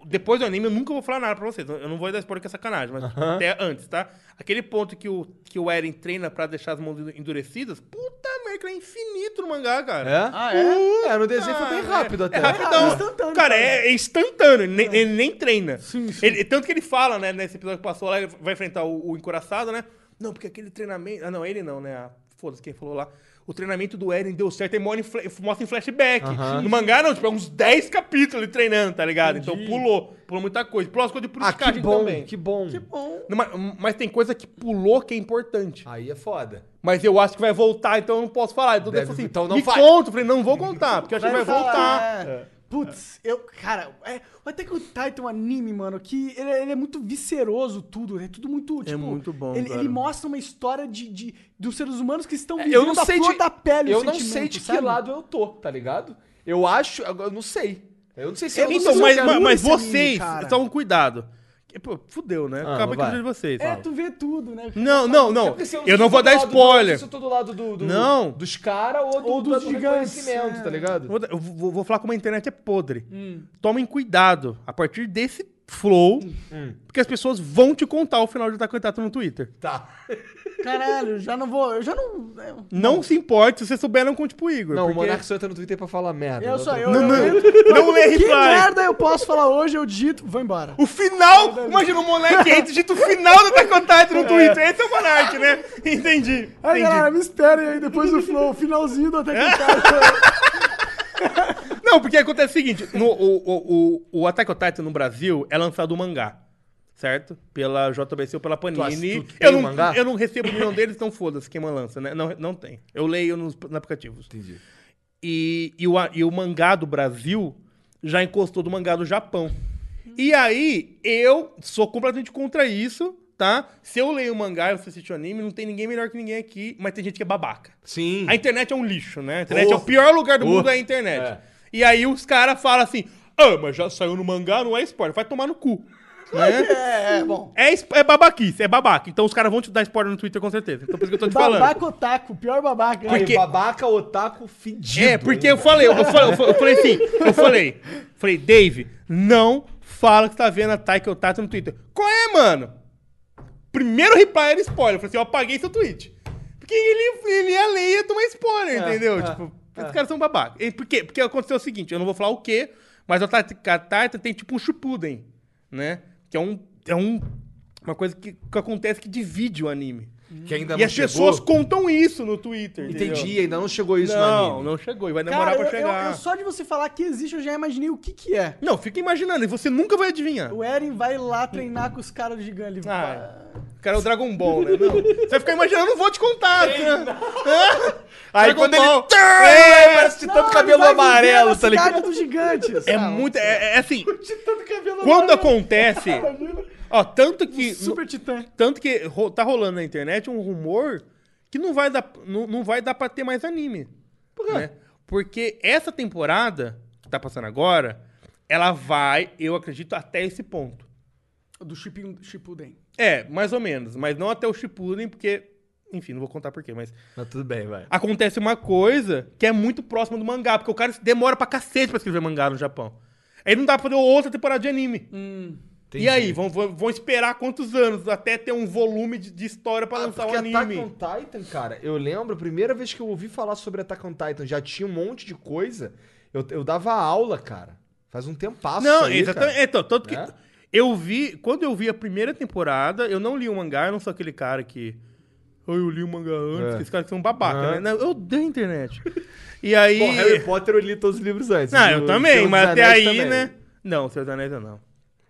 S3: Depois do anime, eu nunca vou falar nada pra vocês. Eu não vou dar spoiler que é sacanagem, mas até antes, tá? Aquele ponto que o, que o Eren treina pra deixar as mãos endurecidas, puta merda, é infinito no mangá, cara.
S2: É?
S4: Ah, é?
S2: É, no desenho foi bem rápido até.
S3: É rapidão.
S4: É instantâneo,
S3: Cara,
S4: cara.
S3: é é instantâneo. Ele, nem- ele nem treina.
S4: Sim, sim.
S3: Ele- tanto que ele fala, né? Nesse episódio que passou lá, ele vai enfrentar o, o encuraçado, né? Não, porque aquele treinamento... Ah, não, ele não, né? Ah, Foda-se quem falou lá. O treinamento do Eren deu certo e mostra em fla- mostra em flashback. No mangá, não. Tipo, é uns 10 capítulos ele treinando, tá ligado? Então pulou. Pulou muita coisa. Pulou as coisas de
S2: Ah,
S3: politicagem
S2: que bom,
S3: também.
S2: que bom.
S4: Bom,
S3: Não, mas, mas tem coisa que pulou que é importante.
S2: Aí é foda.
S3: Mas eu acho que vai voltar, então eu não posso falar. Então,
S2: Deve-
S3: eu falei assim,
S2: então não
S3: me
S2: fale.
S3: conta. Eu falei, não vou contar, porque eu acho que vai
S4: falar,
S3: voltar.
S4: é. Putz, eu, cara, é, até que o Titan é um anime, mano, que ele, ele é muito visceroso tudo, é tudo muito, tipo...
S3: muito bom,
S4: Ele,
S3: cara.
S4: ele mostra uma história de, de, dos seres humanos que estão vivendo
S2: Eu não
S4: a
S2: sei
S4: flor
S2: de...
S4: da pele
S2: eu
S4: o
S2: não
S4: sentimento,
S2: sei de que
S4: sabe?
S2: lado eu tô, tá ligado? Eu acho... Eu não sei. Eu não sei se eu... não
S3: Então,
S2: sei
S3: mas,
S2: se eu
S3: mas-
S2: quero-
S3: mas
S4: esse anime,
S3: vocês,
S4: cara.
S3: então cuidado. Que, Pô, fudeu, né?
S2: Ah,
S3: Acaba que
S2: vai.
S3: eu de vocês.
S4: É,
S3: fala.
S4: tu vê tudo, né?
S3: Não, não, não.
S2: Porque se
S3: eu não
S2: tô
S3: vou
S2: do
S3: dar
S2: lado do-
S3: spoiler.
S2: Se eu tô do lado do... do-
S3: Não.
S2: Dos caras ou, do,
S4: Ou dos
S2: do
S4: gigantes,
S2: reconhecimento,
S4: é.
S2: tá ligado?
S3: Vou, dar- eu vou, vou falar como a internet é podre. Tomem cuidado a partir desse flow,
S2: Hum.
S3: porque as pessoas vão te contar o final de Attack on Titan no Twitter.
S2: Tá.
S4: Caralho, eu já não vou, eu já não... né? eu-
S3: Não se importe se vocês souberam com tipo o Igor.
S2: Não, o
S3: porque...
S2: Monark só entra no Twitter pra falar merda.
S4: Eu
S2: não
S4: só,
S2: tô-
S4: eu...
S3: Não,
S4: eu-
S3: não,
S4: eu-
S3: não lê
S4: Que
S3: reply.
S4: merda eu posso falar hoje, eu dito, vou embora.
S3: O final! Imagina o moleque entra e digita o final do Attack on Titan no Twitter. Esse é o Monark, né? Entendi.
S4: Aí,
S3: entendi.
S4: galera, me esperem aí depois do flow, finalzinho do Até que Titan.
S3: Não, porque acontece o seguinte: no- o, o, o, o Attack on Titan no Brasil é lançado o mangá. Certo? Pela JBC ou pela Panini.
S2: Tu- tu tem
S3: eu, não,
S2: mangá?
S3: eu não recebo nenhum deles, então foda-se quem lança, né? Não, não tem. Eu leio nos, nos aplicativos.
S2: Entendi.
S3: E, e o, a- e o mangá do Brasil já encostou do mangá do Japão. E aí, eu sou completamente contra isso, tá? Se eu leio o mangá, eu assisto anime, não tem ninguém melhor que ninguém aqui, mas tem gente que é babaca.
S2: Sim.
S3: A internet é um lixo, né? A internet é o
S2: Oh.
S3: pior lugar do
S2: Oh.
S3: mundo é a internet.
S2: É.
S3: E aí os caras falam assim: ah, mas já saiu no mangá, não é spoiler, vai tomar no cu. Né?
S4: É, é, bom.
S3: É, es- é babaquice, é babaca. Então os caras vão te dar spoiler no Twitter com certeza. Então por isso que eu tô te falando.
S4: Babaca otaku, pior babaca.
S2: Aí,
S3: porque-
S2: babaca, otaku, fedido.
S3: É, porque eu falei, eu falei, eu falei, eu falei assim, eu falei, falei, Dave, não fala que tá vendo a Taika Otata no Twitter. Qual é, mano? Primeiro reply era spoiler. Eu falei assim, eu apaguei seu tweet. Porque ele, ele é ia ler e ia tomar spoiler, entendeu? tipo, esses caras são babacas. E Por quê? Porque aconteceu o seguinte, eu não vou falar o quê, mas a Taika Otata tem tipo um chupuden, né? Que é um... É um uma coisa que, que acontece que divide o anime.
S2: Que ainda
S3: e
S2: não
S3: as
S2: chegou.
S3: pessoas contam isso no Twitter. entendeu?
S2: Entendi, ainda não chegou isso no
S3: Não,
S2: anime.
S3: não chegou. E vai demorar
S4: Cara,
S3: pra
S4: eu, eu,
S3: chegar.
S4: eu só de você falar que existe, eu já imaginei o que que é.
S3: Não, fica imaginando. E você nunca vai adivinhar.
S4: O Eren vai lá treinar com os caras do gigante. Ele
S3: Ah, o cara é o Dragon Ball, né? Não. Você vai ficar imaginando, eu vou te contar. né?
S2: Aí
S3: Dragon
S2: quando
S3: Ball.
S2: ele...
S3: É,
S2: É, parece
S4: Não,
S2: titã do
S4: ele
S2: cabelo
S4: vai viver na
S2: amarelo, tá
S4: cidade
S2: ligado?
S4: dos gigantes.
S3: É
S4: Ah,
S3: muito... É, é assim,
S2: Titã do cabelo
S3: quando acontece... Ó, tanto que...
S4: Super titã. Do Shippuden. Shippuden.
S3: É, mais ou menos. Mas não até o Shippuden, porque... Enfim, não vou contar por quê, mas...
S2: Mas tudo bem, vai.
S3: acontece uma coisa que é muito próxima do mangá, porque o cara demora pra cacete pra escrever mangá no Japão. Aí não dá pra fazer outra temporada de anime.
S2: Hum,
S3: e aí, vão, vão, vão esperar quantos anos até ter um volume de, de história pra lançar o
S2: Ah, porque Attack on
S3: um anime?
S2: Titan, cara, eu lembro, a primeira vez que eu ouvi falar sobre Attack on Titan, já tinha um monte de coisa. Eu, eu dava aula, cara. Faz um tempasso
S3: Não,
S2: isso aí,
S3: exatamente.
S2: cara.
S3: Então, tanto que
S2: Né?
S3: eu vi, quando eu vi a primeira temporada, eu não li o mangá, eu não sou aquele cara que. "Ah, eu li o mangá antes,
S2: É.
S3: que esses caras que são babaca,
S2: É.
S3: né? Não, eu odeio a internet. E aí.
S2: Pô, Harry Potter eu li todos os livros antes.
S3: não,
S2: O
S3: eu
S2: Senhor
S3: também,
S2: dos
S3: mas até aí,
S2: Anéis também.
S3: né? Não, Seus Anéis eu não.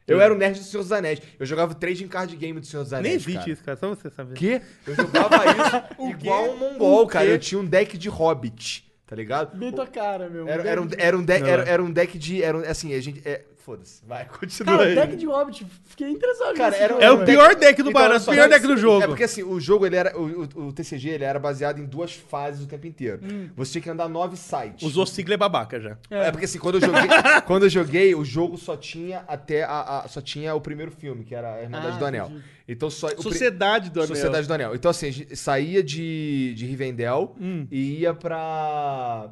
S2: Eu era o nerd do Senhor dos Anéis. Eu jogava trading card game do Senhor dos Anéis,
S3: Nem existe
S2: cara.
S3: isso, cara, só você sabe.
S2: quê? Eu jogava isso igual um mongol,
S3: O
S2: cara.
S3: quê?
S2: Eu tinha um deck de Hobbit, tá ligado?
S4: Bem tua cara, meu.
S2: Era,
S4: Deck
S2: era um,
S4: de-
S2: era, um deck, era,
S3: é.
S2: era um deck de... Era um- assim, a gente... É, Foda-se, vai, continua
S4: Cara,
S2: aí.
S4: deck de Hobbit. Fiquei interessado.
S2: Cara,
S4: nesse
S2: era um
S3: É
S4: jogo,
S3: o
S4: velho.
S3: pior deck do
S2: Então,
S3: Barão,
S2: olha
S3: o
S2: só, mas-
S3: pior deck do jogo.
S2: É porque assim, o jogo ele era. O, o- o TCG ele era baseado em duas fases o tempo inteiro. Você tinha que andar nove sites.
S3: Usou sigla é babaca já.
S2: É. porque assim, quando eu joguei, quando eu joguei, o jogo só tinha até a, a- só tinha o primeiro filme, que era a Irmandade do Anel. Então só o pri-
S3: Sociedade do Anel.
S2: Sociedade do Anel. Então assim, a gente saía de, de Rivendell
S3: Hum.
S2: e ia pra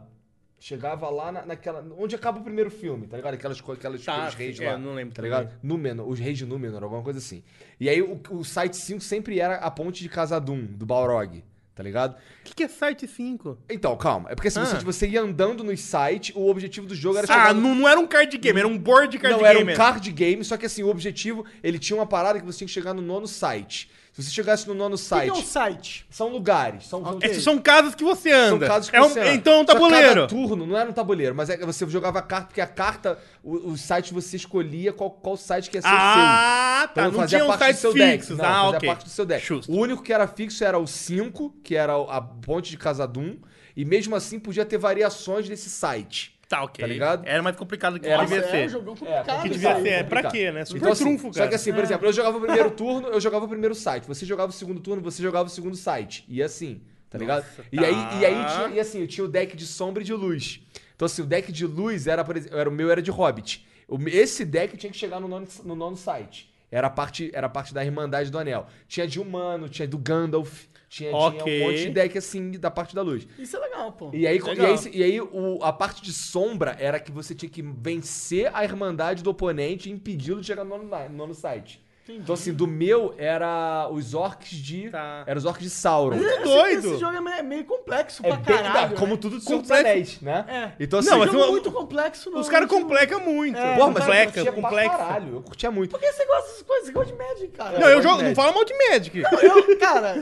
S2: chegava lá na- naquela onde acaba o primeiro filme, tá ligado? Aquelas co- aquelas
S3: Tá,
S2: aqueles
S3: sim,
S2: reis
S3: é,
S2: lá,
S3: não lembro
S2: tá
S3: também.
S2: ligado? Númenor, os reis de Númenor, alguma coisa assim. E aí o, o site 5 sempre era a ponte de Casadum do Balrog, tá ligado?
S3: O que, que é site 5?
S2: Então, calma. É porque assim,
S3: Ah.
S2: você, você ia andando nos sites, o objetivo do jogo era
S3: Ah,
S2: chegar no-
S3: não, não era um card game, era um board de card
S2: não,
S3: game.
S2: era um card game, só que assim, o objetivo, ele tinha uma parada que você tinha que chegar no nono site. Se você chegasse no nono
S4: O que que
S2: site,
S4: é um site?
S2: são lugares, são, são-
S3: Esses são casas que você
S2: são
S3: anda.
S2: casos que
S3: é um,
S2: você anda.
S3: Então é um
S2: Só que
S3: tabuleiro.
S2: Cada turno, não era um tabuleiro, mas é que você jogava a carta, porque a carta, o, o site você escolhia qual, qual site que ia ser o seu.
S3: Ah, tá.
S2: Então
S3: Não
S2: fazia
S3: tinha um
S2: parte do
S3: site
S2: seu
S3: fixo.
S2: deck. Não,
S3: Ah,
S2: fazia
S3: ok.
S2: parte do seu deck.
S3: Justo.
S2: O único que era fixo era o 5, que era a ponte de Casadum, e mesmo assim podia ter variações desse site.
S3: Tá, ok.
S2: Tá ligado?
S3: Era mais complicado do que
S2: Era-
S3: devia
S4: Nossa,
S3: ser.
S4: É um jogão complicado.
S3: que devia
S4: cara.
S3: ser. É, pra
S2: complicado.
S3: quê, né? Super
S2: assim,
S3: trunfo,
S2: Só
S3: cara.
S2: que assim, por exemplo, eu jogava o primeiro turno, eu jogava o primeiro site. Você jogava o segundo turno, você jogava o segundo site. E assim, tá ligado? E aí, e aí tinha, e assim, eu tinha o deck de sombra e de luz. Então assim, o deck de luz era, por exemplo, era o meu era de Hobbit. O- Esse deck tinha que chegar no nono, no nono site. Era a parte, era a parte da Irmandade do Anel. Tinha de humano, tinha do Gandalf, tinha,
S3: Ok.
S2: tinha um monte de deck assim da parte da luz.
S4: Isso é legal, pô.
S2: E aí, e
S3: Legal.
S2: aí, e aí o- a parte de sombra era que você tinha que vencer a irmandade do oponente e impedi-lo de chegar no nono, nono site. Então, assim, do meu era os orcs de.
S3: Tá.
S2: Era os orcs de Sauron.
S4: Esse-
S3: doido.
S4: Esse jogo é meio- meio complexo
S2: É
S4: pra
S2: bem
S4: caralho.
S2: da- como
S4: né?
S2: tudo do Senhor dos
S3: Complexo.
S2: Anéis, né?
S4: É.
S2: Então, assim,
S3: Não,
S4: Mas
S3: mas
S4: jogo
S3: o-
S4: muito complexo, não.
S3: Os caras
S4: não-
S3: complicam muito.
S4: É,
S2: porra, mas eu
S4: complexa,
S3: complexa,
S2: curtia pra
S3: complexa.
S2: caralho. Eu curtia muito.
S4: Por que você gosta dessas coisas? Você gosta de Magic, cara.
S3: Não, eu
S2: de
S3: jogo. Não
S2: Magic.
S3: fala mal de É, Magic.
S4: Eu, cara,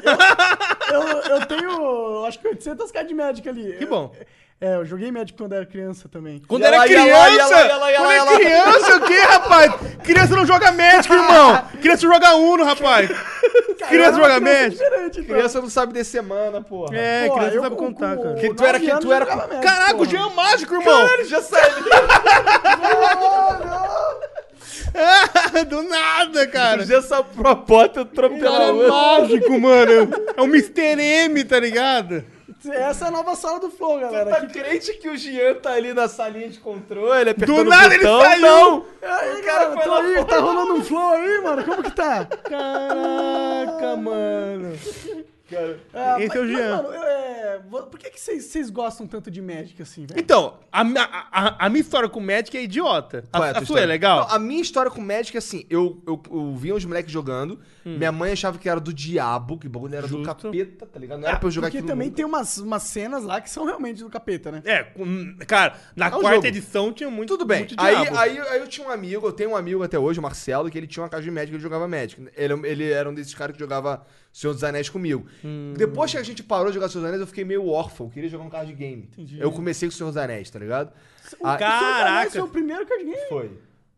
S4: eu, eu, eu tenho acho que 800 k de Magic ali.
S3: Que bom.
S4: É, eu joguei Magic quando era criança também.
S3: Quando
S2: Ia
S3: era
S2: lá, ia
S3: criança!
S2: lá, ia lá, ia lá, ia
S3: quando
S2: lá,
S3: é
S2: ia
S3: era
S2: lá.
S3: criança, o quê, rapaz? Criança não joga médico, irmão! Criança joga Uno, rapaz! Criança joga média.
S4: então.
S2: Criança não sabe descer semana, porra.
S3: É,
S4: Pô,
S3: criança
S4: eu
S3: não sabe
S4: com-
S3: contar,
S4: com
S3: cara.
S2: Que tu era que
S4: nove
S2: tu era.
S4: anos jogava médio,
S3: Caraca, o
S4: porra.
S3: Jean é mágico, irmão.
S2: Caralho, já saiu.
S3: Ah, Do nada, cara.
S2: Já saiu pra porta, eu trompo
S3: Cara,
S2: pela
S3: é
S2: outra.
S3: mágico, mano. É um Mr. M, tá ligado?
S4: Essa é a nova sala do Flow, galera.
S2: Tá
S4: Que-
S2: crente que o Jean tá ali na salinha de controle, apertando
S3: Do nada ele
S2: Tá botão?
S3: saiu.
S2: Não.
S4: Aí,
S2: cara
S4: cara,
S2: foi
S4: tá
S2: lá
S4: aí,
S2: fora.
S4: tá rolando um flow aí, mano? Como que tá?
S3: Caraca, mano.
S4: Ah,
S3: Esse é o
S4: mas-
S3: Jean.
S4: mas, mano, eu, é, vo- por que que vocês vocês gostam tanto de Magic assim, velho?
S3: Então, a, mi- a- a- a minha história com o Magic é idiota. A,
S2: Qual é a
S3: a
S2: tua
S3: sua é
S2: história?
S3: legal?
S2: Não, a minha história com o Magic é assim: eu, eu, eu via uns moleques jogando, minha mãe achava que era do diabo, que o bagulho era do
S3: Hum. Justo.
S2: capeta, tá ligado? Não era pra eu jogar
S4: É, Porque
S2: aquilo
S4: também
S2: nunca.
S4: tem umas, umas cenas lá que são realmente do capeta, né?
S3: É, com- cara, na
S2: um
S3: quarta
S2: jogo.
S3: edição tinha muito.
S2: Tudo bem.
S3: muito
S2: Aí,
S3: diabo.
S2: aí, aí eu tinha um amigo, eu tenho um amigo até hoje, o Marcelo, que ele tinha uma casa de Magic que ele jogava Magic. Ele, ele era um desses caras que jogava Senhor dos Anéis comigo.
S3: Hum.
S2: Depois que a gente parou de jogar Senhor dos Anéis, eu fiquei meio órfão, eu queria jogar um card game. Eu comecei com Senhor dos Anéis, tá ligado? Ah,
S3: Caraca. né?
S4: Esse é o primeiro card game.
S2: Foi.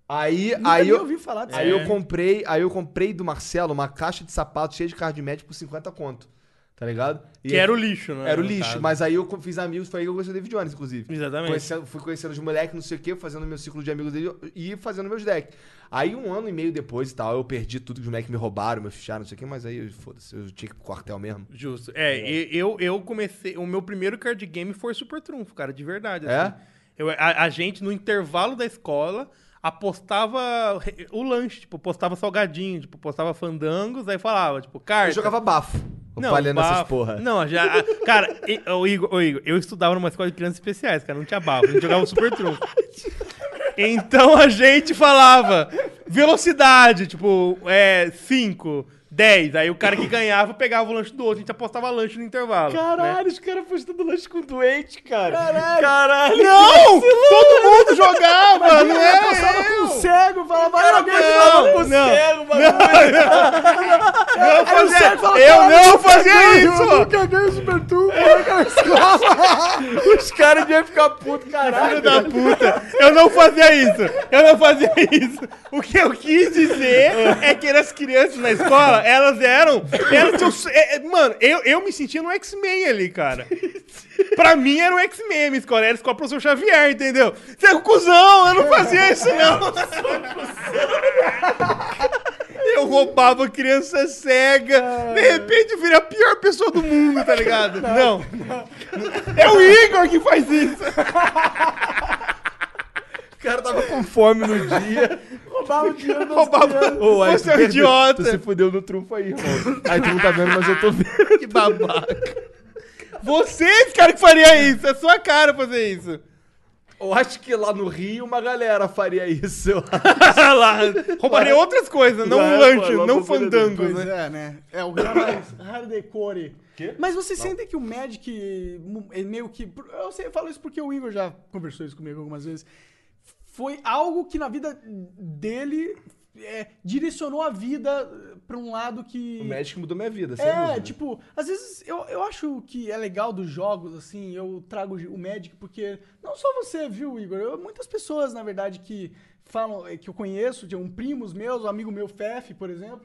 S2: Aí,
S4: Nunca
S2: aí
S4: nem
S2: eu,
S4: ouvi falar disso.
S2: aí
S3: É.
S2: eu comprei, aí eu comprei do Marcelo uma caixa de sapato cheia de card match por 50 conto. Tá ligado? E
S3: Que era o lixo, né?
S2: era o
S3: no
S2: lixo,
S3: caso.
S2: mas aí eu co- fiz amigos, foi aí que eu gostei do David Jones, inclusive.
S3: Exatamente.
S2: Conhecendo- fui conhecendo os moleques, não sei o quê, fazendo meu ciclo de amigos dele e fazendo meus decks. Aí um ano e meio depois e tal, eu perdi tudo que os moleques me roubaram, me ficharam, não sei o quê, mas aí, eu- foda-se, eu tinha que ir pro quartel mesmo.
S3: Justo. É, e- Eu, eu comecei. O meu primeiro card game foi Super Trunfo, cara, de verdade.
S2: É?
S3: assim. Eu, a, a gente, no intervalo da escola, apostava re- o lanche, tipo, postava salgadinho, tipo, postava fandangos, aí falava, tipo, cara.
S2: Eu jogava bafo, falhando essas
S3: bafo.
S2: porra.
S3: Não, já. a- Cara, e- ô, Igor, ô, Igor, eu estudava numa escola de crianças especiais, cara, não tinha bafo, a gente jogava super trunfo. Então a gente falava velocidade, tipo, é, 5, 10. Aí o cara que ganhava pegava o lanche do outro, a gente apostava lanche no intervalo. né?
S2: os caras postando lanche com doente, cara.
S4: Caralho!
S3: Não! Todo mundo jogava, não
S4: Ah, Eu
S3: era
S4: passava
S3: eu.
S4: com um cego, falava, vai alguém
S3: Não,
S4: falava,
S3: não, não,
S4: Aí o
S3: fazia-
S4: cego fala,
S3: eu
S4: "Caralho,
S3: não
S4: nunca
S3: fazia
S4: ganhei,
S3: isso!
S4: Eu nunca ganhei o Super Turbo, eu nunca ganhei
S2: Os caras deviam ficar putos, caralho.
S3: Filho da puta, eu não fazia isso, eu não fazia isso. O que eu quis dizer é que as crianças na escola, elas eram, elas tinham- é, é, mano, eu, eu me sentia no X-Men ali, cara. Pra mim era o X-Men, a minha escola era a escola professor Xavier, entendeu? Você é um cuzão, eu não fazia isso não. Eu roubava criança cega, de repente eu virei a pior pessoa do mundo, tá ligado? Não. É o Igor que faz isso.
S2: O cara tava com fome no dia.
S4: roubava o dinheiro do
S3: roubava.
S2: Ô, aí
S3: Você é um
S2: tu perdeu.
S3: idiota.
S2: Tu se fudeu no trunfo aí, irmão. Aí tu não tá vendo, mas eu tô vendo.
S3: Que babaca. Vocês, cara, que faria isso. É sua cara fazer isso.
S2: Eu acho que lá no Rio uma galera faria isso. eu acho.
S3: lá. Roubaria outras coisas, não
S2: Lá,
S3: um
S2: pô,
S3: lanche,
S2: lá
S3: não
S2: procura
S3: fandangos,
S4: Pois
S3: né?
S4: é, né? É o hardcore. Mas vocês sentem que o Magic mu- é meio que. Eu, sei, eu falo isso porque o Igor já conversou isso comigo algumas vezes. Foi algo que na vida dele é, direcionou a vida pra um lado que.
S2: O médico mudou minha vida, sem
S4: É,
S2: dúvida.
S4: tipo, às vezes eu, eu acho que é legal dos jogos, assim, eu trago o Magic, porque não só você, viu, Igor? Eu- muitas pessoas, na verdade, que falam, eh, que eu conheço, de um primos meus, um amigo meu, Fef, por exemplo,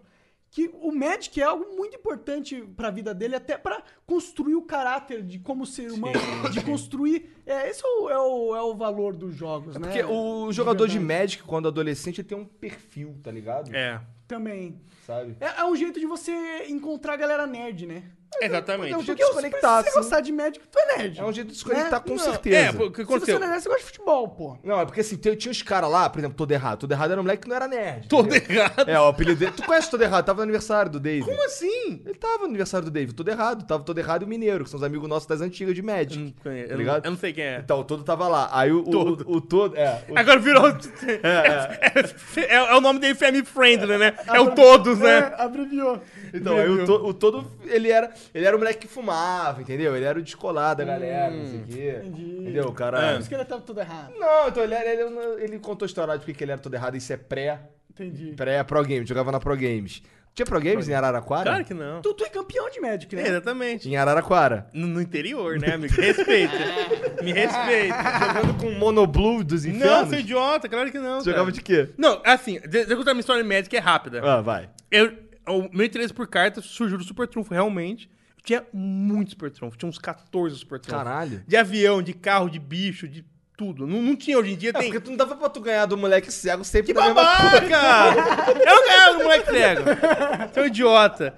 S4: que o Magic é algo muito importante pra vida dele, até pra construir o caráter de como ser humano, de construir. É, esse é o, é o, é o valor dos jogos, né?
S2: Porque o jogador de
S4: verdade.
S2: Magic, quando adolescente, ele tem um perfil, tá ligado?
S3: É,
S4: Também.
S2: Sabe?
S4: É, é um jeito de você encontrar a galera nerd, né?
S2: É um
S3: exatamente.
S2: jeito
S4: Porque
S2: de se
S4: se
S2: conectar,
S4: você
S2: assim.
S4: gostar de médico, tu é nerd.
S2: É um jeito de se conectar, com
S4: Não,
S2: certeza.
S3: É, o que
S4: Se você
S3: aconteceu?
S4: não é nerd, você gosta de futebol, pô.
S2: Não, é porque assim, tem- tinha uns caras lá, por exemplo, Todo Errado. Todo Errado era um moleque que não era nerd.
S3: Todo
S2: entendeu?
S3: errado.
S2: É, o apelido dele. Tu conhece o Todo Errado? Tava no aniversário do Dave.
S3: Como assim?
S2: Ele tava no aniversário do David, todo errado. Tava todo errado e o Mineiro, que são os amigos nossos das antigas de Magic.
S3: Eu não conheço,
S2: tá
S3: eu
S2: ligado?
S3: não- eu não sei quem é.
S2: Então, o todo tava lá. Aí o, o-
S3: Hum, Todo.
S2: o, o todo. É. O,
S3: Agora virou. É, é- é o nome dele Family Friendly, né? É o todos, né?
S4: abreviou.
S2: então, aí o, to- o todo, ele era. Ele era o moleque que fumava, entendeu? Ele era o descolado da galera, não sei o quê. Entendeu? O cara.
S3: É,
S4: Por isso que ele tava tudo errado.
S2: Não, então ele, era- ele, ele contou a história de porque que ele era todo errado. Isso é pré.
S4: Entendi.
S2: Pré Pro Games, jogava na Pro Games. Tinha Pro Games em Araraquara?
S3: Claro que não.
S4: Tu, tu é campeão de médico,
S3: É,
S4: né?
S3: exatamente.
S2: Tinha em Araraquara.
S3: No, no interior, né, amigo? Respeita. Me respeita.
S2: Jogando com o Monoblue dos
S3: Ah. Não,
S2: infernos.
S3: seu idiota, claro que não.
S2: Jogava
S3: cara.
S2: de quê?
S3: Não, assim, de- deixa eu contar minha história médica, é rápida.
S2: Ah, vai.
S3: Eu, o meu interesse por cartas surgiu do Super Trunfo, realmente. Eu tinha muito Super Trunfo, tinha uns 14 Super Trunfo.
S2: Caralho.
S3: De avião, de carro, de bicho, de tudo. Não, não tinha hoje em dia,
S2: É,
S3: tem.
S2: porque tu não dava pra tu ganhar do moleque cego sempre
S3: Que
S2: da mesma
S3: babaca! Eu não ganhava do moleque cego. Seu idiota.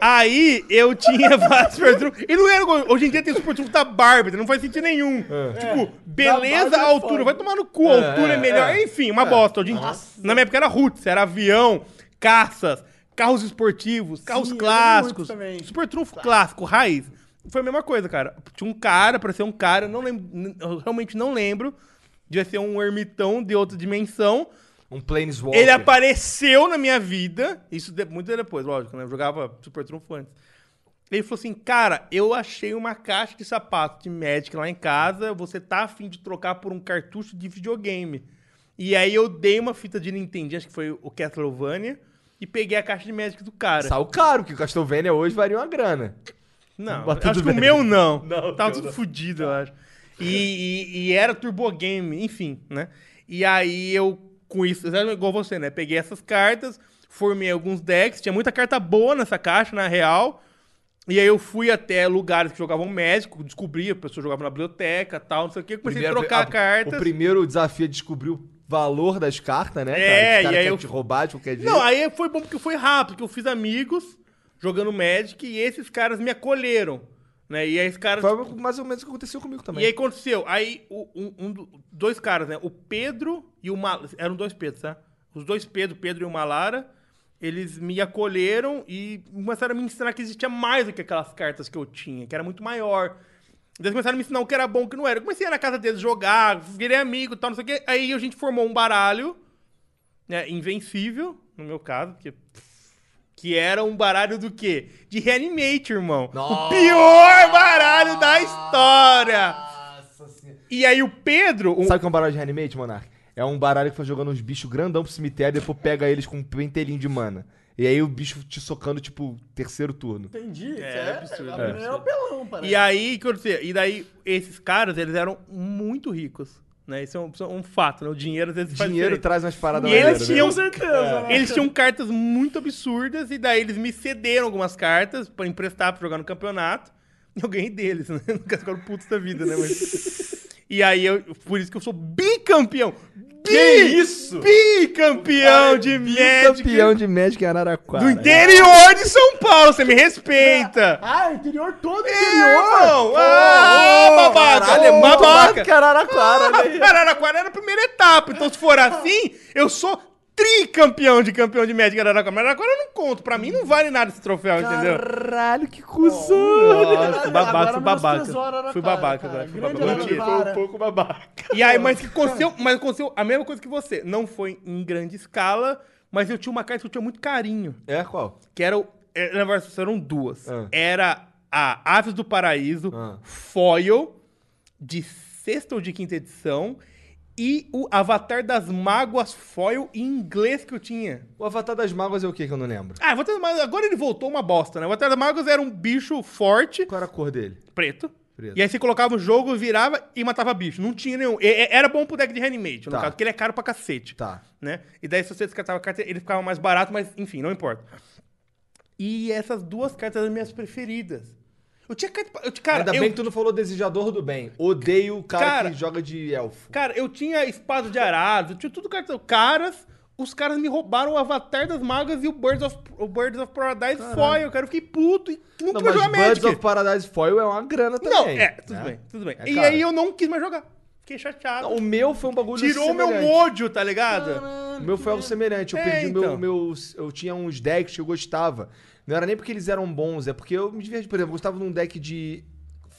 S3: Aí eu tinha vários super truques. E não era. igual- Hoje em dia tem super truque da Barbie, tá não faz sentido nenhum. Tipo,
S4: Da Barbie
S3: beleza,
S4: é
S3: altura.
S4: foda.
S3: Vai tomar no cu, a altura é,
S2: é,
S3: melhor.
S2: é.
S3: Enfim, uma bosta. Hoje em dia, na minha época era Roots, era avião, caças, carros esportivos, carros
S4: eu lembro
S3: clássicos.
S4: muito também.
S3: Super trunfo clássico, raiz. Foi a mesma coisa, cara. Tinha um cara, parecia um cara, não lembro, eu realmente não lembro. Devia ser um ermitão de outra dimensão.
S2: Um Planeswalker.
S3: Ele apareceu na minha vida, isso de- muito depois, lógico, né? Eu jogava Super Trunfo antes. Ele falou assim, cara, eu achei uma caixa de sapato de Magic lá em casa, você tá afim de trocar por um cartucho de videogame. E aí eu dei uma fita de Nintendo, acho que foi o Castlevania, e peguei a caixa de Magic do cara.
S2: Saiu caro, que o Castlevania hoje varia uma grana.
S3: Não,
S2: Mas
S3: acho
S2: tudo
S3: que o
S2: bem.
S3: meu não.
S2: Não,
S3: Tava
S2: o teu
S3: tudo
S2: não. Tá.
S3: fudido, eu acho. E, e- e era Turbo Game, enfim, né? E aí eu, com isso, exatamente igual você, né? Peguei essas cartas, formei alguns decks, tinha muita carta boa nessa caixa, na real. E aí eu fui até lugares que jogavam médico, descobri, a pessoa jogava na biblioteca tal, não sei o que, comecei
S2: Primeiro,
S3: a trocar
S2: O
S3: cartas.
S2: primeiro desafio é descobrir o valor das cartas, né?
S3: É,
S2: cara? Os caras
S3: e aí
S2: querem
S3: eu-
S2: te roubar de qualquer jeito.
S3: Não, aí foi bom porque foi rápido, que eu fiz amigos jogando Magic e esses caras me acolheram, né? E aí esses caras...
S2: Foi mais ou menos o que aconteceu comigo também.
S3: E aí aconteceu. Aí o- um, um do- dois caras, né? O Pedro e o Malara. Eram dois Pedros, tá? Os dois Pedro, Pedro e o Malara, eles me acolheram e começaram a me ensinar que existia mais do que aquelas cartas que eu tinha, que era muito maior. Eles começaram a me ensinar o que era bom e o que não era. Eu comecei a ir na casa deles jogar, virei amigo e tal, não sei o quê. Aí a gente formou um baralho, né? Invencível, no meu caso, porque. Que era um baralho do quê? De Reanimate, irmão. O pior baralho da história!
S2: Nossa senhora.
S3: E aí o Pedro. o-
S2: Sabe o que é um baralho de reanimate, Monark? É um baralho que foi jogando uns bichos grandão pro cemitério e depois pega eles com um pentelinho de mana. E aí o bicho te socando, tipo, terceiro turno.
S4: Entendi.
S3: É,
S4: É, é
S3: absurdo,
S4: absurdo.
S3: é
S4: É um pelão, parece.
S3: E aí, o que aconteceu? E daí, esses caras, eles eram muito ricos. Né? Isso é um, isso é um fato, né? O dinheiro às vezes faz
S2: Dinheiro
S3: diferença.
S2: traz umas paradas
S3: E é um eles
S2: maneiras, né?
S3: tinham-
S4: Com certeza, né?
S3: Eles tinham cartas muito absurdas, e daí eles me cederam algumas cartas pra emprestar pra jogar no campeonato. E eu ganhei deles, né? Nunca ficaram putos da vida, né? Mas... E aí, eu, por isso que eu sou bicampeão! Bi,
S2: isso?
S3: Bicampeão de Magic!
S2: Campeão de Magic em Araraquara.
S3: Do interior de São Paulo, você me respeita!
S4: Ah, interior todo
S3: É,
S4: interior!
S3: Não! Ah, babaca!
S2: Caralho, é muito
S3: babaca!
S2: mais que Araraquara, né?
S3: Ah, Araraquara era a primeira etapa, então se for assim, eu sou tricampeão de campeão de Magic Araraquara. Mas Araraquara eu não conto, pra mim não vale nada esse troféu, entendeu?
S2: Caralho, que cuzão!
S3: Nossa, babaca, fui
S4: menosprezou
S3: babaca.
S4: Araraquara,
S3: Fui babaca,
S4: cara.
S3: cara. Fui
S4: Grande
S3: babaca. Mentira.
S4: Araraquara.
S2: um pouco babaca.
S3: E aí, mas que aconteceu, mas aconteceu a mesma coisa que você. Não foi em grande escala, mas eu tinha uma carta que eu tinha muito carinho.
S2: É, qual?
S3: Que era, o- é, na verdade, eram duas.
S2: Ah.
S3: Era a Aves do Paraíso,
S2: Ah.
S3: Foil, de sexta ou de quinta edição, e o Avatar das Mágoas Foil em inglês que eu tinha.
S2: O Avatar das Mágoas é o que que eu não lembro?
S3: Ah, Avatar das Mágoas, agora ele voltou uma bosta, né? O Avatar das Mágoas era um bicho forte,
S2: Qual era a cor dele?
S3: preto.
S2: Preto.
S3: E aí você colocava o jogo, virava e matava bicho. Não tinha nenhum. E- e- Era bom pro deck de reanimate, no
S2: Tá.
S3: caso, porque ele é caro pra cacete
S2: Tá.
S3: né? E daí se você descartava a carta, ele ficava mais barato, mas enfim, não importa. E essas duas cartas eram minhas preferidas. Eu tinha carta, pra- eu, tinha- cara,
S2: Ainda
S3: eu,
S2: bem que tu não falou Desejador do Bem. Odeio o cara,
S3: Cara-
S2: que joga de elfo.
S3: cara, eu tinha espada de arado, eu tinha tudo cartão. Caras, os caras me roubaram o Avatar das Magas e o Birds of, o Birds of Paradise Foil, cara, eu fiquei puto e nunca
S2: Não,
S3: mais
S2: mas
S3: jogar
S2: Birds
S3: Magic.
S2: of Paradise Foil é uma grana também.
S3: Não, é, tudo
S2: né?
S3: bem, tudo bem.
S2: É
S3: e
S2: caro.
S3: aí eu não quis mais jogar. Fiquei chateado.
S2: Não, o meu foi um bagulho
S3: Tirou o meu
S2: semelhante.
S3: ódio, tá ligado?
S2: O meu foi algo semelhante. Eu
S3: É,
S2: perdi o meu,
S3: então.
S2: meu. Eu tinha uns decks que eu gostava. Não era nem porque eles eram bons, é porque eu me diverti. Por exemplo, eu gostava de um deck de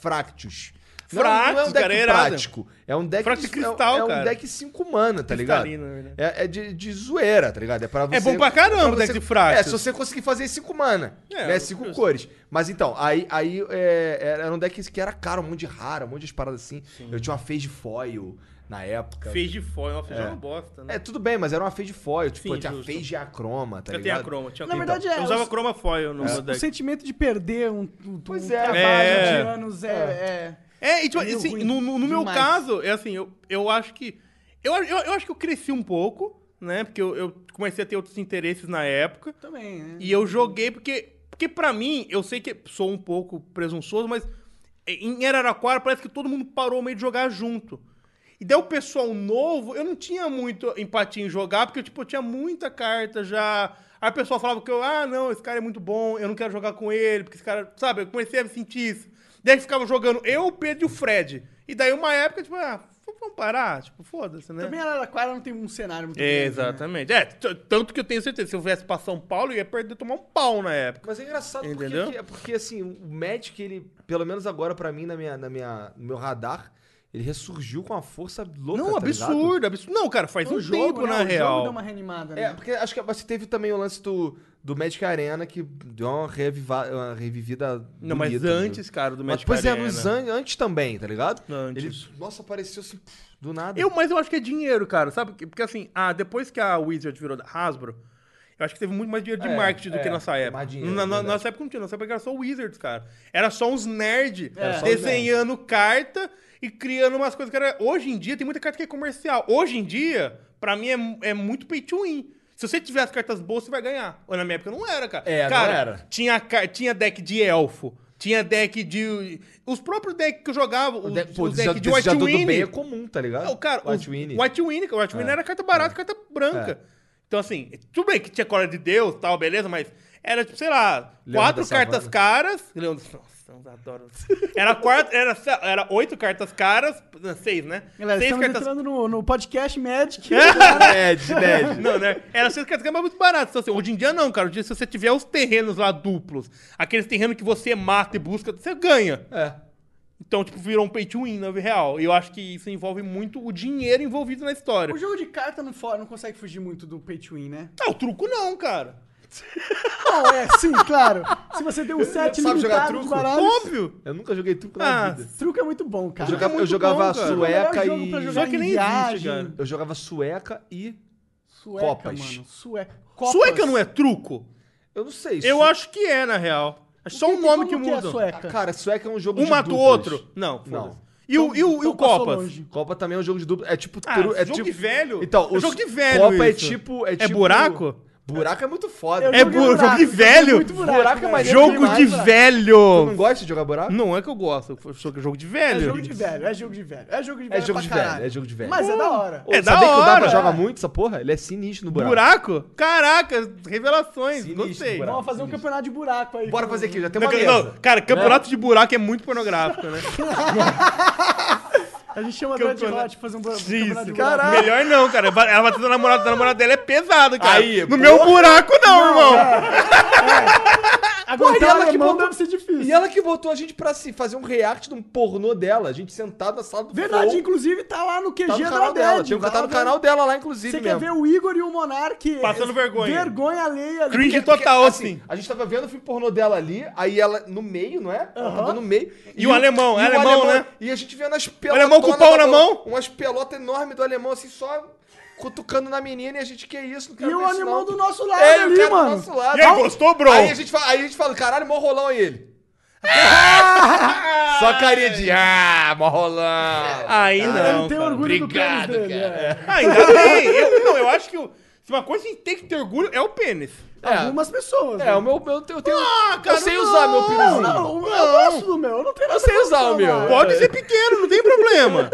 S2: Fractus. Não é- não é
S3: Fractus,
S2: um deck
S3: cara, é irado.
S2: prático. É um deck
S3: Fractus
S2: de-
S3: cristal,
S2: é, é um
S3: cara.
S2: deck 5 mana, tá ligado?
S3: Cristalino, na verdade.
S2: É, é de, de zoeira, tá ligado? É pra você.
S3: É bom pra caramba
S2: pra
S3: o deck
S2: você-
S3: de Fractus.
S2: É, se você conseguir fazer 5 mana.
S3: É,
S2: né?
S3: eu-
S2: 5
S3: eu-
S2: cores. Mas então, aí, aí é, era um deck que era caro, um monte de rara, um monte de paradas assim. Eu tinha uma Phase Foil na época.
S3: Fez de foil, ela fez uma bosta, né?
S2: É, tudo bem, mas era uma fade foil. Tipo,
S3: Sim,
S2: tinha
S3: justo.
S2: fade e a croma, tá
S3: eu tenho
S2: ligado?
S3: a croma, tinha
S4: Na
S3: croma.
S4: verdade, é,
S3: Eu usava
S4: os-
S3: croma foil no meu
S4: O
S3: deck.
S4: sentimento de perder um, um, um
S2: Pois é.
S4: trabalho
S3: É.
S4: de anos é... é...
S3: É, e tipo,
S4: É meio
S3: assim,
S4: ruim
S3: no, no- no meu
S4: demais.
S3: caso, é assim, eu, eu acho que. Eu, eu, eu acho que eu cresci um pouco, né? Porque eu, eu comecei a ter outros interesses na época.
S4: Também, né?
S3: E eu joguei porque. Porque pra mim, eu sei que sou um pouco presunçoso, mas em Araraquara parece que todo mundo parou meio de jogar junto. E daí o pessoal novo, eu não tinha muito empatia em jogar, porque tipo, eu tinha muita carta já. Aí o pessoal falava que eu, ah, não, esse cara é muito bom, eu não quero jogar com ele, porque esse cara. Sabe, eu comecei a me sentir isso. Daí ficava jogando eu, o Pedro e o Fred. E daí uma época, tipo, ah, v- vamos parar, tipo, foda-se, né?
S4: Também Araraquara não tem um cenário muito grande, né?
S3: Exatamente. É, t- tanto que eu tenho certeza, se eu viesse pra São Paulo, eu ia perder tomar um pau na época.
S2: Mas é engraçado porque-
S3: Entendeu?
S2: que- é porque assim, o Magic, ele, pelo menos agora pra mim, na minha, na minha, no meu radar, ele ressurgiu com uma força louca.
S3: Não,
S2: tá ligado?
S3: absurdo, absurdo. Não, cara, faz
S4: O
S3: um
S4: jogo,
S3: jogo, tempo,
S4: né?
S3: na
S4: o jogo
S3: real.
S4: deu uma reanimada, né?
S2: É, porque acho que você teve também o lance do, do Magic Arena que deu uma, reviva, uma revivida.
S3: Não, mas
S2: bonita,
S3: antes, cara, do
S2: Mas,
S3: Magic
S2: pois é,
S3: Arena.
S2: nos an- antes também, tá ligado?
S3: Antes.
S2: Ele, nossa, apareceu assim, pff, do nada.
S3: Eu, mas eu acho que é dinheiro, cara, sabe? Porque- Porque assim, ah, depois que a Wizard virou da Hasbro, eu acho que teve muito mais dinheiro de
S2: É,
S3: marketing do
S2: é,
S3: que nessa
S2: tem
S3: época.
S2: mais dinheiro,
S3: na, na-
S2: verdade.
S3: nossa época não tinha, nossa época era só Wizards, cara. Era só uns nerd
S2: Era só uns
S3: desenhando carta e criando umas coisas que era... Hoje em dia tem muita carta que é comercial. Hoje em dia, pra mim, é, é muito pay to win. Se você tiver as cartas boas, você vai ganhar. Ou na minha época não era, cara.
S2: É, não
S3: cara,
S2: era.
S3: Tinha, car- tinha deck de elfo. Tinha deck de. Os próprios decks que eu jogava. Os,
S2: O de, pô,
S3: os deck de
S2: desejador do
S3: Whitewing.
S2: bem é comum, tá ligado?
S3: Não, cara,
S2: White
S3: White
S2: Winnie.
S3: Winnie. É. White Winnie, cara, White Winnie era carta barata, carta branca. Então, assim, tudo bem que tinha cola de Deus e tal, beleza, mas era, tipo, sei lá,
S2: Leão
S3: quatro
S2: da Savana.
S3: cartas caras. Leão da- Nossa, eu adoro. Era, quatro, era, sei lá, era oito cartas caras, seis, né?
S4: Galera,
S3: seis
S4: estamos
S3: cartas É.
S4: entrando no, no podcast Magic.
S2: Ned, Ned.
S3: não, né? Era seis cartas mas muito barato. Então, assim, hoje em dia não, cara. Hoje em dia, se você tiver os terrenos lá duplos, aqueles terrenos que você mata e busca, você ganha.
S2: É.
S3: Então, tipo, virou um pay to win, na vida real. E eu acho que isso envolve muito o dinheiro envolvido na história.
S4: O jogo de carta não, fo- não consegue fugir muito do pay to win, né?
S3: Ah, o truco não, cara.
S4: Não, é, sim, claro. Se você tem um set
S2: Sabe jogar
S4: limitado de
S2: truco?
S4: baralhos,
S3: Óbvio.
S2: Eu nunca joguei truco na
S3: Ah,
S2: vida.
S4: truco é muito bom, cara.
S2: Eu jogava,
S4: É
S2: eu
S4: muito
S2: jogava
S3: bom, cara.
S2: sueca
S4: É o melhor jogo pra
S2: e.
S4: jogar.
S3: Só que
S4: em
S3: nem existe,
S4: viagem.
S3: cara.
S2: Eu jogava sueca e.
S4: Sueca,
S2: Copas.
S4: mano. Sueca.
S3: Sueca não é truco?
S2: Eu não sei.
S3: Eu
S2: su-
S3: acho que é, na real. É só um
S4: Como
S3: nome que
S4: é
S3: muda.
S4: sueca?
S2: Cara, sueca é um jogo
S3: um
S2: de.
S3: mata o
S2: duplas.
S3: outro. Não,
S2: Não.
S3: não. E o, e o, e o
S4: Então passou
S3: Copas?
S4: longe.
S2: Copa também é um jogo de dupla. É tipo.
S3: Ah,
S2: tru- é
S3: jogo
S2: tipo...
S3: de velho.
S2: Então,
S3: É
S2: os-
S3: jogo de velho
S2: Copa é
S3: isso.
S2: tipo. É,
S3: É
S2: tipo-
S3: buraco?
S2: Buraco é muito foda.
S4: Eu
S3: É
S4: joguei
S3: bu- jogo de
S4: joguei
S3: velho?
S4: muito buraco,
S2: Buraco é
S4: velho.
S2: maneiro
S3: Jogo
S2: demais,
S3: de
S2: cara. Tu não
S3: velho!
S2: gosta de jogar buraco?
S3: Não é que eu gosto, eu sou jogo de
S4: É
S3: velho.
S4: jogo de velho, é jogo de velho. É jogo de velho.
S2: jogo
S4: pra
S2: de velho,
S4: caralho.
S2: é jogo de velho.
S4: Mas é da hora.
S2: Ô,
S3: É da
S2: sabia que o Dapa
S3: hora.
S2: joga muito essa porra? Ele é sinistro no buraco.
S3: Buraco? Caraca, revelações,
S2: Sinistro,
S3: gostei.
S2: buraco. É
S4: Vamos fazer um campeonato de buraco aí.
S2: Bora
S4: com-
S2: fazer aqui, já tem
S3: Não,
S2: uma
S3: cara,
S2: mesa.
S3: não, cara, campeonato de buraco é muito pornográfico, né?
S4: A gente chama a Dread
S3: Campeonato-
S4: Hot pra fazer um bu- campeonato de
S3: Isso,
S4: buraco.
S3: caralho. Melhor não, cara. Ela bateu na namorada, a namorada dela é pesado, cara.
S2: Aí,
S3: no meu buraco não, irmão.
S2: Porra,
S4: Aguentar
S2: e ela
S4: o
S2: que
S4: alemão
S2: mandou-
S4: deve ser difícil.
S2: E ela que botou a gente pra se fazer um react de um pornô dela. A gente sentado na sala do
S4: Verdade,
S2: Flow.
S4: inclusive tá lá no QG
S2: Tá no
S4: da
S2: canal dela.
S4: Dread.
S2: Tem um
S4: vai
S2: tá
S4: lá
S2: no
S4: ver.
S2: canal dela lá, inclusive.
S4: Você quer ver
S2: mesmo.
S4: o Igor e o Monark...
S3: Passando vergonha.
S4: Vergonha alheia. ali.
S3: Cringe
S2: Porque,
S3: total,
S2: assim,
S3: assim.
S2: A gente tava vendo o filme pornô dela ali, aí ela no meio, não é? Ela tava no meio.
S3: E o alemão, é
S2: o
S3: alemão, né?
S2: E a gente vendo as
S3: O
S2: pelotas.
S3: alemão com o pau na mão?
S2: Umas pelotas enormes do alemão, assim, só cutucando na menina e a gente, que isso? Não quero
S4: é E
S2: ver
S4: o
S2: isso,
S4: animal
S2: não.
S4: do nosso lado
S2: É, o
S4: ali,
S2: cara do
S4: mano.
S2: nosso lado.
S3: E aí, gostou, bro?
S2: Aí a gente fala, aí a gente fala caralho, mó rolão aí ele. Só carinha de, ah, mó rolão.
S3: Aí
S4: Ele
S3: não.
S4: tem
S3: cara.
S4: orgulho do pênis
S2: Obrigado,
S4: dele. é.
S3: Ah, Ainda bem. Eu, não, eu acho que o- se uma coisa que a gente tem que ter orgulho é o pênis.
S4: Algumas pessoas.
S2: É,
S4: né?
S2: o meu, meu eu tenho.
S3: Ah, cara,
S2: eu sei usar meu
S4: Não,
S2: piruzinho.
S4: não, o meu eu gosto do meu, eu não tenho nada
S2: sei
S4: pra
S2: usar o
S4: reclamar.
S2: meu.
S3: Pode ser pequeno, não tem problema.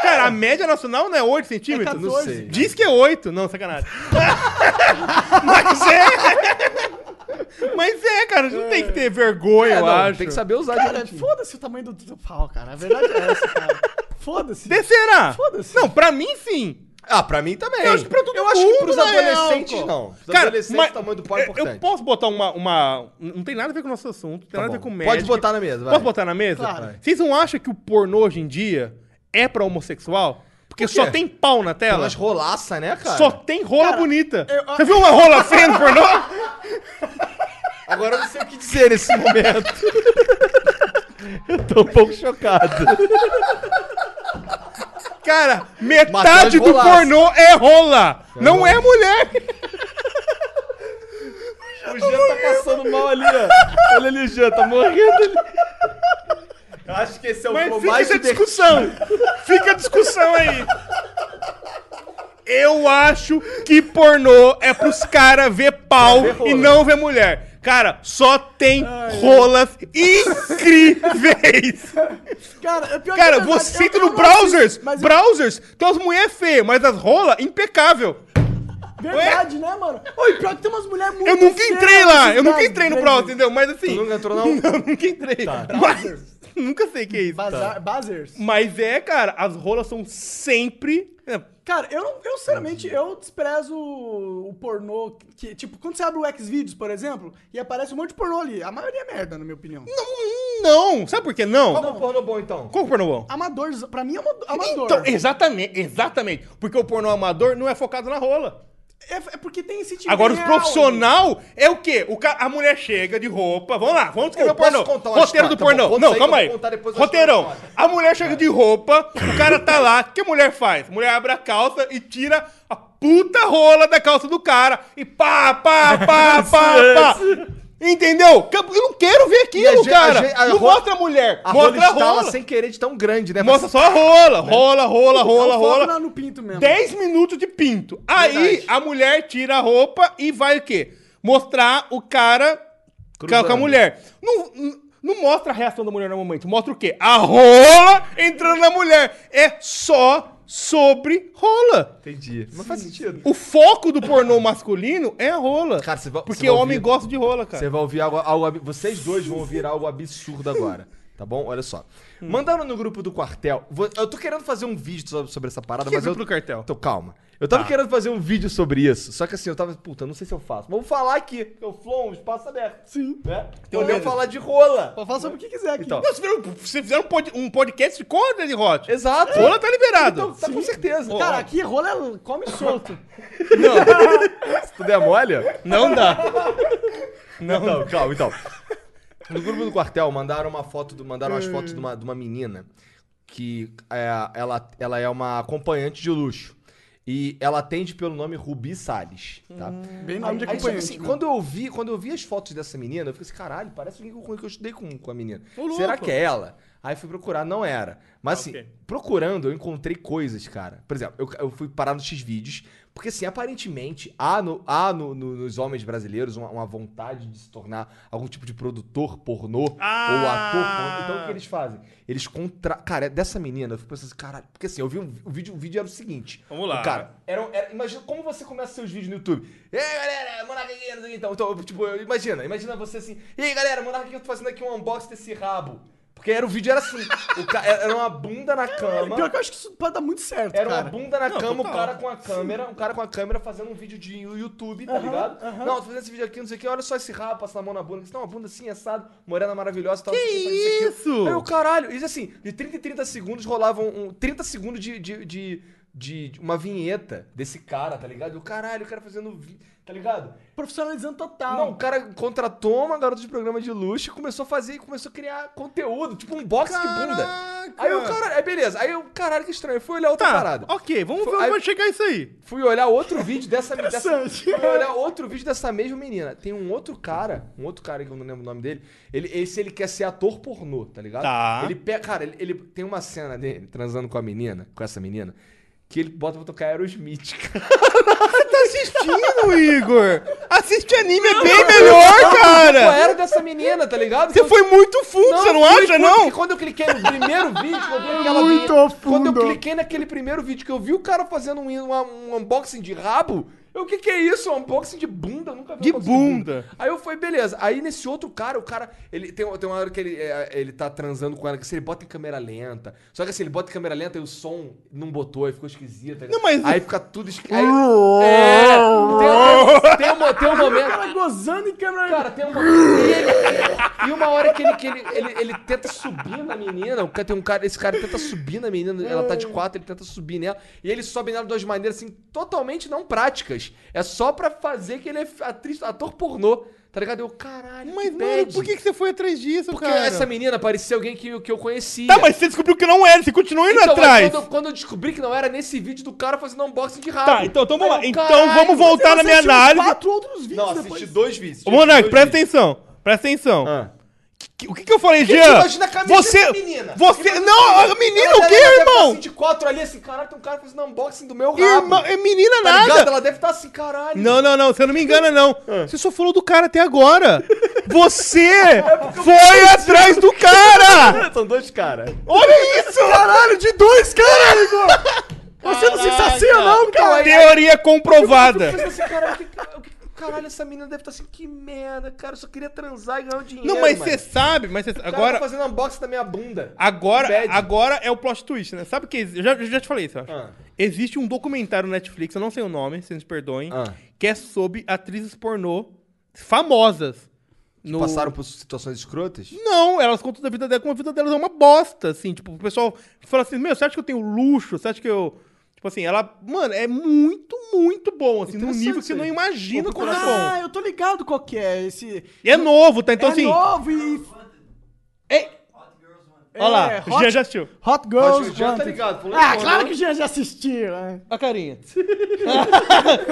S3: Cara, a média nacional não é 8 centímetros?
S4: É 14.
S2: Não sei.
S3: Diz que é 8. Não, sacanagem. Mas é. Mas é, cara, a gente não tem que ter vergonha,
S2: É,
S3: eu
S2: não,
S3: acho.
S2: Tem que saber usar
S4: Cara,
S3: tipo.
S2: direitinho.
S4: foda-se o tamanho do, do pau, cara. A verdade é essa, cara. Foda-se.
S3: Descerá.
S4: Foda-se.
S3: Não, pra mim sim.
S2: Ah, pra mim também.
S3: Eu acho que pra todo
S2: Eu acho que
S3: mundo,
S2: pros
S3: na real,
S2: adolescentes,
S3: pô.
S2: não. Pros
S3: Cara,
S2: adolescentes,
S3: mas
S2: o tamanho do pau é
S3: eu-
S2: importante.
S3: Eu posso botar uma... uma... Não tem nada a ver com o nosso assunto, não tem
S2: Tá
S3: nada a ver
S2: bom.
S3: com o
S2: Pode
S3: médico.
S2: botar na mesa, vai.
S3: Posso botar na mesa?
S4: Claro.
S3: Vocês não acham que o pornô hoje em dia é pra homossexual? Porque
S2: Por quê?
S3: só tem pau na tela.
S2: Elas rolaça, né, cara?
S3: Só tem rola bonita. Você viu uma rola feia no pornô?
S2: Agora eu não sei o que dizer nesse momento. eu tô um pouco chocado.
S3: Cara,
S2: Mas
S3: metade
S2: tem
S3: do
S2: rolaço.
S3: pornô é rola. Não é mulher.
S2: O Jean tá passando mal ali, ó. Olha ali o Jean, tá morrendo ali. Eu acho que esse é o
S3: Mas
S2: flow
S3: fica
S2: mais
S3: essa
S2: divertido.
S3: discussão. Fica a discussão aí. Eu acho que pornô é pros caras ver pau e não ver mulher. Cara, só tem rolas incríveis.
S4: Cara, é pior que é
S3: Cara,
S4: verdade,
S3: você
S4: eu-
S3: entra
S4: eu
S3: no
S4: não assisto,
S3: browsers,
S4: mas é eu-
S3: browsers, então tem umas mulheres feias, é mas as rolas, impecável.
S4: Verdade, né, mano? Oi, pior que tem umas mulheres muito
S3: Eu nunca
S4: feias
S3: entrei lá, eu
S4: nessas
S3: nunca
S4: cidades,
S3: entrei no
S4: né,
S3: browser,
S4: velho?
S3: entendeu? Mas assim,
S2: nunca entrou, não? Tá.
S3: eu nunca entrei. Mas, nunca sei o que é isso.
S4: Bazar, Buzzers.
S3: Mas é, cara, as rolas são sempre... é,
S4: Cara, eu, não- eu sinceramente, eu desprezo o pornô. Que, tipo, quando você abre o Xvideos, por exemplo, e aparece um monte de pornô ali. A maioria é merda, na minha opinião.
S3: Não, não. Sabe por que não?
S2: Qual que é o porno bom, então?
S3: Qual o pornô bom?
S4: Amador, pra mim é amado- amador.
S3: Então, exatamente, exatamente. Porque o pornô amador não é focado na rola.
S4: é, é porque tem esse tipo
S3: Agora, os profissional é o quê? O ca... A mulher chega de roupa. Vamos lá, vamos escrever
S2: Eu
S3: o pornô.
S2: posso contar uma
S3: Roteiro
S2: história,
S3: do
S2: tá bom?
S3: pornô.
S2: Vamos
S3: não,
S2: sair,
S3: calma
S2: eu
S3: aí.
S2: vou contar depois da
S3: Roteirão.
S2: história.
S3: A mulher chega de roupa, o cara tá lá. O que a mulher faz? A mulher abre a calça e tira a puta rola da calça do cara. E pá, pá, pá, pá, pá. Entendeu? Eu não quero ver
S2: E a
S3: aquilo,
S2: gente- a
S3: cara.
S2: gente- a
S3: não
S2: rola-
S3: mostra a mulher.
S2: A rola
S3: mostra a
S2: instala
S3: rola.
S2: sem querer de tão grande, né?
S3: Mostra só a rola. Rola, rola, rola,
S4: Eu foco
S3: rola.
S4: na- no pinto mesmo.
S3: 10 minutos de pinto. Aí
S2: Verdade.
S3: a mulher tira a roupa e vai o quê? Mostrar o cara com a- com a
S2: Cruzando.
S3: mulher. Não, não- não mostra a reação da mulher no momento. Mostra o quê? A rola entrando na mulher. É só sobre rola.
S2: Entendi. Não faz sentido.
S3: O foco do pornô masculino é a rola.
S2: Cara, você vai- você
S3: Porque
S2: vai
S3: o homem
S2: ouvir-
S3: gosta de rola, cara.
S2: Você vai ouvir algo, algo ab- Vocês dois vão ouvir algo absurdo agora. Tá bom? Olha só.
S3: Hum.
S2: Mandaram no grupo do quartel. Vo- Eu tô querendo fazer um vídeo sobre, sobre essa parada,
S3: Que
S2: mas
S3: grupo
S2: eu.
S3: do quartel?
S2: Então, calma. Eu tava querendo fazer um vídeo sobre isso. Só que assim, eu tava. Puta, não sei se eu faço. Vamos falar aqui. porque o Flow, é um espaço aberto.
S4: Sim.
S2: Né?
S3: Tem um
S2: Podemos
S3: dedo.
S2: falar de rola.
S4: Pode falar sobre o que quiser aqui.
S2: Então.
S3: Não, vocês fizeram- vocês fizeram um, pod- um podcast com a Dani Hot.
S2: Exato.
S3: Rola tá liberado.
S2: Então, tá com certeza.
S4: Cara, aqui rola é- come solto.
S2: se tu der mole.
S3: Não dá.
S2: Não, então, calma, então. No grupo do quartel mandaram uma foto, do, mandaram umas fotos de uma, de uma menina que é, ela, ela é uma acompanhante de luxo. E ela atende pelo nome Rubi Salles, tá?
S4: Hum. Bem nome de
S2: Aí, só que,
S4: acompanhante.
S2: assim,
S4: né?
S2: quando eu vi, quando eu vi as fotos dessa menina, eu fiquei assim, caralho, parece alguém com que eu estudei com, com a menina. Será que é ela? Aí fui procurar, não era.
S3: Ah,
S2: Mas assim, procurando, eu encontrei coisas, cara. Por exemplo, eu, eu fui parar nos X-Vídeos, porque assim, aparentemente, há, no, há no- no- nos homens brasileiros uma, uma vontade de se tornar algum tipo de produtor pornô ou
S3: Ah!
S2: ator pornô. Então o que eles fazem? Eles contra... Cara, é dessa menina, eu fico pensando assim, caralho, porque assim, eu vi um, o, vídeo, o vídeo era o seguinte.
S3: Vamos lá.
S2: O cara, era, um, era- imagina como você começa seus vídeos no YouTube. E aí, galera, Monarca Games aqui, então. Então, eu, tipo, eu- imagina, imagina você assim. E aí, galera, Monarca eu tô fazendo aqui um unboxing desse rabo. Porque era, o vídeo era assim. o ca- era uma bunda na
S4: Pior
S2: cama.
S4: que eu acho que isso pode dar muito certo,
S2: Era uma
S4: cara.
S2: bunda na
S3: Não,
S2: cama, o
S3: total.
S2: cara com a câmera, um cara com a câmera fazendo um vídeo de YouTube, tá ligado? Não, tô fazendo esse vídeo aqui, não sei o que, olha só esse rabo passando a mão na bunda, isso não, uma bunda assim, assado, morena maravilhosa, tal, que
S3: isso?
S2: Aí o caralho, isso assim, de 30 em 30 segundos rolavam um, 30 segundos de, de, de, de- de uma vinheta desse cara, tá ligado? E o caralho, o cara fazendo, vi- tá ligado?
S4: Profissionalizando total.
S2: Não, o cara contratou uma garota de programa de luxo e começou a fazer, começou a criar conteúdo, tipo um box de bunda. Aí o cara, aí beleza, aí o caralho que estranho, eu fui olhar outra
S3: Tá,
S2: parada.
S3: ok, vamos ver
S2: Foi-
S3: onde
S2: aí-
S3: vai chegar isso aí.
S2: Fui olhar outro vídeo dessa, dessa
S4: Interessante.
S2: fui olhar outro vídeo dessa mesma menina. Tem um outro cara, um outro cara que eu não lembro o nome dele. Ele, esse ele quer ser ator pornô, tá ligado?
S3: Tá.
S2: Ele pega, cara, ele, ele- tem uma cena dele transando com a menina, com essa menina, que ele bota pra tocar Aerosmith. cara.
S3: Tá assistindo, Igor? Assiste anime, é bem melhor,
S2: Qual
S3: cara!
S2: era dessa menina, tá ligado?
S3: Você foi muito fundo, você não
S2: fui,
S3: acha,
S2: fui,
S3: não?
S2: porque Quando eu cliquei no primeiro vídeo, eu vi aquela
S4: Muito
S2: vinheta- Quando eu
S4: fundo.
S2: cliquei naquele primeiro vídeo que eu vi o cara fazendo um, um- um unboxing de rabo, eu, o que que é isso? Um unboxing de bunda? Eu nunca vi
S3: De
S2: um unboxing
S3: bunda.
S2: Aí eu falei, beleza. Aí nesse outro cara, o cara, ele tem, tem uma hora que ele, é, ele tá transando com ela, que se ele bota em câmera lenta. Só que assim, ele bota em câmera lenta e o som não botou, aí ficou esquisito. Aí,
S3: Não, mas-
S2: aí fica tudo esquisito. É, tem, tem, um- tem um
S4: O
S2: momento...
S4: cara gozando em câmera.
S2: Cara, tem uma. E, ele- e uma hora que, ele, que ele, ele, ele tenta subir na menina. o cara- Tem um cara, esse cara tenta subir na menina. Ela tá de quatro, ele tenta subir nela. E ele sobe nela de duas maneiras, assim, totalmente não práticas. É só pra fazer que ele é atriz, ator pornô. Tá ligado? Eu, caralho,
S3: Mas,
S2: que
S3: mano,
S2: bad.
S3: por que, que você foi atrás disso,
S2: Porque
S3: cara?
S2: essa menina parecia alguém que, que eu conhecia.
S3: Tá, mas você descobriu que não era, você continua indo
S2: Então, mas
S3: atrás.
S2: Quando, eu- quando eu descobri que não era nesse vídeo do cara fazendo unboxing de rabo.
S3: Tá, então, então vamos
S2: Aí
S3: lá.
S2: eu,
S3: Então
S2: caralho,
S3: vamos voltar na
S4: Você
S3: minha
S4: assistiu
S3: análise.
S4: quatro outros vídeos
S2: Não,
S4: depois.
S2: assisti dois vídeos.
S3: Ô, Monark,
S2: Dois
S3: presta
S2: vídeos.
S3: atenção. Presta atenção.
S2: Ah.
S3: Que- O que, que eu falei,
S2: Que
S3: Jean?
S2: imagina a camisa
S3: Você.
S2: dessa menina.
S3: Você.
S2: Imagina
S3: Não, a menina
S2: Ela
S3: o quê,
S2: deve ter
S3: Irmão!
S2: assim de quatro ali, assim, caralho, tem um cara fazendo unboxing do meu rabo.
S3: Irmão, é menina
S2: tá
S3: nada.
S2: ligado? Ela deve estar assim, caralho.
S3: Não, não, não, você não me engana, não. Você só falou do cara até agora. Você foi atrás do cara!
S2: São dois caras.
S3: Olha isso! Caralho, de dois, caralho! Você não se sacia, não, cara! Então, Teoria é comprovada.
S2: Mas assim, caralho, que- que- Caralho, essa menina deve estar assim, que merda, cara, eu só queria transar e ganhar um dinheiro.
S3: Não, mas
S2: mano.
S3: você sabe, mas você.
S2: O Cara, tá
S3: Agora.
S2: fazendo unboxing da minha bunda.
S3: Agora,
S2: Bad.
S3: agora é o plot twist, né? Sabe o que? Eu já, eu já te falei isso, eu acho.
S2: Ah.
S3: Existe um documentário no Netflix, eu não sei o nome, se nos perdoem,
S2: Ah.
S3: que é sobre atrizes pornô famosas. No...
S2: Passaram por situações escrotas?
S3: Não, elas contam da vida dela como a vida delas é uma bosta, assim. Tipo, o pessoal fala assim, meu, você acha que eu tenho luxo? Você acha que eu... Tipo assim, ela... Mano, é muito, muito bom, assim. Num nível que você não imagina como é
S4: Ah,
S3: bom.
S4: eu tô ligado qual que é esse.
S3: E é novo, tá? Então,
S4: é
S3: assim...
S4: novo e.
S3: Olha lá,
S4: é,
S3: o
S4: hot-
S3: Jean já assistiu.
S4: Hot
S2: Acho
S4: Girls.
S2: que o Jean tá
S4: Wanted.
S2: ligado, falou
S4: ah,
S2: de
S4: claro
S2: pornô.
S4: que o Jean já assistiu, né?
S3: A carinha.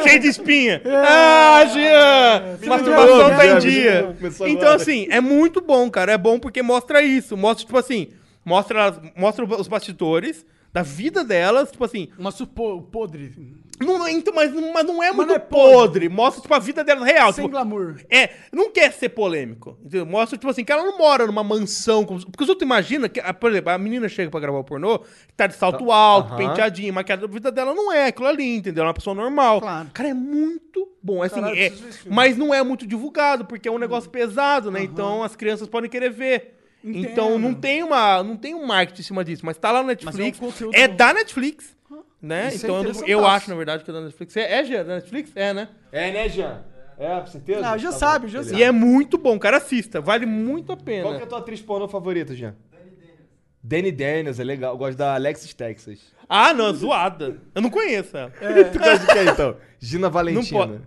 S3: Cheio de espinha.
S4: É.
S3: Ah, Jean! Masturbação
S4: me
S3: tá em
S4: julgou,
S3: dia.
S2: Começou
S3: Então,
S2: agora.
S3: assim, é muito bom, cara. É bom porque mostra isso. Mostra, tipo assim... Mostra, elas- mostra os bastidores da vida delas. Tipo assim...
S4: Uma supo podre.
S3: Não, não, então, mas, não- mas não é muito
S4: não é
S3: podre.
S4: podre.
S3: Mostra, tipo, a vida dela real.
S4: Sem
S3: tipo,
S4: glamour.
S3: é, não quer ser polêmico. Entendeu? Mostra, tipo assim, que ela não mora numa mansão. como- porque os outros imaginam que, ah, por exemplo, a menina chega pra gravar o pornô, tá de salto alto,
S2: aham.
S3: penteadinha, maquiada. A vida dela não é aquilo ali, entendeu? É uma pessoa normal.
S4: Claro.
S3: Cara, é muito bom. Assim,
S2: Caralho,
S3: é,
S2: preciso ver esse filme.
S3: mas não é muito divulgado, porque é um negócio pesado, né? Então as crianças podem querer ver.
S4: Entendo.
S3: Então não tem, uma, não tem um marketing em cima disso, mas tá lá no Netflix.
S4: conteúdo-
S3: é, da Netflix. Né?
S2: Isso é
S3: então eu não- eu,
S2: interessantaço.
S3: acho, na verdade, que é da Netflix. É, é, Gê, da Netflix? É, né?
S2: É, né, Jean? É, com certeza?
S4: Não, já
S2: bom,
S4: sabe, já
S2: beleza.
S4: sabe.
S3: E é muito bom, cara. Assista, vale muito a pena.
S2: Qual que é a tua atriz pornô favorita, Jean? Danny Daniels, é legal. Eu gosto da Alexis Texas.
S3: Ah, não, é zoada. Eu não conheço ela.
S2: tu gosta de quem, então? Gina
S3: É. Não
S2: Valentina.
S3: pode.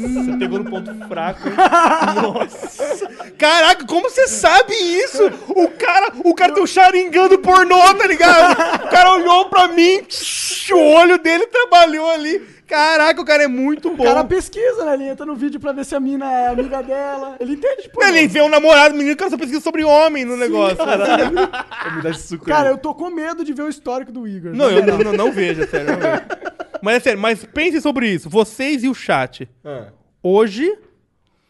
S3: Nossa, pegou no ponto fraco. hein? Nossa. Caraca, como você sabe isso? O cara, o cara tem um Sharingan do pornô, tá ligado? O cara olhou pra mim, o olho dele trabalhou ali. Caraca, o cara é muito bom.
S4: O cara pesquisa, né? Ele entra no vídeo pra ver se a mina é amiga dela. Ele entende, pô.
S3: Ele vê um namorado, menino, o cara só pesquisa sobre homem no negócio.
S2: Eu me dá esse suco
S4: Cara,
S2: aí.
S4: eu tô com medo de ver o histórico do Igor.
S3: Não, eu não, não, não vejo, é sério, não vejo. Mas é sério, mas pensem sobre isso. Vocês e o chat.
S2: Ah.
S3: Hoje,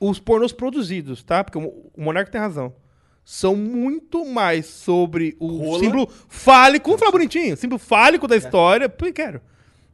S3: os pornôs produzidos, tá? Porque o o Monarca tem razão. São muito mais sobre o símbolo fálico. Vamos falar bonitinho. Símbolo fálico da história. Porque quero.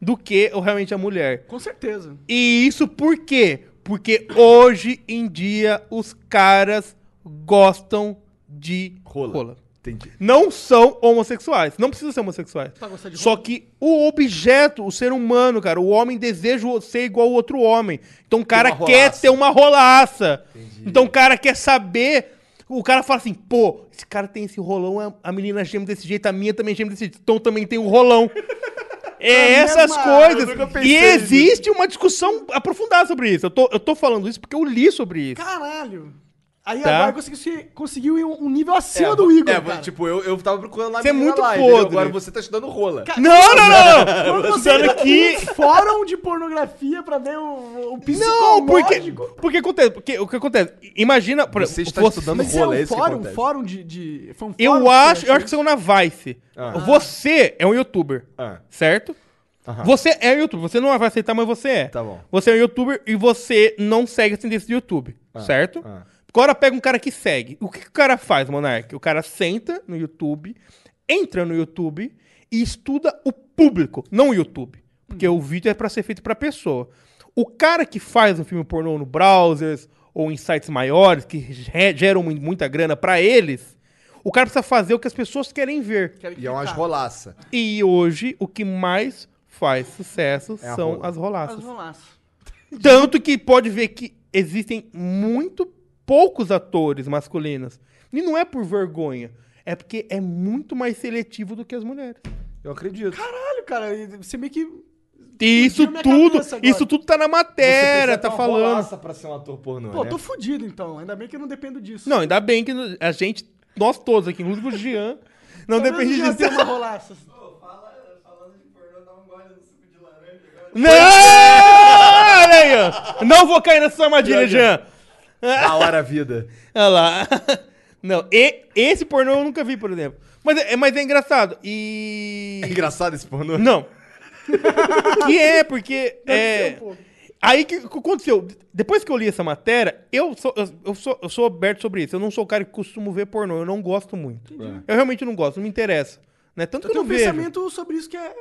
S3: Do que o- realmente a mulher.
S4: Com certeza.
S3: E isso por quê? Porque hoje em dia os caras gostam de
S2: Rola.
S3: rola.
S2: Entendi.
S3: Não são homossexuais. Não precisam ser homossexuais.
S4: gostar de
S3: Só que o objeto, o ser humano, cara, o homem deseja o- ser igual ao outro homem. Então o cara
S2: uma
S3: quer
S2: rolaça.
S3: ter uma rolaça. Então o cara quer saber. O cara fala assim, pô, esse cara tem esse rolão, a- a menina geme desse jeito, a minha também geme desse jeito. Então também tem um rolão. É
S4: Ah,
S3: essas
S4: mesma-
S3: coisas.
S4: eu nunca
S3: E
S4: pensei
S3: existe uma discussão aprofundada sobre isso. Eu tô, eu tô falando isso porque eu li sobre isso.
S4: Caralho. Aí
S3: Tá.
S4: agora conseguiu, se- conseguiu ir um, um nível acima do Igor,
S2: É,
S4: cara.
S2: tipo, eu, eu tava procurando lá
S3: Você é
S2: menina
S3: muito
S2: lá, entendeu?
S3: podre.
S2: Agora você tá estudando rola.
S3: Não, não, não! não. Eu tô
S4: Você
S3: dando aqui.
S4: um fórum de pornografia pra ver o, o
S3: Não, porque,
S4: é psicológico.
S3: porque acontece. Porque, o que acontece? Imagina. Por,
S2: Você está estudando
S4: Mas isso é
S2: rola, é
S4: um
S2: isso que
S4: fórum,
S2: acontece.
S4: fórum de... de foi um
S3: Eu
S4: fórum que você
S3: acho. Eu acho que saiu
S4: achou?
S3: na Vice.
S2: Ah.
S3: Você é um youtuber.
S2: Ah.
S3: Certo?
S2: Aham.
S3: Você é um youtuber. Você não vai aceitar, mas você é.
S2: Tá bom.
S3: Você é um youtuber e você não segue a tendência do YouTube. Certo?
S2: ah.
S3: Agora pega um cara que segue. O que, que o cara faz, Monark? O cara senta no YouTube, entra no YouTube e estuda o público, não o YouTube. Porque
S2: Hum.
S3: o vídeo é pra ser feito pra pessoa. O cara que faz um filme pornô no browsers ou em sites maiores que re- geram mu- muita grana pra eles, o cara precisa fazer o que as pessoas querem ver.
S2: E é
S4: um
S2: umas rolaça.
S3: E hoje o que mais faz sucesso
S2: É a
S3: são
S2: rola.
S3: as
S4: Mas
S3: rolaças.
S4: vamos lá.
S3: Tanto que pode ver que existem muito poucos atores masculinos. E não é por vergonha. É porque é muito mais seletivo do que as mulheres.
S2: Eu acredito.
S4: Caralho, cara, e você meio que...
S3: E isso
S4: minha
S3: tudo,
S4: cabeça agora.
S3: isso tudo tá na matéria, tá falando.
S2: é rolaça pra ser um ator pornô,
S4: Pô,
S2: né?
S4: tô fudido então. Ainda bem que eu não dependo disso.
S3: Não, ainda bem que a gente, nós todos aqui, inclusive o Jean, não
S4: Talvez
S3: depende
S4: eu Tá já tenha
S3: disso.
S4: uma rolaça.
S3: Não! Olha aí, ó. Não vou cair nessa armadilha, Jean.
S2: Da hora vida.
S3: Olha lá. Não, e, esse pornô eu nunca vi, por exemplo. Mas é, mas é engraçado. E.
S2: É engraçado esse pornô.
S3: Não. que é, porque. é,
S4: ser um pouco.
S3: Aí que, que aconteceu? Depois que eu li essa matéria, eu sou, eu, eu sou, eu sou aberto sobre isso. Eu não sou o cara que costumo ver pornô. Eu não gosto muito. Eu realmente não gosto, não me interessa. Né? Tanto
S4: Eu
S3: que eu
S4: tenho
S3: não
S4: um
S3: vejo.
S4: pensamento sobre isso que é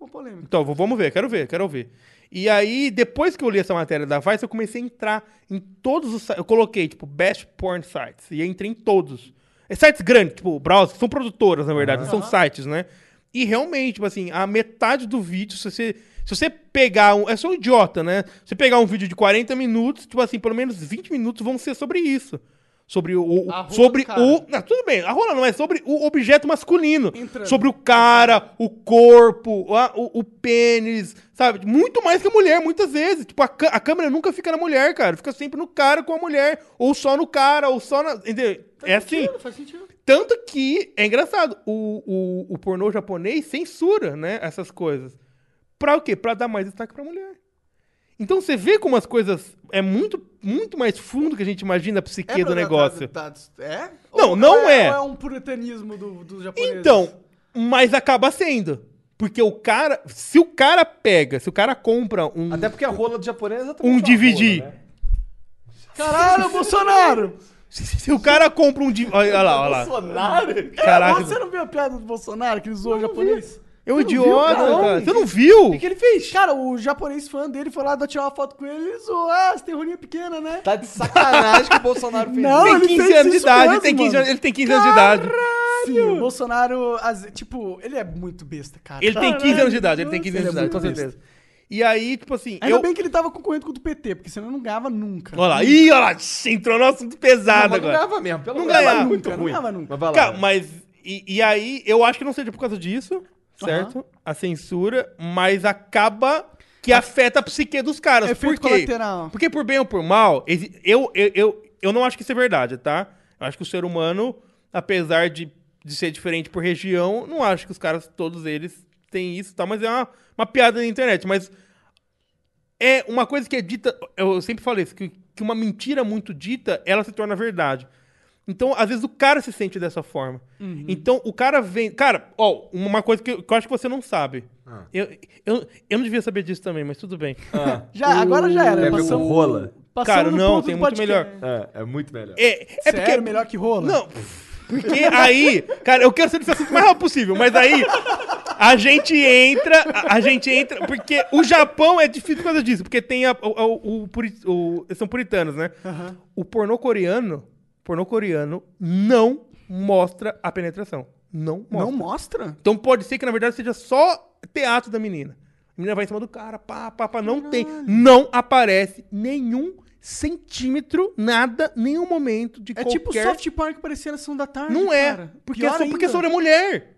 S4: uma polêmica.
S3: Então, v- vamos ver, quero ver, quero ver. E aí, depois que eu li essa matéria da Vice, eu comecei a entrar em todos os sites. Eu coloquei, tipo, best porn sites. E eu entrei em todos. É sites grandes, tipo, browser, são produtoras, na verdade, não são sites, né? E realmente, tipo assim, a metade do vídeo, se você, se você pegar um. É só um idiota, né? Se você pegar um vídeo de 40 minutos, tipo assim, pelo menos 20 minutos vão ser sobre isso. Sobre o. o-
S4: A rola
S3: sobre
S4: do cara.
S3: o. Não, tudo bem, a rola não é sobre o objeto masculino.
S4: Entrando.
S3: Sobre o cara, o corpo, a- o, o pênis, sabe? Muito mais que a mulher, muitas vezes. Tipo, a, cã- a câmera nunca fica na mulher, cara. Fica sempre no cara com a mulher. Ou só no cara, ou só na. Entendeu? É assim.
S4: Faz sentido.
S3: Tanto que é engraçado, o, o, o pornô japonês censura, né, essas coisas. Pra o quê? Pra dar mais destaque pra mulher. Então você vê como as coisas é muito muito mais fundo que a gente imagina a psique do
S4: pra-
S3: negócio.
S4: tá- tá- é?
S3: Não,
S4: Ou-
S3: não
S4: ou
S3: é.
S4: Ou é um puritanismo do- dos japoneses?
S3: Então, mas acaba sendo, porque o cara, se o cara pega, se o cara compra um
S2: Até porque a rola do japonês é exatamente
S3: um
S2: uma
S3: DVD,
S2: rola, né?
S4: Caralho, Bolsonaro!
S3: se o cara compra um DVD, olha lá, olha lá.
S2: Bolsonaro?
S3: Caraca.
S4: Você não viu a piada do Bolsonaro que ele zoou o japonês?
S3: É um
S4: Você não viu,
S3: idiota,
S4: cara?
S3: cara. Você não viu?
S4: que ele fez? Tipo, Cara, o japonês fã dele foi lá dar- tirar uma foto com ele e zoou. Ah, você tem rolinha pequena, né?
S2: Tá de sacanagem que o Bolsonaro fez
S4: Não,
S2: isso.
S3: Tem
S4: Ah, ele
S3: 15
S4: fez
S3: anos de
S4: isso
S3: idade,
S4: mesmo,
S3: tem 15
S4: mano.
S3: anos, ele tem 15 anos de idade.
S4: Sim, o Bolsonaro, às- tipo, ele é muito besta, cara.
S3: Ele tem 15 anos de idade, ele tem 15
S4: Ele
S3: anos de
S4: é
S3: idade, com
S4: muito
S3: certeza. E aí, tipo assim,
S4: Ainda
S3: eu.
S4: bem que ele tava concorrendo contra o PT, porque senão não ganhava nunca.
S3: Olha lá, ih, olha lá, entrou no assunto
S2: Não,
S3: pesado
S2: mas não
S3: agora.
S2: ganhava mesmo, pelo
S3: Não
S2: amor de
S3: ganhava
S2: Deus.
S4: nunca, não ganhava nunca.
S2: Mas vai lá.
S3: Cara, mas. E, e aí, eu acho que não seja por causa disso, certo? A censura, mas acaba que afeta a psique dos caras.
S4: Efeito
S3: por quê?
S4: colateral.
S3: Porque por bem ou por mal, exi- eu, eu, eu, eu não acho que isso é verdade, tá? Eu acho que o ser humano, apesar de, de ser diferente por região, não acho que os caras, todos eles, têm isso, tá? Mas é uma, uma piada na internet. Mas é uma coisa que é dita. Eu sempre falei isso, que, que uma mentira muito dita, ela se torna verdade. Então, às vezes, o cara se sente dessa forma. Então, o cara vem. Cara, ó, uma coisa que eu, que eu acho que você não sabe. Eu, eu, eu não devia saber disso também, mas tudo bem.
S4: Já, agora já era.
S2: Quer ver com
S4: passamos-
S2: rola?
S4: passamos
S3: Cara,
S4: do
S3: não,
S4: ponto
S3: tem
S4: do
S3: muito
S4: podcast.
S3: melhor.
S2: É, é muito melhor.
S3: É, é
S4: Sério,
S3: porque.
S4: melhor que rola?
S3: Não, porque aí. Cara, eu quero ser desse assunto o mais rápido possível, mas aí. A gente entra. A, a gente entra. Porque o Japão é difícil por causa disso. Porque tem a, o, o, o puri- o- eles São puritanos, né? O pornô coreano. Pornô coreano não mostra a penetração. Não mostra.
S4: Não mostra?
S3: Então pode ser que na verdade seja só teatro da menina. A menina vai em cima do cara, pá, pá, pá, não tem. Não aparece nenhum centímetro, nada, nenhum momento de
S4: É
S3: qualquer...
S4: tipo o soft power que parecia na sessão da tarde.
S3: Não é,
S4: cara.
S3: porque, é
S4: Pior
S3: só, porque é
S4: ainda. Hum.
S3: sobre a mulher.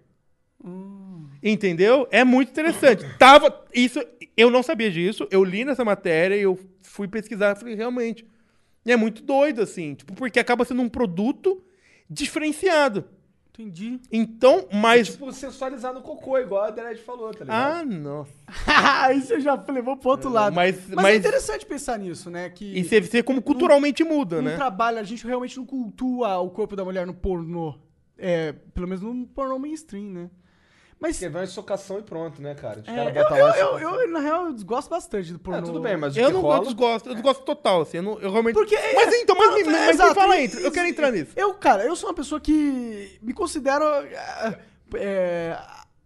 S3: Entendeu? É muito interessante. Tava. Isso, eu não sabia disso. Eu li nessa matéria e eu fui pesquisar e falei, realmente. E é muito doido, assim, tipo, porque acaba sendo um produto diferenciado.
S4: Entendi.
S3: Então,
S4: É
S3: mas.
S2: Tipo, sensualizar no cocô, igual a Dredd falou, tá ligado?
S3: ah, não.
S4: Aí você já levou pro outro lado.
S3: mas-
S4: mas, é
S3: mas-
S4: interessante pensar nisso, né? Que
S3: E você vê como culturalmente muda,
S4: no
S3: né?
S4: trabalho a gente realmente não cultua o corpo da mulher no pornô. É, pelo menos no pornô mainstream, né? Mas
S2: Porque vai uma socação e pronto, né, cara? Os
S4: é,
S2: caras
S4: eu,
S2: botam lá.
S4: eu-
S2: socação.
S4: eu- eu, na real, eu desgosto bastante do pornô.
S2: Ah, tudo bem, mas o
S3: Eu
S2: que
S3: não
S2: rola...
S3: eu desgosto, eu desgosto total, assim, eu, não, eu realmente...
S4: Porque- é,
S3: mas então, mas, me-
S4: Exato, é,
S3: mas me fala,
S4: e-
S3: entra, eu quero entrar nisso.
S4: Eu, cara, eu sou uma pessoa que me considero ah, é,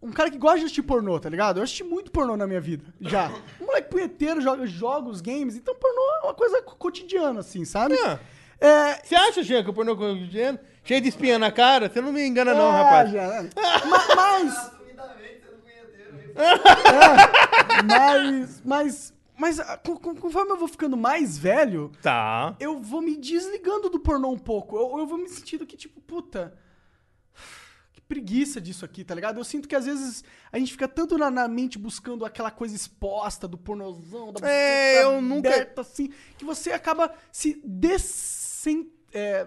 S4: um cara que gosta de assistir pornô, tá ligado? Eu assisti muito pornô na minha vida, já. Um moleque punheteiro, joga jogos, games, então pornô é uma coisa co- cotidiana, assim, sabe?
S3: Ah.
S4: É,
S3: Você acha, Jean, que o pornô cotidiano, cheio de espinha na cara, você não me engana não,
S4: é,
S3: rapaz.
S4: já, né? Ma- mas... É, mas, mas, mas ah, con- con- conforme eu vou ficando mais velho,
S3: Tá.
S4: eu vou me desligando do pornô um pouco. Eu, eu vou me sentindo que, tipo, puta. Que preguiça disso aqui, tá ligado? Eu sinto que às vezes a gente fica tanto na, na mente buscando aquela coisa exposta do pornozão, da
S3: É,
S4: buceta
S3: eu nunca-
S4: aberta, assim, que você acaba se desen... é,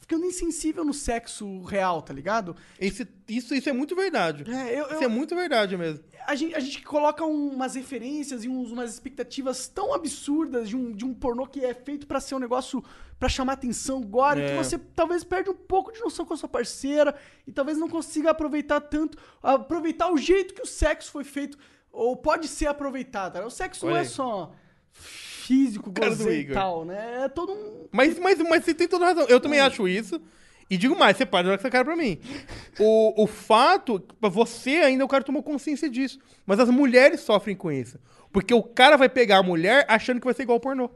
S4: ficando insensível no sexo real, tá ligado?
S3: Esse- isso, isso é muito verdade.
S4: É, eu, eu-
S3: Isso é muito verdade mesmo.
S4: a, gente, a gente coloca umas referências e uns- umas expectativas tão absurdas de um, de um pornô que é feito pra ser um negócio pra chamar atenção agora,
S2: É.
S4: que você talvez perde um pouco de noção com a sua parceira e talvez não consiga aproveitar tanto, aproveitar o jeito que o sexo foi feito ou pode ser aproveitado. cara. O sexo não
S3: Olha
S4: é
S3: aí.
S4: só físico,
S3: Caso do
S4: gozo e
S3: Igor.
S4: tal, né? É todo um...
S3: Mas, mas, mas você tem toda razão. Eu
S4: É.
S3: também acho isso. E digo mais, você para de olhar com essa cara pra mim. O, o fato, pra você ainda é o cara tomou consciência disso. Mas as mulheres sofrem com isso. Porque o cara vai pegar a mulher achando que vai ser igual ao pornô.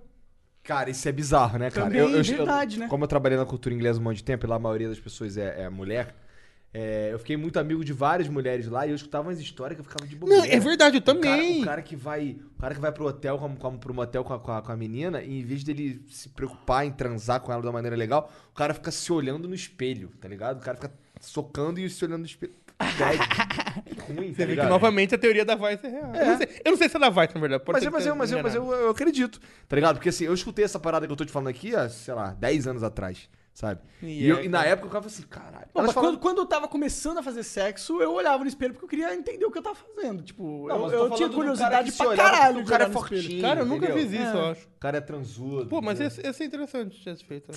S2: Cara, isso é bizarro, né, cara?
S4: Também, verdade, né?
S2: Como eu trabalhei na cultura inglesa um monte de tempo, e lá a maioria das pessoas é, é mulher, é, eu fiquei muito amigo de várias mulheres lá e eu escutava umas histórias que eu ficava de bobeira.
S3: Não, é verdade, eu
S2: O cara-
S3: também.
S2: O cara, que vai, o cara que vai pro hotel, com, com, pro motel com a, com, a, com a menina, e em vez dele se preocupar em transar com ela de uma maneira legal, o cara fica se olhando no espelho, tá ligado? O cara fica socando e se olhando no espelho. Bad. Ruim, tá
S3: Você vê que
S2: ligado?
S3: novamente a teoria da Vice é real. Eu, não sei, eu não sei se é da Vice, na verdade. Pode
S2: Mas,
S3: ser
S2: eu, mas,
S3: que
S2: eu, mas,
S3: seja
S2: eu, mas
S3: enganado.
S2: eu, eu acredito, tá ligado? Porque assim, eu escutei essa parada que eu tô te falando aqui há, sei lá, 10 anos atrás, sabe? E,
S3: E é,
S2: eu- e na
S3: cara.
S2: época eu ficava assim, caralho.
S4: Não,
S2: Elas
S4: mas
S2: falam-
S4: quando, quando eu tava começando a fazer sexo, eu olhava no espelho porque eu queria entender o que eu tava fazendo. Tipo,
S2: Não,
S4: eu,
S2: mas
S4: eu
S2: tô falando
S4: tinha
S2: do cara
S4: curiosidade
S2: que se
S4: pra
S2: olhava,
S4: caralho.
S2: O
S4: de
S2: cara é
S4: olhar no espelho.
S2: fortinho.
S3: Cara, eu nunca
S2: entendeu?
S3: fiz isso, eu acho.
S2: O cara é transudo.
S3: Pô, mas
S2: entendeu?
S3: esse, esse é interessante já feito.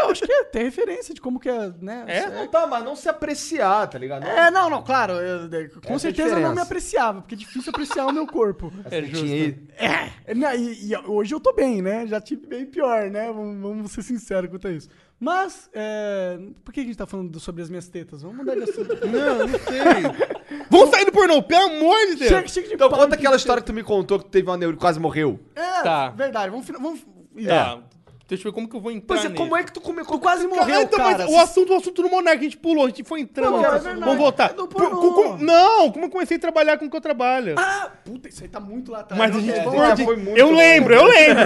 S4: Eu acho que é, tem referência de como que é, né?
S3: É?
S2: Não tá, mas não se apreciar, tá ligado? Não-
S4: É, não, não, claro. eu- eu- com
S2: é a
S4: certeza eu não me
S2: diferença.
S4: apreciava, porque é difícil apreciar o meu corpo.
S3: É
S2: assim, Tinha
S3: justo.
S2: aí-
S4: É, né, e, e hoje eu tô bem, né? Já tive bem pior, né? Vamos, vamos ser sinceros quanto a isso. Mas, é, por que a gente tá falando do- sobre as minhas tetas? Vamos mudar de assunto.
S3: Não, não sei. Vamos sair do pornô, pelo amor de Deus.
S4: chega, chega de
S2: Então
S4: pau
S2: conta
S4: de
S2: aquela
S4: teta.
S2: história que tu me contou que teve uma neuro quase morreu.
S4: É,
S3: Tá.
S4: verdade. Vamos... fina- vamos isso.
S3: Tá, deixa eu ver como que eu vou entrar
S2: Pois é, como
S3: nisso.
S2: é que tu come
S4: Tu quase morreu,
S3: Ah, então, mas
S4: cara.
S3: o assunto, o assunto do Monark, a gente pulou, a gente foi entrando.
S4: Não,
S3: vamos-
S4: é verdade,
S3: vamos voltar.
S4: é do
S3: Por-
S4: pornô.
S3: com- com- não, como eu comecei a trabalhar com o que eu trabalho.
S4: Ah, puta, isso aí tá muito lá atrás.
S3: mas a
S4: Não,
S3: gente...
S4: é,
S2: já foi
S3: eu,
S2: muito longe.
S3: lembro, eu lembro.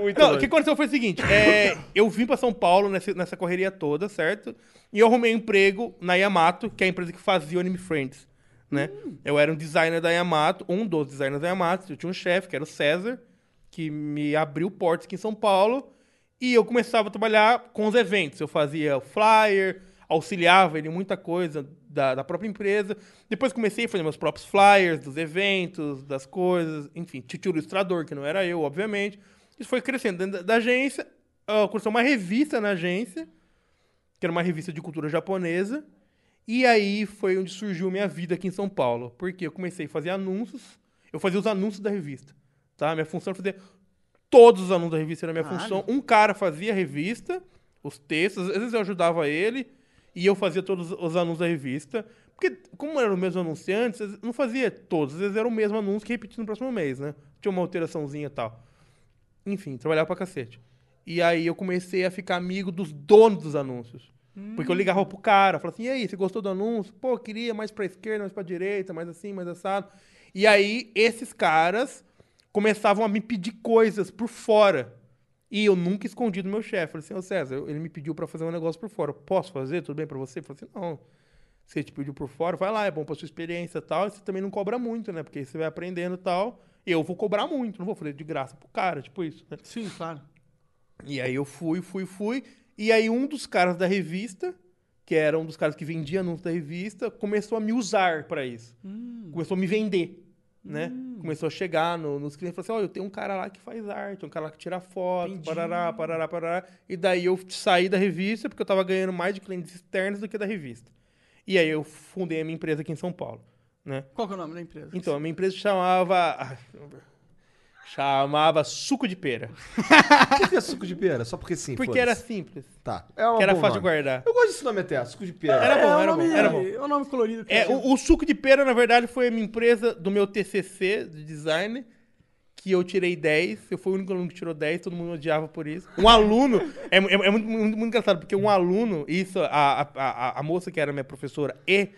S2: muito.
S3: Não, o que aconteceu foi o seguinte: é, eu vim pra São Paulo nessa, nessa correria toda, certo? E eu arrumei um emprego na Yamato, que é a empresa que fazia o Anime Friends. Né? Eu era um designer da Yamato, um dos designers da Yamato. Eu tinha um chefe, que era o César, que me abriu portas aqui em São Paulo. E eu começava a trabalhar com os eventos. Eu fazia flyer, auxiliava ele em muita coisa da, da própria empresa. Depois comecei a fazer meus próprios flyers dos eventos, das coisas. Enfim, tinha o ilustrador, que não era eu, obviamente. Isso foi crescendo dentro da, da agência. Eu cursei uma revista na agência, que era uma revista de cultura japonesa. E aí foi onde surgiu minha vida aqui em São Paulo. Porque eu comecei a fazer anúncios. Eu fazia os anúncios da revista. Tá? Minha função era fazer todos os anúncios da revista. Era minha função. Um cara fazia a revista, os textos. Às vezes eu ajudava ele. E eu fazia todos os anúncios da revista. Porque, como eram os mesmos anunciantes, eu não fazia todos. Às vezes era o mesmo anúncio que repetia no próximo mês, né? Tinha uma alteraçãozinha e tal. Enfim, trabalhava pra cacete. E aí eu comecei a ficar amigo dos donos dos anúncios. Porque eu ligava pro cara, falava assim, e aí, você gostou do anúncio? Pô, eu queria mais pra esquerda, mais pra direita, mais assim, mais assado. E aí, esses caras começavam a me pedir coisas por fora. E eu nunca escondi do meu chefe. Falei assim, ô César, eu- ele me pediu pra fazer um negócio por fora. Eu Posso fazer? Tudo bem pra você? Ele falou assim, não. Você te pediu por fora, vai lá, é bom pra sua experiência e tal. E você também não cobra muito, né? Porque aí você vai aprendendo e tal. Eu vou cobrar muito, não vou fazer de graça pro cara, tipo isso, né?
S4: Sim, claro.
S3: E aí eu fui, fui, fui. E aí um dos caras da revista, que era um dos caras que vendia anúncio da revista, começou a me usar pra isso.
S4: Hum.
S3: Começou a me vender, né? Começou a chegar no- nos clientes e falou assim, olha, eu tenho um cara lá que faz arte, um cara lá que tira foto, parará, parará, parará. E daí eu saí da revista porque eu tava ganhando mais de clientes externos do que da revista. E aí eu fundei a minha empresa aqui em São Paulo, né?
S4: Qual que é o nome da empresa?
S3: Então, a minha empresa chamava... ai, Chamava Suco de Pera.
S2: Por que suco de pera? Só porque sim.
S3: Porque
S2: foda-se.
S3: era simples.
S2: Tá. É um
S3: que era
S2: bom
S3: fácil de
S2: nome.
S3: guardar.
S2: Eu gosto desse nome até, suco de pera.
S3: Era bom,
S4: é,
S3: era
S4: o nome,
S3: bom, era bom.
S4: É o nome colorido que
S3: É,
S4: eu
S3: o, o suco de pera, na verdade, foi a minha empresa do meu TCC de design, que eu tirei 10. Eu fui o único aluno que tirou 10, todo mundo me odiava por isso. Um aluno, é, mu- é mu- é muito, muito- muito engraçado, porque um aluno, isso, a, a, a, a moça que era minha professora e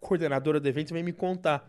S3: coordenadora do evento veio me contar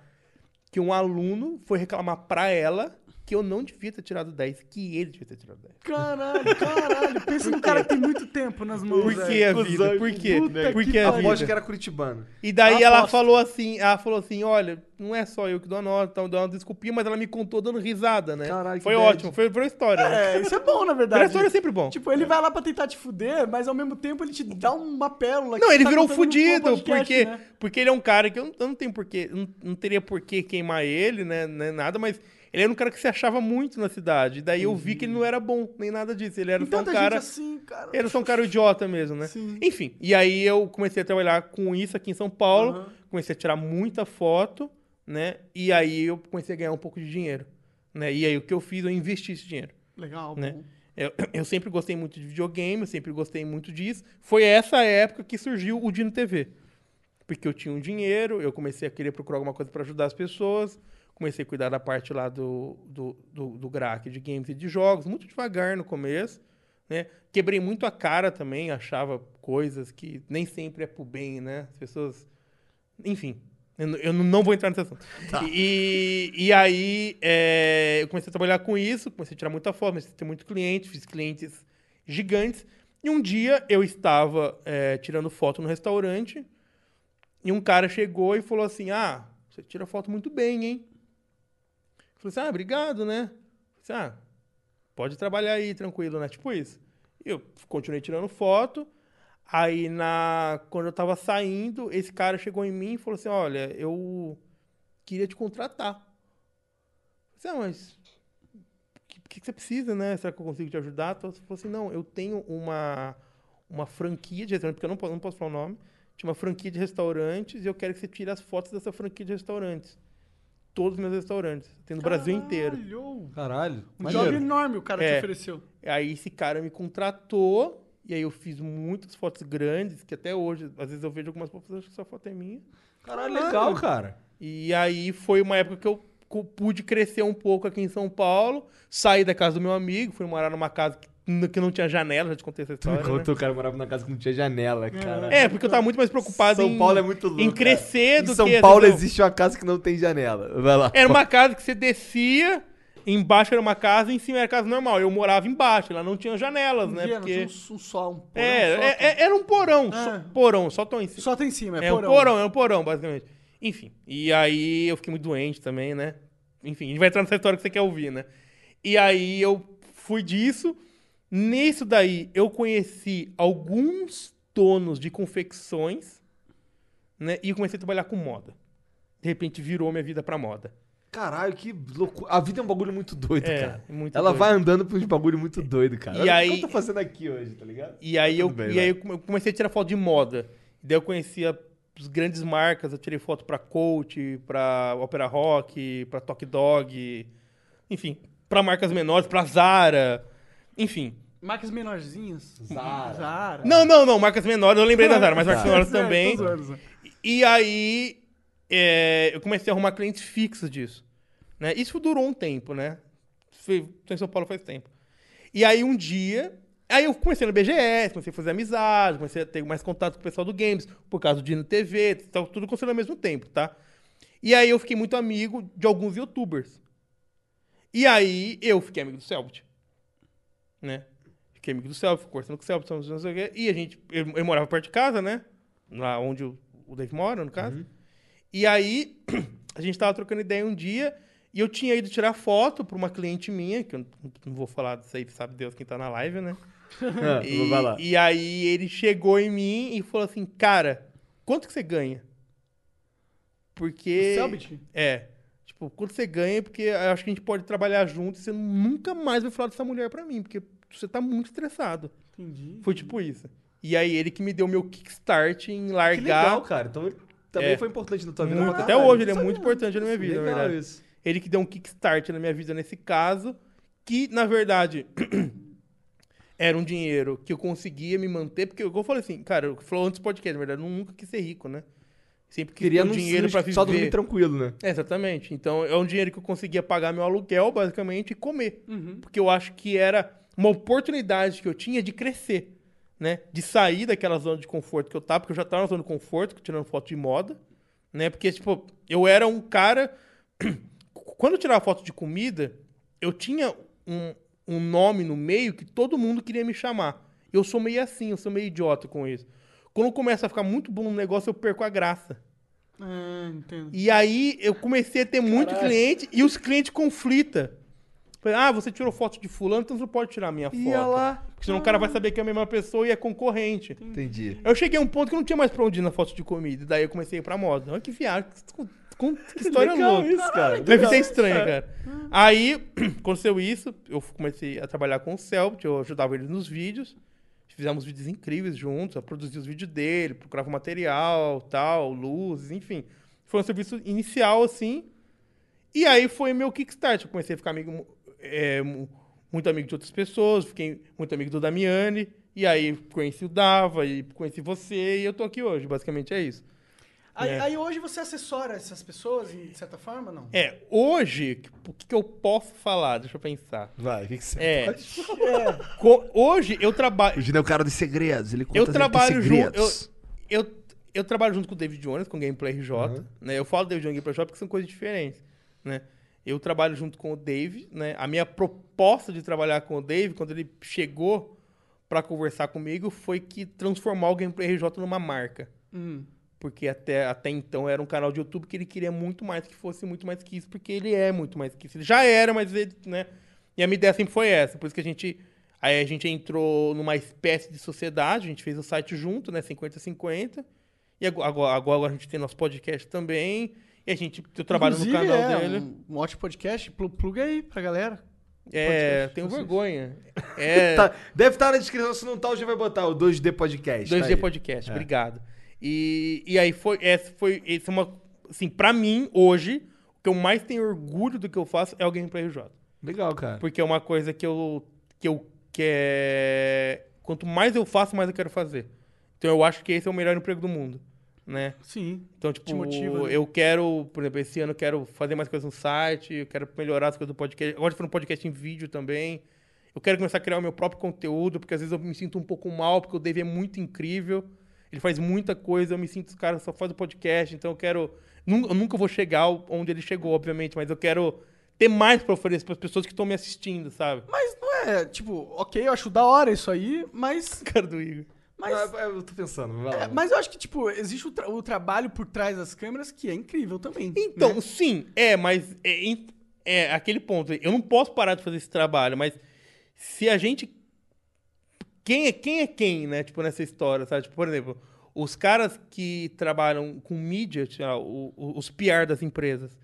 S3: que um aluno foi reclamar pra ela que eu não devia ter tirado 10, que ele devia ter tirado 10.
S4: Caralho, caralho. Pensa num cara que tem muito tempo nas mãos.
S3: Por que
S4: velho.
S3: a vida? Por quê?
S4: Puta
S3: Por
S4: que
S3: que a
S4: pariu.
S2: Aposto que
S3: vida?
S2: era curitibano.
S3: E daí ela
S4: Aposto.
S3: falou assim, ela falou assim, olha, não é só eu que dou a nota, então dou uma desculpinha, mas ela me contou dando risada, né?
S2: Caralho, que
S3: foi
S2: bad.
S3: ótimo, foi, foi uma história. né?
S4: É, isso é bom, na verdade.
S3: Primeira história é sempre bom.
S4: Tipo, ele vai lá pra tentar te fuder, mas ao mesmo tempo ele te dá uma pérola. que
S3: Não,
S4: você
S3: ele
S4: tá
S3: virou um
S4: contando no
S3: fudido,
S4: podcast,
S3: porque,
S4: né?
S3: porque ele é um cara que eu não, eu não tenho porquê, eu não, não teria porquê queimar ele, né, né, nada, mas ele era um cara que se achava muito na cidade. Daí eu vi que ele não era bom, nem nada disso. Ele era
S4: Uhum. Tem
S3: só um
S4: tanta
S3: cara...
S4: gente assim, cara.
S3: Ele era só um cara idiota mesmo, né?
S4: Sim.
S3: Enfim, e aí eu comecei a trabalhar com isso aqui em São Paulo, comecei a tirar muita foto, né? E aí eu comecei a ganhar um pouco de dinheiro, né? E aí o que eu fiz, eu investi esse dinheiro
S4: Legal,
S3: né?
S4: bom.
S3: Eu, eu sempre gostei muito de videogame, eu sempre gostei muito disso. Foi essa época que surgiu o Dino TV. Porque eu tinha um dinheiro, eu comecei a querer procurar alguma coisa para ajudar as pessoas, comecei a cuidar da parte lá do, do, do, do GRAC, de games e de jogos, muito devagar no começo, né? Quebrei muito a cara também, achava coisas que nem sempre é pro bem, né? As pessoas enfim, eu, n- eu não vou entrar nesse assunto. E, e aí é, eu comecei a trabalhar com isso, comecei a tirar muita foto, comecei a ter muito cliente, fiz clientes gigantes. E um dia eu estava é, tirando foto no restaurante e um cara chegou e falou assim: Ah, você tira foto muito bem, hein? Eu falei assim: Ah, obrigado, né? Eu falei assim, ah, pode trabalhar aí, tranquilo, né? Tipo isso. E eu continuei tirando foto. Aí, na... quando eu tava saindo, esse cara chegou em mim e falou assim: Olha, eu queria te contratar. Eu falei, ah, mas o que, que que você precisa, né? Será que eu consigo te ajudar? Então, Ele falou assim: Não, eu tenho uma, uma franquia de restaurantes, porque eu não, po- não posso falar o nome. Tinha uma franquia de restaurantes e eu quero que você tire as fotos dessa franquia de restaurantes. Todos os meus restaurantes. Tem no Brasil inteiro.
S4: Caralho.
S2: Caralho.
S4: Um
S2: maneiro.
S4: job enorme o cara
S3: É.
S4: te ofereceu.
S3: Aí esse cara me contratou, e aí eu fiz muitas fotos grandes, que até hoje, às vezes eu vejo algumas fotos, acho que essa foto é minha.
S2: Caralho,
S3: Ah,
S2: legal, cara.
S3: E aí foi uma época que eu cu- pude crescer um pouco aqui em São Paulo, saí da casa do meu amigo, fui morar numa casa que, n- que não tinha janela, já te contei essa história. né?
S2: o cara morava na casa que não tinha janela, cara.
S3: É, porque eu tava muito mais preocupado
S2: São
S3: em,
S2: Paulo é muito louco.
S3: em
S2: cara.
S3: crescer É do
S2: Em São
S3: que...
S2: Paulo
S3: entendeu?
S2: existe uma casa que não tem janela. Vai lá.
S3: Era uma casa que você descia, embaixo era uma casa, em cima era casa normal. Eu morava embaixo, lá não tinha janelas, né?
S4: Pequeno,
S3: Porque...
S4: tinha um, um sol, um porão,
S3: É,
S4: só,
S3: é- é- era um porão,
S4: É.
S3: só, porão, só tão em cima.
S4: Só tem em cima, é,
S3: é
S4: porão.
S3: um porão, é um porão, basicamente. Enfim, e aí eu fiquei muito doente também, né? Enfim, a gente vai entrar nessa história que você quer ouvir, né? E aí eu fui disso. Nisso daí, eu conheci alguns donos de confecções, né? E comecei a trabalhar com moda. De repente virou minha vida pra moda.
S2: Caralho, que loucura. A vida é um bagulho muito doido,
S3: É,
S2: cara.
S3: é muito
S2: Ela
S3: doido.
S2: vai andando por uns bagulho muito doido, cara.
S3: E
S2: Olha O
S3: aí-
S2: que eu tô fazendo aqui hoje, tá ligado?
S3: E aí, eu,
S2: Tudo bem,
S3: e
S2: vai.
S3: aí eu come- eu comecei a tirar foto de moda. Daí eu conhecia as grandes marcas, eu tirei foto pra Coach, pra Opera Rock, pra Tok Dog, enfim, pra marcas menores, pra Zara, enfim.
S4: Marcas menorzinhas.
S2: Zara.
S4: Zara.
S3: Não, não, não, marcas menores, eu lembrei da Zara, mas marcas menores
S4: Sério,
S3: também.
S4: tô tá. zoando, zoando.
S3: E aí é, eu comecei a arrumar clientes fixos disso. né? Isso durou um tempo, né? Fui, tô em São Paulo faz tempo. E aí um dia. Aí eu comecei no BGS, comecei a fazer amizade, comecei a ter mais contato com o pessoal do Games, por causa do Dino TV, tal, tudo acontecendo ao mesmo tempo, tá? E aí eu fiquei muito amigo de alguns youtubers. E aí eu fiquei amigo do Selbit. Né? Fiquei amigo do Selbit, fiquei conversando com o Selbit, não sei o quê. E a gente, eu, eu morava perto de casa, né? Lá onde o, o Dave mora, no caso. E aí a gente tava trocando ideia um dia e eu tinha ido tirar foto pra uma cliente minha, que eu não, não vou falar disso aí, sabe Deus quem tá na live, né?
S2: Ah,
S3: E,
S2: vai lá.
S3: e aí ele chegou em mim e falou assim, cara, quanto que você ganha? Porque...
S4: O Selbit?
S3: É. Tipo, quanto você ganha, porque eu acho que a gente pode trabalhar junto e você nunca mais vai falar dessa mulher pra mim, porque você tá muito estressado.
S4: Entendi.
S3: Foi tipo isso. E aí ele que me deu meu kickstart em
S2: Que
S3: largar...
S2: legal, cara. Então ele também
S3: É.
S2: foi importante na tua vida.
S3: Muito,
S2: pra
S3: até
S2: caralho.
S3: hoje, ele é muito importante na minha vida,
S2: legal
S3: na verdade.
S2: isso.
S3: Ele que deu um kickstart na minha vida nesse caso, que na verdade era um dinheiro que eu conseguia me manter, porque eu, eu falei assim, cara, eu falou antes do podcast, na verdade, eu nunca quis ser rico, né? Sempre quis
S2: Queria
S3: ter um
S2: não
S3: dinheiro
S2: dinheiro
S3: pra viver.
S2: só dormir tranquilo, né?
S3: É, exatamente. Então é um dinheiro que eu conseguia pagar meu aluguel, basicamente, e comer.
S2: Uhum.
S3: Porque eu acho que era uma oportunidade que eu tinha de crescer, né? De sair daquela zona de conforto que eu tava, porque eu já tava na zona de conforto, tirando foto de moda, né? Porque, tipo, eu era um cara. Quando eu tirava foto de comida, eu tinha um, um nome no meio que todo mundo queria me chamar. Eu sou meio assim, eu sou meio idiota com isso. Quando começa a ficar muito bom no negócio, eu perco a graça.
S4: Ah, entendo.
S3: E aí eu comecei a ter muito cliente e os clientes conflita. Falei, Ah, você tirou foto de fulano, então você não pode tirar a minha foto.
S2: Ia lá.
S3: Porque senão o cara vai saber que é a mesma pessoa e é concorrente.
S2: Entendi.
S3: Eu cheguei a um ponto que eu não tinha mais pra onde ir na foto de comida. Daí eu comecei a ir pra moda. Olha que viagem. Que, que- que história
S2: Legal É.
S3: louca.
S2: isso, cara.
S3: Deve ser estranho, cara. Aí, aconteceu isso. Eu comecei a trabalhar com o Selbit. Eu ajudava ele nos vídeos. Fizemos vídeos incríveis juntos. Eu produzia os vídeos dele, procurava material, tal, luzes, enfim. Foi um serviço inicial, assim. E aí foi meu kickstart. Eu comecei a ficar amigo, é, mu- muito amigo de outras pessoas, fiquei muito amigo do Damiani. E aí conheci o Dava, e conheci você, e eu tô aqui hoje. Basicamente é isso.
S4: Aí,
S3: É.
S4: aí hoje você assessora essas pessoas, de certa forma, não?
S3: É, hoje, o que, que eu posso falar? Deixa eu pensar.
S2: Vai, o que, que você
S3: É. Co- hoje eu trabalho.
S2: O Gino é o cara dos segredos, ele conta
S3: eu
S2: sempre
S3: trabalho junto. Eu,
S2: segredos.
S3: eu, eu trabalho junto com o David Jones, com o Gameplay RJ. Né? Eu falo David Jones e Gameplay RJ porque são coisas diferentes. Né? Eu trabalho junto com o Dave. Né? A minha proposta de trabalhar com o Dave, quando ele chegou pra conversar comigo, foi que transformar o Gameplay RJ numa marca. Porque até, até então era um canal de YouTube que ele queria muito mais que fosse muito mais que isso, porque ele é muito mais que isso. Ele já era, mas ele, né? E a minha ideia sempre foi essa. Por isso que a gente. Aí a gente entrou numa espécie de sociedade, a gente fez o site junto, né? 50-50. E ago- agora, agora a gente tem nosso podcast também. E a gente. Eu trabalho
S4: Inclusive,
S3: no canal
S4: é,
S3: dele.
S4: Um, um ótimo podcast, plu- pluga aí pra galera.
S3: é,
S4: podcast,
S3: tenho
S4: vocês.
S3: vergonha. É.
S2: Tá, deve estar na descrição, se não tá, o Gino vai botar o 2D Podcast. tá
S3: 2D
S2: aí.
S3: Podcast, obrigado. E, e aí foi, essa foi, essa é uma, assim, pra mim, hoje, o que eu mais tenho orgulho do que eu faço é o Gameplay RJ.
S2: Legal, cara.
S3: Porque é uma coisa que eu, que eu quero, quanto mais eu faço, mais eu quero fazer. Então eu acho que esse é o melhor emprego do mundo, né?
S4: Sim.
S3: Então, tipo,
S4: motiva, né?
S3: eu quero, por exemplo, esse ano eu quero fazer mais coisas no site, eu quero melhorar as coisas do podcast. Agora foi um podcast em vídeo também. Eu quero começar a criar o meu próprio conteúdo, porque às vezes eu me sinto um pouco mal, porque o Dave é muito incrível. Ele faz muita coisa, eu me sinto, cara, só faz o podcast, então eu quero. nun- Eu nunca vou chegar onde ele chegou, obviamente, mas eu quero ter mais pra oferecer pras pessoas que estão me assistindo, sabe?
S4: Mas não é, tipo, ok, eu acho da hora isso aí, mas.
S3: Cara do Igor.
S4: Mas,
S2: Ah, eu tô pensando, vai lá.
S4: mas eu acho que, tipo, existe o, tra- o trabalho por trás das câmeras que é incrível também.
S3: Então, sim, é, mas é, em- é aquele ponto. Eu não posso parar de fazer esse trabalho, mas se a gente. Quem é quem, é quem né? Tipo, nessa história, sabe? Tipo, por exemplo, os caras que trabalham com mídia, tipo, ah, o- o- os PR das empresas,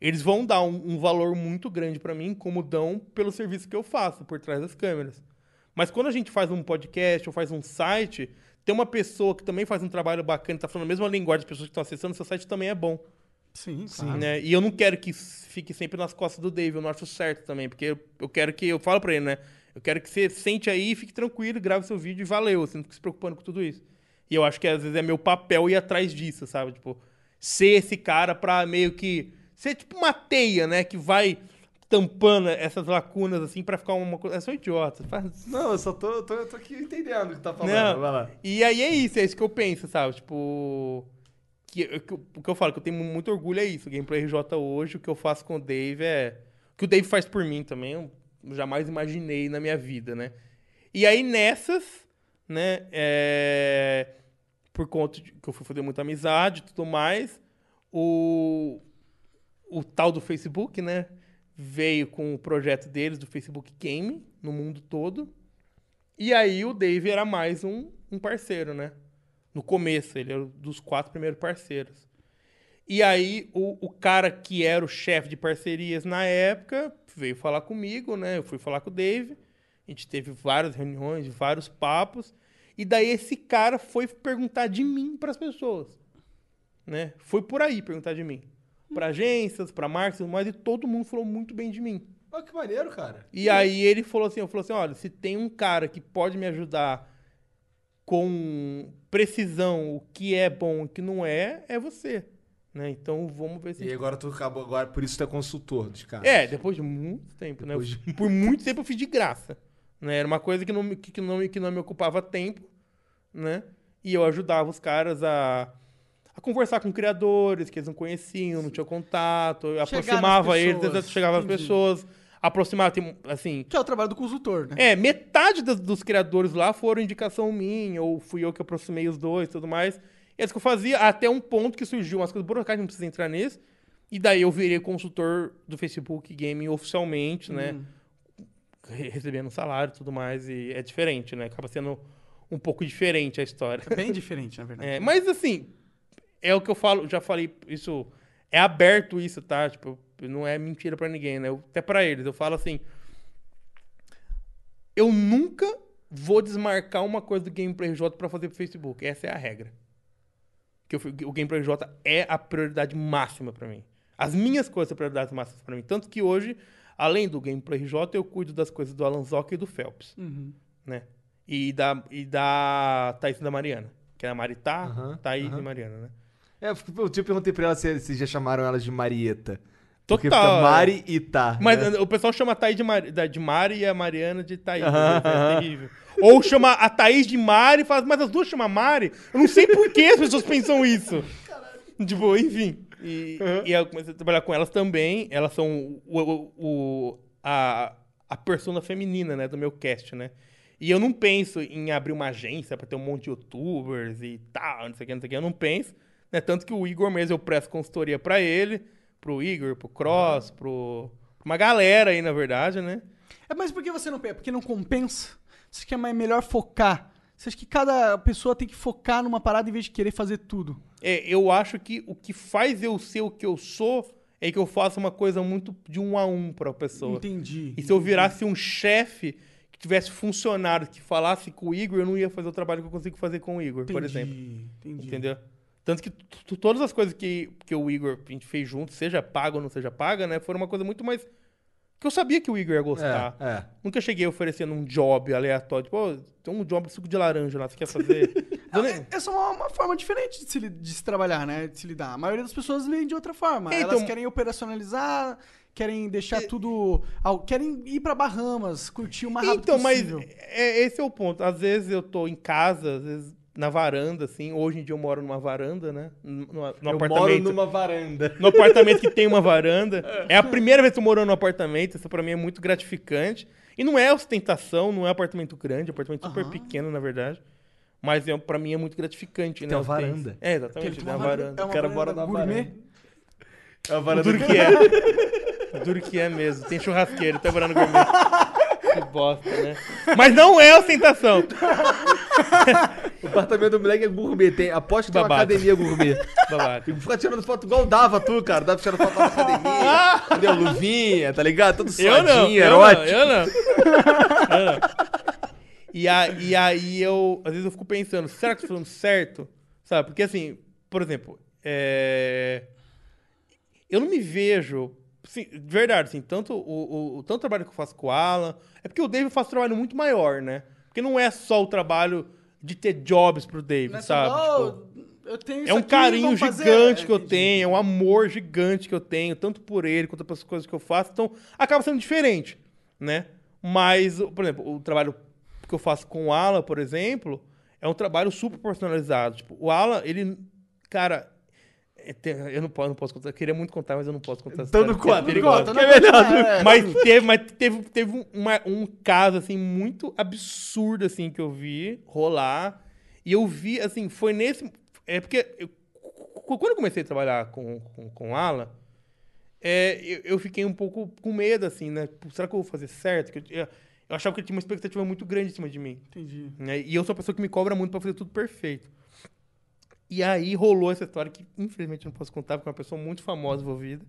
S3: eles vão dar um, um valor muito grande pra mim, como dão pelo serviço que eu faço por trás das câmeras. Mas quando a gente faz um podcast ou faz um site, tem uma pessoa que também faz um trabalho bacana, tá falando a mesma linguagem das pessoas que estão acessando, seu site também é bom.
S4: Sim, sim.
S3: Né? E eu não quero que isso fique sempre nas costas do Dave, eu não acho certo também, porque eu, eu quero que, eu falo pra ele, né? Eu quero que você sente aí, fique tranquilo, grave seu vídeo e valeu, você não fica se preocupando com tudo isso. E eu acho que às vezes é meu papel ir atrás disso, sabe? Tipo, ser esse cara pra meio que. ser tipo uma teia, né? Que vai tampando essas lacunas assim pra ficar uma coisa. É só idiota, faz
S2: Não, eu só tô, eu tô, eu tô aqui entendendo o que tá falando.
S3: não.
S2: Vai lá.
S3: E aí é isso, é isso que eu penso, sabe? Tipo. Que, eu- que eu- o que eu falo, que eu tenho muito orgulho é isso. O Gameplay RJ hoje, o que eu faço com o Dave é. O que o Dave faz por mim também, eu jamais imaginei na minha vida, né? E aí nessas, né? é, Por conta de, que eu fui fazer muita amizade e tudo mais, o, o tal do Facebook, né? Veio com o projeto deles, do Facebook Game, no mundo todo. E aí o Dave era mais um, um parceiro, né? No começo, ele era um dos quatro primeiros parceiros. E aí o, o cara que era o chefe de parcerias na época veio falar comigo, né? Eu fui falar com o Dave. A gente teve várias reuniões, vários papos. E daí esse cara foi perguntar de mim pras pessoas, né? Foi por aí perguntar de mim. Pra agências, pra marcas, e tudo mais, e todo mundo falou muito bem de mim.
S2: Olha que maneiro, cara.
S3: E aí ele falou assim, eu falou assim, olha, se tem um cara que pode me ajudar com precisão o que é bom e o que não é, é você, né? Então vamos ver se
S2: E agora tu acabou agora, por isso tu é consultor dos caras.
S3: é, depois de muito tempo, né?
S2: Depois
S3: Por muito tempo eu fiz de graça. Né? Era uma coisa que não, me- que, que não, me- que não me ocupava tempo, né? E eu ajudava os caras a, a conversar com criadores que eles não conheciam, não tinham contato, eu
S4: Chegar nas
S3: aproximava eles,
S4: pessoas.
S3: exato, chegava às
S4: Entendi.
S3: pessoas, aproximar, tem, assim...
S4: Que é o trabalho do consultor, né?
S3: É, metade dos, dos criadores lá foram indicação minha, ou fui eu que aproximei os dois e tudo mais. E é isso que eu fazia, até um ponto que surgiu umas coisas burocráticas, não precisa entrar nisso. E daí eu virei consultor do Facebook Gaming oficialmente, né? Re- Recebendo salário e tudo mais, e é diferente, né? Acaba sendo um pouco diferente a história.
S4: Bem diferente, na verdade.
S3: É, mas assim, é o que eu falo, já falei isso. É aberto isso, tá? Tipo, não é mentira pra ninguém, né? Eu- até pra eles. Eu falo assim. Eu nunca vou desmarcar uma coisa do Gameplay J pra fazer pro Facebook. Essa é a regra. Que eu fui- o Gameplay J é a prioridade máxima pra mim. As minhas coisas são prioridades máximas pra mim. Tanto que hoje, além do Gameplay J, eu cuido das coisas do Alan Zoca e do Phelps né? E da, e da Thaís e da Mariana. Que é a Maritá, Thaís e Mariana, né?
S2: É, eu fico- eu te perguntei pra ela se, se já chamaram ela de Marieta. Porque
S3: Total,
S2: fica
S3: é.
S2: Mari e Tá.
S3: Mas
S2: né?
S3: o pessoal chama a Thaís de, Mari, da- de Mari e a Mariana de Thaís.
S2: Aham,
S3: né? É
S2: aham.
S3: terrível. Ou chama a Thaís de Mari e fala, mas as duas chamam Mari? Eu não sei por que as pessoas pensam isso. Tipo, enfim. E, e eu comecei a trabalhar com elas também. Elas são o, o- o- a, a persona feminina, né? Do meu cast, né? E eu não penso em abrir uma agência pra ter um monte de youtubers e tal, não sei o que, não sei o que. Eu não penso. Né? Tanto que o Igor mesmo, eu presto consultoria pra ele, pro Igor, pro Cross, pro... pra Uma galera aí, na verdade, né?
S4: É, mas por que você não pega? Porque não compensa? Você acha que é mais- melhor focar? Você acha que cada pessoa tem que focar numa parada em vez de querer fazer tudo?
S3: É, eu acho que o que faz eu ser o que eu sou é que eu faço uma coisa muito de um a um pra pessoa.
S4: Entendi.
S3: E se eu virasse um chefe que tivesse funcionário que falasse com o Igor, eu não ia fazer o trabalho que eu consigo fazer com o Igor, por exemplo.
S4: Entendi.
S3: Entendeu? Tanto que t- t- todas as coisas que, que o Igor a gente fez junto, seja paga ou não seja paga, né? Foram uma coisa muito mais. Que eu sabia que o Igor ia gostar.
S2: É, é.
S3: Nunca cheguei oferecendo um job aleatório. Tipo, "Ô, tem um job de suco de laranja lá, você quer fazer? Eu nem-
S4: É só uma, uma forma diferente de se, li- de se trabalhar, né? De se lidar. A maioria das pessoas vem de outra forma.
S3: É,
S4: Elas
S3: então-
S4: querem operacionalizar, querem deixar tudo. ao- Querem ir pra Bahamas, curtir o mais Tá rápido
S3: Então, mas
S4: possível.
S3: é, esse é o ponto. Às vezes eu tô em casa, às vezes na varanda, assim. Hoje em dia eu moro numa varanda, né? Num- numa- Num,
S2: eu moro
S3: apartamento.
S2: numa varanda.
S3: No apartamento que tem uma varanda. É a primeira vez que eu moro num apartamento. Isso pra mim é muito gratificante. E não é ostentação, não é apartamento grande, é um apartamento super pequeno, na verdade. Mas é, pra mim é muito gratificante, né?
S2: uma
S3: Eu tenho-
S2: varanda.
S3: É,
S4: Porque
S3: exatamente, tem
S4: uma
S3: uma
S4: varanda-
S3: varanda.
S4: é uma
S2: O cara
S4: varanda
S2: mora na
S4: gourmet.
S2: varanda. É uma varanda
S3: Duro que é. Duro que é mesmo. Tem churrasqueiro, tá morando gourmet. Que bosta, né? Mas não é ostentação.
S2: O apartamento do moleque é gourmet. Tem, aposto que tem uma
S3: Babado.
S2: academia gourmet.
S3: Babaca.
S2: E fica tirando foto igual dava tu, cara. Dava tirando foto lá na academia. Entendeu? Luvinha, tá ligado? Tudo
S3: Eu não,
S2: suadinho,
S3: eu não,
S2: erótico.
S3: eu não. Eu não. E, a, e aí eu, às vezes eu fico pensando, será que eu tô falando certo? Sabe, porque assim, por exemplo, é... eu não me vejo, assim, de verdade, assim, tanto o, o- o tanto o trabalho que eu faço com o Alan, é porque o David eu faço trabalho muito maior, né? Porque não é só o trabalho de ter jobs pro David,
S4: Mas,
S3: sabe?
S4: ó,
S3: Tipo,
S4: eu tenho
S3: é
S4: isso
S3: um
S4: aqui,
S3: carinho
S4: vamos fazer.
S3: gigante que eu
S4: Entendi.
S3: tenho, é um amor gigante que eu tenho, tanto por ele quanto pelas coisas que eu faço. Então, acaba sendo diferente, né? Mas, o- por exemplo, o trabalho que eu faço com o Alan, por exemplo, é um trabalho super personalizado. Tipo, o Alan, ele, cara, é, tem- eu não posso, não posso contar, eu queria muito contar, mas eu não posso contar. essa
S2: Então não
S3: história, porque é né?
S2: conta, não
S3: perigoso.
S4: Conta, não conta, é,
S3: Mas teve, mas teve, teve um- uma- um caso, assim, muito absurdo, assim, que eu vi rolar. E eu vi, assim, foi nesse... É porque eu- quando eu comecei a trabalhar com, com, com Ala, é, eu, eu fiquei um pouco com medo, assim, né? Pô, Será que eu vou fazer certo? Que eu, eu- eu achava que ele tinha uma expectativa muito grande em cima de mim.
S4: Entendi.
S3: né? E eu sou uma pessoa que me cobra muito pra fazer tudo perfeito. E aí rolou essa história que, infelizmente, eu não posso contar, porque é uma pessoa muito famosa envolvida.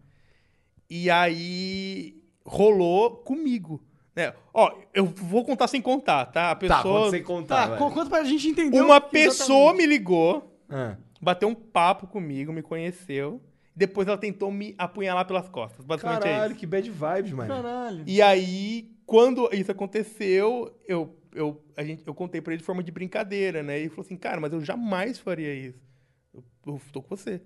S3: E aí rolou comigo. Né? Ó, eu vou contar sem contar, tá?
S2: Tá,
S3: A
S2: quando
S3: pessoa.
S2: você contar,
S4: Tá,
S2: vai.
S4: co- conta pra gente entender.
S3: uma
S4: o-
S3: pessoa me ligou
S2: Ah.
S3: bateu um papo comigo, me conheceu. Depois ela tentou me apunhalar pelas costas. Basicamente é
S2: Caralho,
S3: isso.
S2: que bad vibes, mano.
S4: Caralho.
S3: E aí, quando isso aconteceu, eu, eu, a gente, eu contei pra ele de forma de brincadeira, né? E ele falou assim, cara, mas eu jamais faria isso. Eu, eu tô com você.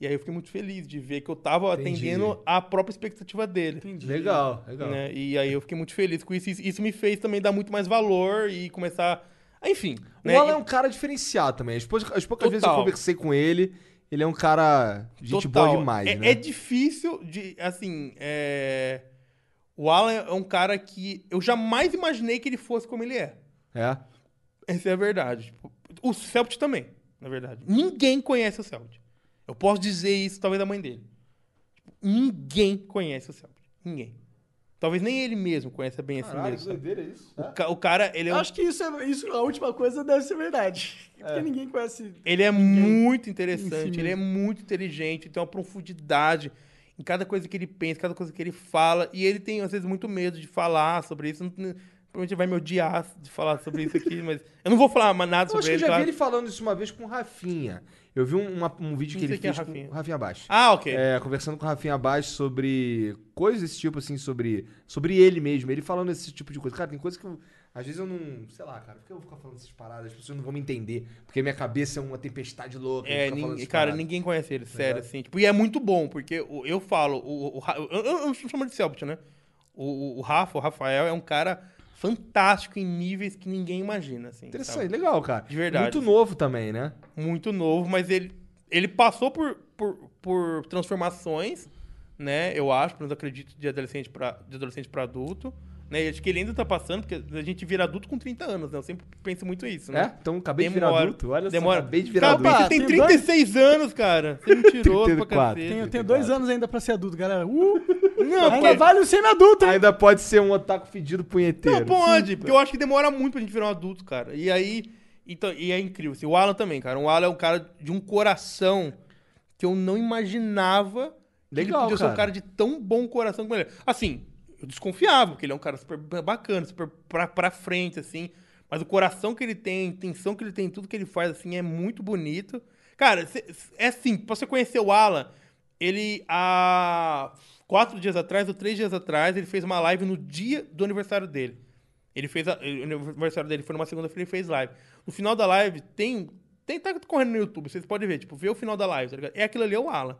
S3: E aí eu fiquei muito feliz de ver que eu tava
S2: Entendi.
S3: atendendo a própria expectativa dele.
S2: Legal, legal.
S3: né? E aí eu fiquei muito feliz com isso. Isso- Isso me fez também dar muito mais valor e começar... Enfim.
S2: O
S3: né?
S2: Alan é um cara diferenciado também. As poucas, as poucas vezes que eu
S3: Total.
S2: conversei com ele, ele é um cara gente
S3: Total.
S2: boa demais,
S3: é,
S2: né?
S3: é difícil de, assim, é... O Alan é um cara que eu jamais imaginei que ele fosse como ele é.
S2: É.
S3: Essa é a verdade. Tipo, o Celt também, na verdade. Ninguém conhece o Celt. Eu posso dizer isso, talvez, da mãe dele. Tipo, ninguém conhece o Celt. Ninguém. Talvez nem ele mesmo conheça bem esse mesmo. sabe?
S2: doideira isso.
S3: O, ca- o cara, ele é,
S4: Eu
S3: um-
S4: acho que isso, é, isso, a última coisa deve ser verdade. Porque ninguém conhece.
S3: ele é muito interessante,
S4: Enfim.
S3: ele é muito inteligente, tem uma profundidade em cada coisa que ele pensa, cada coisa que ele fala. E ele tem, às vezes, muito medo de falar sobre isso. Não- Provavelmente ele vai me odiar de falar sobre isso aqui, mas eu não vou falar mais nada
S2: Eu acho
S3: sobre
S2: que eu
S3: ele,
S2: já
S3: claro.
S2: vi ele falando isso uma vez com o Rafinha. Eu vi um, uma- um vídeo
S3: Não
S2: que ele
S3: sei quem é
S2: fez
S3: Rafinha.
S2: com o Rafinha Baixo.
S3: Ah, ok.
S2: É, conversando com o Rafinha Baixo sobre coisas desse tipo, assim, sobre, sobre ele mesmo. Ele falando esse tipo de coisa. Cara, tem coisa que eu, às vezes eu não. Sei lá, cara, por que eu vou ficar falando essas paradas? As pessoas não vão me entender. Porque minha cabeça é uma tempestade louca. eu
S3: É,
S2: ficar falando
S3: nin-
S2: essas
S3: cara,
S2: paradas.
S3: ninguém conhece ele, sério, assim. Tipo, e é muito bom, porque o- eu falo, o, o Ra- eu, eu, eu chamo de Selbit, né? O, o- o Rafa, o Rafael, é um cara fantástico em níveis que ninguém imagina, assim.
S2: Interessante,
S3: sabe?
S2: legal, cara.
S3: De verdade,
S2: Muito
S3: assim.
S2: novo também, né?
S3: Muito novo, mas ele, ele passou por, por, por transformações, né? Eu acho, pelo menos eu acredito, de adolescente pra, de adolescente pra adulto. Né? E acho que ele ainda tá passando, porque a gente vira adulto com 30 anos, né? Eu sempre penso muito isso, né?
S2: É? Então acabei de virar
S3: Demora.
S2: adulto. Olha
S3: Demora.
S2: só, acabei de virar
S3: Cara,
S2: adulto.
S3: você tem
S4: tem dois-
S3: 36 anos, cara. Você é mentiroso
S2: 34.
S3: pra cacete.
S4: Tenho, tenho dois anos ainda pra ser adulto, galera. Uh,
S3: Não,
S4: ainda
S3: porque-
S4: vale o semi-adulto, hein?
S2: Ainda pode ser um otaku fedido punheteiro.
S3: Não, pode, porque eu acho que demora muito pra gente virar um adulto, cara. E aí. Então, e é incrível. assim, o Alan também, cara. O Alan é um cara de um coração que eu não imaginava
S2: Legal,
S3: que ele podia ser
S2: cara.
S3: um cara de tão bom coração como ele é. Assim, eu desconfiava, porque ele é um cara super bacana, super pra, pra frente, assim. Mas o coração que ele tem, a intenção que ele tem, tudo que ele faz, assim, é muito bonito. Cara, cê- é assim, pra você conhecer o Alan, ele há quatro dias atrás, ou três dias atrás, ele fez uma live no dia do aniversário dele. Ele fez. A, ele- o aniversário dele foi numa segunda-feira e fez live. No final da live tem. tem tá correndo no YouTube, vocês podem ver. Tipo, vê o final da live, tá ligado? É aquilo ali, é o Alan.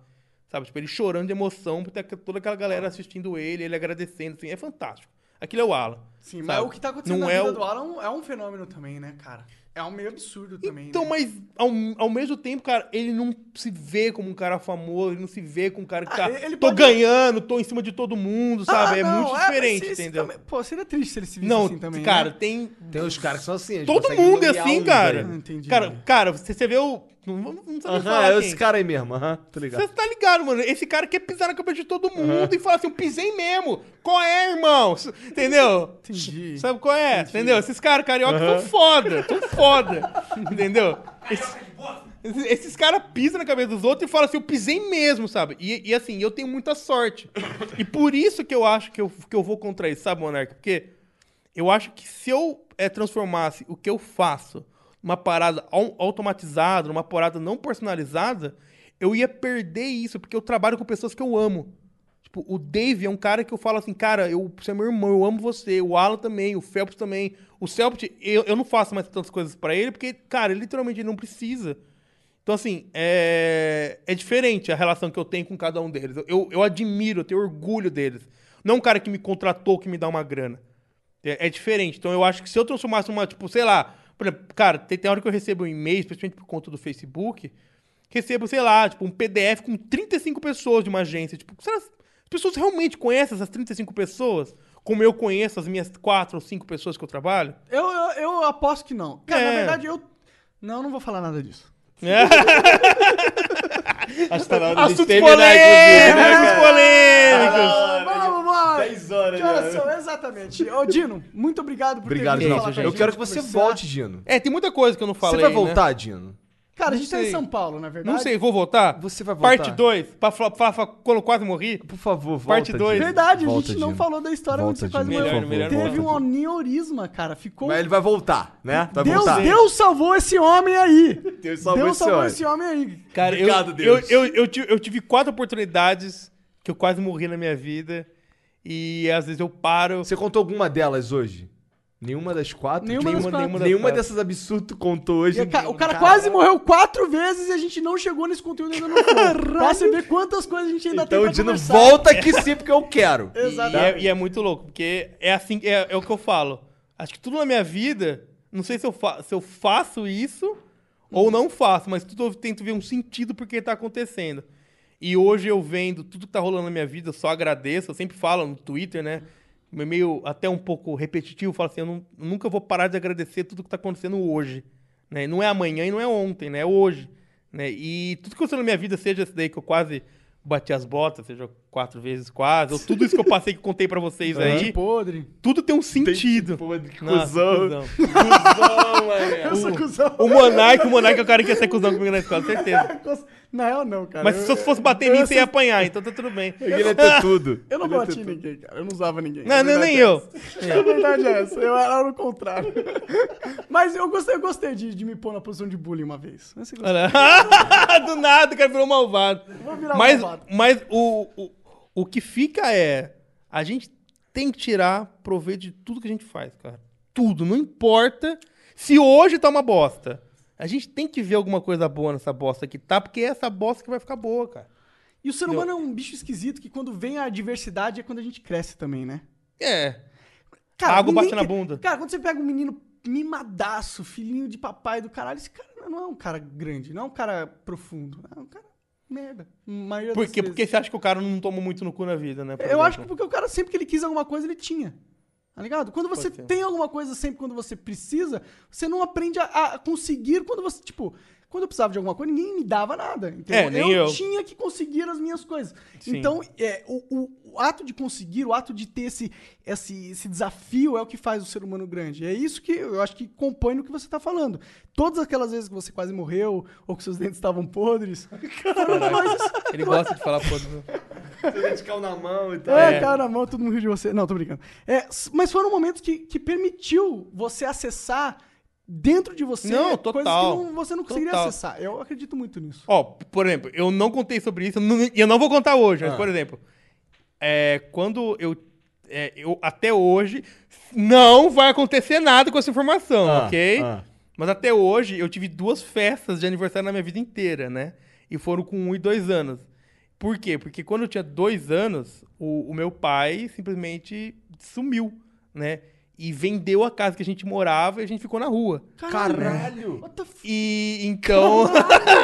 S3: Sabe? Tipo, ele chorando de emoção, porque tá toda aquela galera assistindo ele, ele agradecendo, assim. É fantástico. Aquilo é o Alan.
S4: Sim, mas
S3: sabe?
S4: o que tá acontecendo
S3: Não
S4: na
S3: é
S4: vida
S3: o-
S4: do Alan é um fenômeno também, né, cara? É um meio absurdo também.
S3: Então,
S4: né?
S3: mas ao, ao mesmo tempo, cara, ele não se vê como um cara famoso, ele não se vê como um cara que
S4: Ah,
S3: tá.
S4: ele
S3: tô
S4: pode- Ah,
S3: ganhando, tô em cima de todo mundo, sabe? é
S4: né? não,
S3: muito
S4: mas
S3: diferente,
S4: se- se
S3: entendeu?
S4: também- pô, seria triste se ele se visse
S3: Não,
S4: assim também.
S3: cara,
S4: né?
S3: tem
S2: Tem os caras que são assim. eles
S3: Todo
S2: conseguem
S3: mundo é
S2: nomear
S3: assim,
S2: uns
S3: cara.
S2: aí.
S4: Ah, entendi.
S3: Cara, cara, você, você vê o. Não, não não sabe
S2: Aham,
S3: falar
S2: é
S3: quem.
S2: esse cara aí mesmo. Aham, tô ligado.
S3: Você tá ligado, mano? Esse cara quer pisar na cabeça de todo mundo e falar assim: eu pisei mesmo. Qual é, irmão? S- Entendeu?
S4: Entendi.
S3: Sabe qual é? Entendeu? Esses caras carioca são foda, são foda. entendeu? Esse- esses, caras pisam na cabeça dos outros e falam assim, eu pisei mesmo, sabe? E, e assim, eu tenho muita sorte. e por isso que eu acho que eu, que eu vou contra isso, sabe, Monarca? Porque eu acho que se eu eh, transformasse o que eu faço numa parada au- automatizada, numa parada não personalizada, eu ia perder isso, porque eu trabalho com pessoas que eu amo. Tipo, o Dave é um cara que eu falo assim, cara, eu, você é meu irmão, eu amo você. O Alan também, o Phelps também. O Phelps, eu, eu não faço mais tantas coisas pra ele, porque, cara, ele literalmente ele não precisa. Então, assim, é... é diferente a relação que eu tenho com cada um deles. Eu, eu admiro, eu tenho orgulho deles. Não um cara que me contratou, que me dá uma grana. É, é diferente. Então, eu acho que se eu transformasse uma, tipo, sei lá... Por exemplo, cara, tem, tem hora que eu recebo um e-mail, especialmente por conta do Facebook, recebo, sei lá, tipo, um PDF com 35 pessoas de uma agência. Tipo, será que as pessoas realmente conhecem essas 35 pessoas? Como eu conheço as minhas quatro ou cinco pessoas que eu trabalho?
S4: Eu, eu, eu aposto que não. Cara,
S3: É.
S4: na verdade, eu. Não, não vou falar nada disso.
S8: Acho que tá na hora de
S3: Assuntos
S8: terminar,
S3: polêmicos!
S8: inclusive. né,
S3: Assuntos
S2: Ah,
S3: polêmicos!
S4: Ah, Vamos, vamos!
S8: 10 horas,
S4: Que
S8: né?
S4: horas são? Exatamente. Ô, Dino, muito obrigado por
S2: Obrigado,
S4: ter vindo
S2: Dino.
S4: falar com a
S2: Eu
S4: gente,
S2: quero que você
S4: conversar.
S2: volte, Dino.
S3: É, tem muita coisa que eu não falei.
S2: você vai
S3: né?
S2: voltar, Dino?
S4: Cara, a
S3: Não
S4: gente tá em
S3: sei.
S4: São Paulo, na verdade.
S3: Não sei, vou voltar?
S2: Você vai voltar.
S3: Parte 2, Fafa quando eu quase morri.
S2: Por favor, volta.
S3: Parte dois.
S2: Dino.
S4: Verdade, a
S2: Volta,
S4: gente não
S2: Dino.
S4: falou da história onde
S2: Volta,
S4: você quase
S2: Dino, por
S4: morreu.
S3: Melhor, melhor
S2: favor.
S4: Teve um
S3: volta.
S4: aneurisma, cara. Ficou.
S2: Mas ele vai voltar, né? Vai
S4: Deus,
S2: voltar.
S4: Deus salvou esse homem aí.
S2: Deus salvou esse homem.
S4: esse homem aí.
S3: Cara,
S2: Obrigado,
S3: eu,
S2: Deus.
S3: Eu, eu, eu tive, eu tive quatro oportunidades que eu quase morri na minha vida. E às vezes eu paro.
S2: Você contou alguma delas hoje? Nenhuma das quatro?
S4: Nenhuma das quatro.
S3: nenhuma das
S2: Nenhuma
S3: quatro.
S2: dessas absurdas tu contou hoje.
S4: E a ca- o
S2: é
S4: cara
S2: um
S4: quase morreu quatro vezes e a gente não chegou nesse conteúdo ainda não. pra você ver quantas coisas a gente ainda tem
S2: Então,
S4: pra
S2: Dino,
S4: conversar.
S2: volta aqui sim, porque eu quero.
S3: E é, e é muito louco, porque é assim, é, é o que eu falo. Acho que tudo na minha vida, não sei se eu, fa- se eu faço isso ou não faço, mas tudo eu tento ver um sentido porque tá acontecendo. E hoje eu vendo tudo que tá rolando na minha vida, eu só agradeço. Eu sempre falo no Twitter, né? um e-mail até um pouco repetitivo, fala assim: eu não- nunca vou parar de agradecer tudo que tá acontecendo hoje. Né? E Não é amanhã e não é ontem, né? É hoje. Né? E tudo que aconteceu na minha vida, seja esse daí que eu quase bati as botas, seja quatro vezes quase, ou tudo isso que eu passei que eu contei pra vocês aí,
S4: é Podre.
S3: tudo tem um sentido. Nossa, cuzão. Uh.
S4: Eu sou cuzão. é
S3: O Monark, o Monark é o cara que ia ser cuzão comigo na escola, certeza.
S4: Na real, não, cara.
S3: Mas
S4: Eu-
S3: se você fosse bater em mim, você ia apanhar, então tá tudo bem.
S2: Ele ia ter tudo.
S4: Eu não bati em ninguém, cara. Eu não usava ninguém.
S3: Não,
S4: A
S3: não, nem
S4: verdade
S3: eu.
S4: é- A verdade é essa. Eu era o contrário. Mas eu gostei, eu gostei de, de me pôr na posição de bullying uma vez. Mas você gostou?
S3: Olha, Do nada, o cara virou malvado.
S4: virar
S3: mas
S4: malvado.
S3: mas o, o, o que fica é. A gente tem que tirar proveito de tudo que a gente faz, cara. Tudo. Não importa se hoje tá uma bosta. A gente tem que ver alguma coisa boa nessa bosta que tá, porque é essa bosta que vai ficar boa, cara.
S4: E o ser humano é um bicho esquisito que quando vem a adversidade é quando a gente cresce também, né?
S3: É.
S4: Cara,
S3: Água
S4: ninguém
S3: bate na
S4: que-
S3: bunda.
S4: Cara, quando você pega um menino mimadaço, filhinho de papai do caralho, esse cara não é um cara grande, não é um cara profundo. É um cara merda. A maioria
S3: Por
S4: das
S3: quê?
S4: vezes.
S3: Porque você acha que o cara não toma muito no cu na vida, né? por
S4: Eu
S3: exemplo?
S4: acho que porque o cara sempre que ele quis alguma coisa, ele tinha. Tá ligado? Quando você tem alguma coisa sempre quando você precisa, você não aprende a, a conseguir quando você, tipo, quando eu precisava de alguma coisa, ninguém me dava nada. Entendeu?
S3: É, nem eu.
S4: tinha que conseguir as minhas coisas.
S3: Sim.
S4: Então, é, o, o- o ato de conseguir, o ato de ter esse, esse, esse desafio é o que faz o ser humano grande. É isso que eu acho que compõe no que você tá falando. Todas aquelas vezes que você quase morreu, ou que seus dentes estavam podres, foram coisas
S8: Ele gosta de falar podre.
S2: Cal na mão e tal.
S4: é, cara, na mão, todo mundo riu de você. Não, tô brincando. É, s- mas foram momentos que, que permitiu você acessar dentro de você
S3: Não,
S4: coisas
S3: total.
S4: que não- você não conseguiria
S3: Total.
S4: acessar. Eu acredito muito nisso.
S3: Ó, por exemplo, eu não contei sobre isso, eu não- e eu não vou contar hoje,
S2: Ah.
S3: mas, por exemplo, é, quando eu, é, eu- Até hoje, não vai acontecer nada com essa informação,
S2: Ah,
S3: ok?
S2: ah.
S3: Mas até hoje, eu tive duas festas de aniversário na minha vida inteira, né? E foram com um e dois anos. Por quê? Porque quando eu tinha dois anos, o, o meu pai simplesmente sumiu, né? E vendeu a casa que a gente morava e a gente ficou na rua.
S2: Caralho!
S4: What the f...
S3: E então.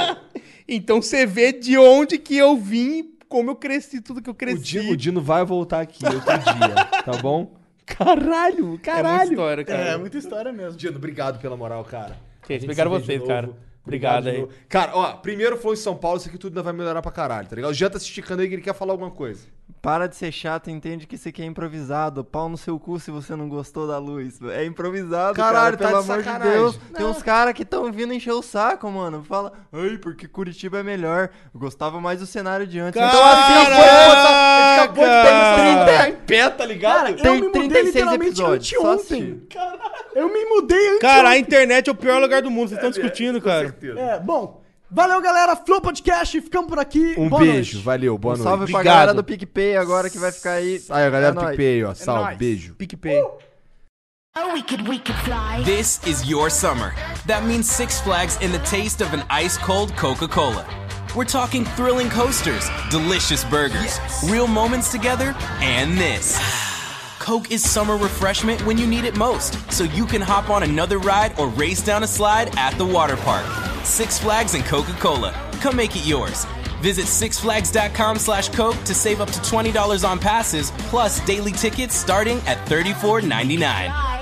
S3: então você vê de onde que eu vim, como eu cresci, tudo que eu
S2: O
S3: cresci.
S2: Dino, o Dino vai voltar aqui outro dia, tá bom? Caralho,
S3: É muita
S2: caralho!
S3: história, cara.
S4: É, muita história mesmo.
S2: Dino, obrigado pela moral, cara.
S3: Que
S2: A
S3: isso,
S2: gente
S3: obrigado
S2: se vê de
S3: vocês,
S2: novo.
S3: cara. Obrigado
S2: de
S3: aí.
S2: novo. Cara, ó, primeiro flow em São Paulo, isso aqui tudo ainda vai melhorar pra caralho, tá ligado? O Jean tá se esticando aí que ele quer falar alguma coisa.
S8: Para de ser chato, entende que isso aqui é improvisado. Pau no seu cu se você não gostou da luz. É improvisado,
S2: Caralho, tá
S8: Caralho, cara, pelo
S2: de
S8: amor
S2: sacanagem.
S8: de Deus. Tem uns caras que estão vindo encher o saco, mano. Fala, ai, porque Curitiba é melhor. Eu gostava mais do cenário de antes. Então,
S2: Ele acabou de botar- ele acabou de pegar em pé, tá ligado?
S4: Cara, eu
S8: tem
S4: me mudei
S8: 36
S4: literalmente
S8: episódios. só
S4: anteontem.
S8: assistir.
S4: Eu me mudei antes.
S3: Cara, a internet é o pior lugar do mundo, vocês estão discutindo, cara.
S4: É, bom. Valeu, galera. Flow Podcast. Ficamos por aqui.
S2: Um
S4: Boa
S2: beijo,
S4: noite.
S2: valeu, boa
S8: Um
S2: noite.
S8: salve pra galera do PicPay agora que vai ficar aí.
S2: Aí, a galera
S8: É
S2: do
S8: nóis.
S2: PicPay, ó. Salve, beijo.
S3: PicPay.
S6: Oh, we could, we could fly.
S7: This is your summer. That means Six Flags and the taste of an ice cold Coca Cola. We're talking thrilling coasters, delicious burgers, real moments together, and this. Coke is summer refreshment when you need it most, so you can hop on another ride or race down a slide at the water park. Six Flags and Coca Cola. Come make it yours. Visit sixflags.com slash Coke to save up to $20 on passes, plus daily tickets starting at $34.99.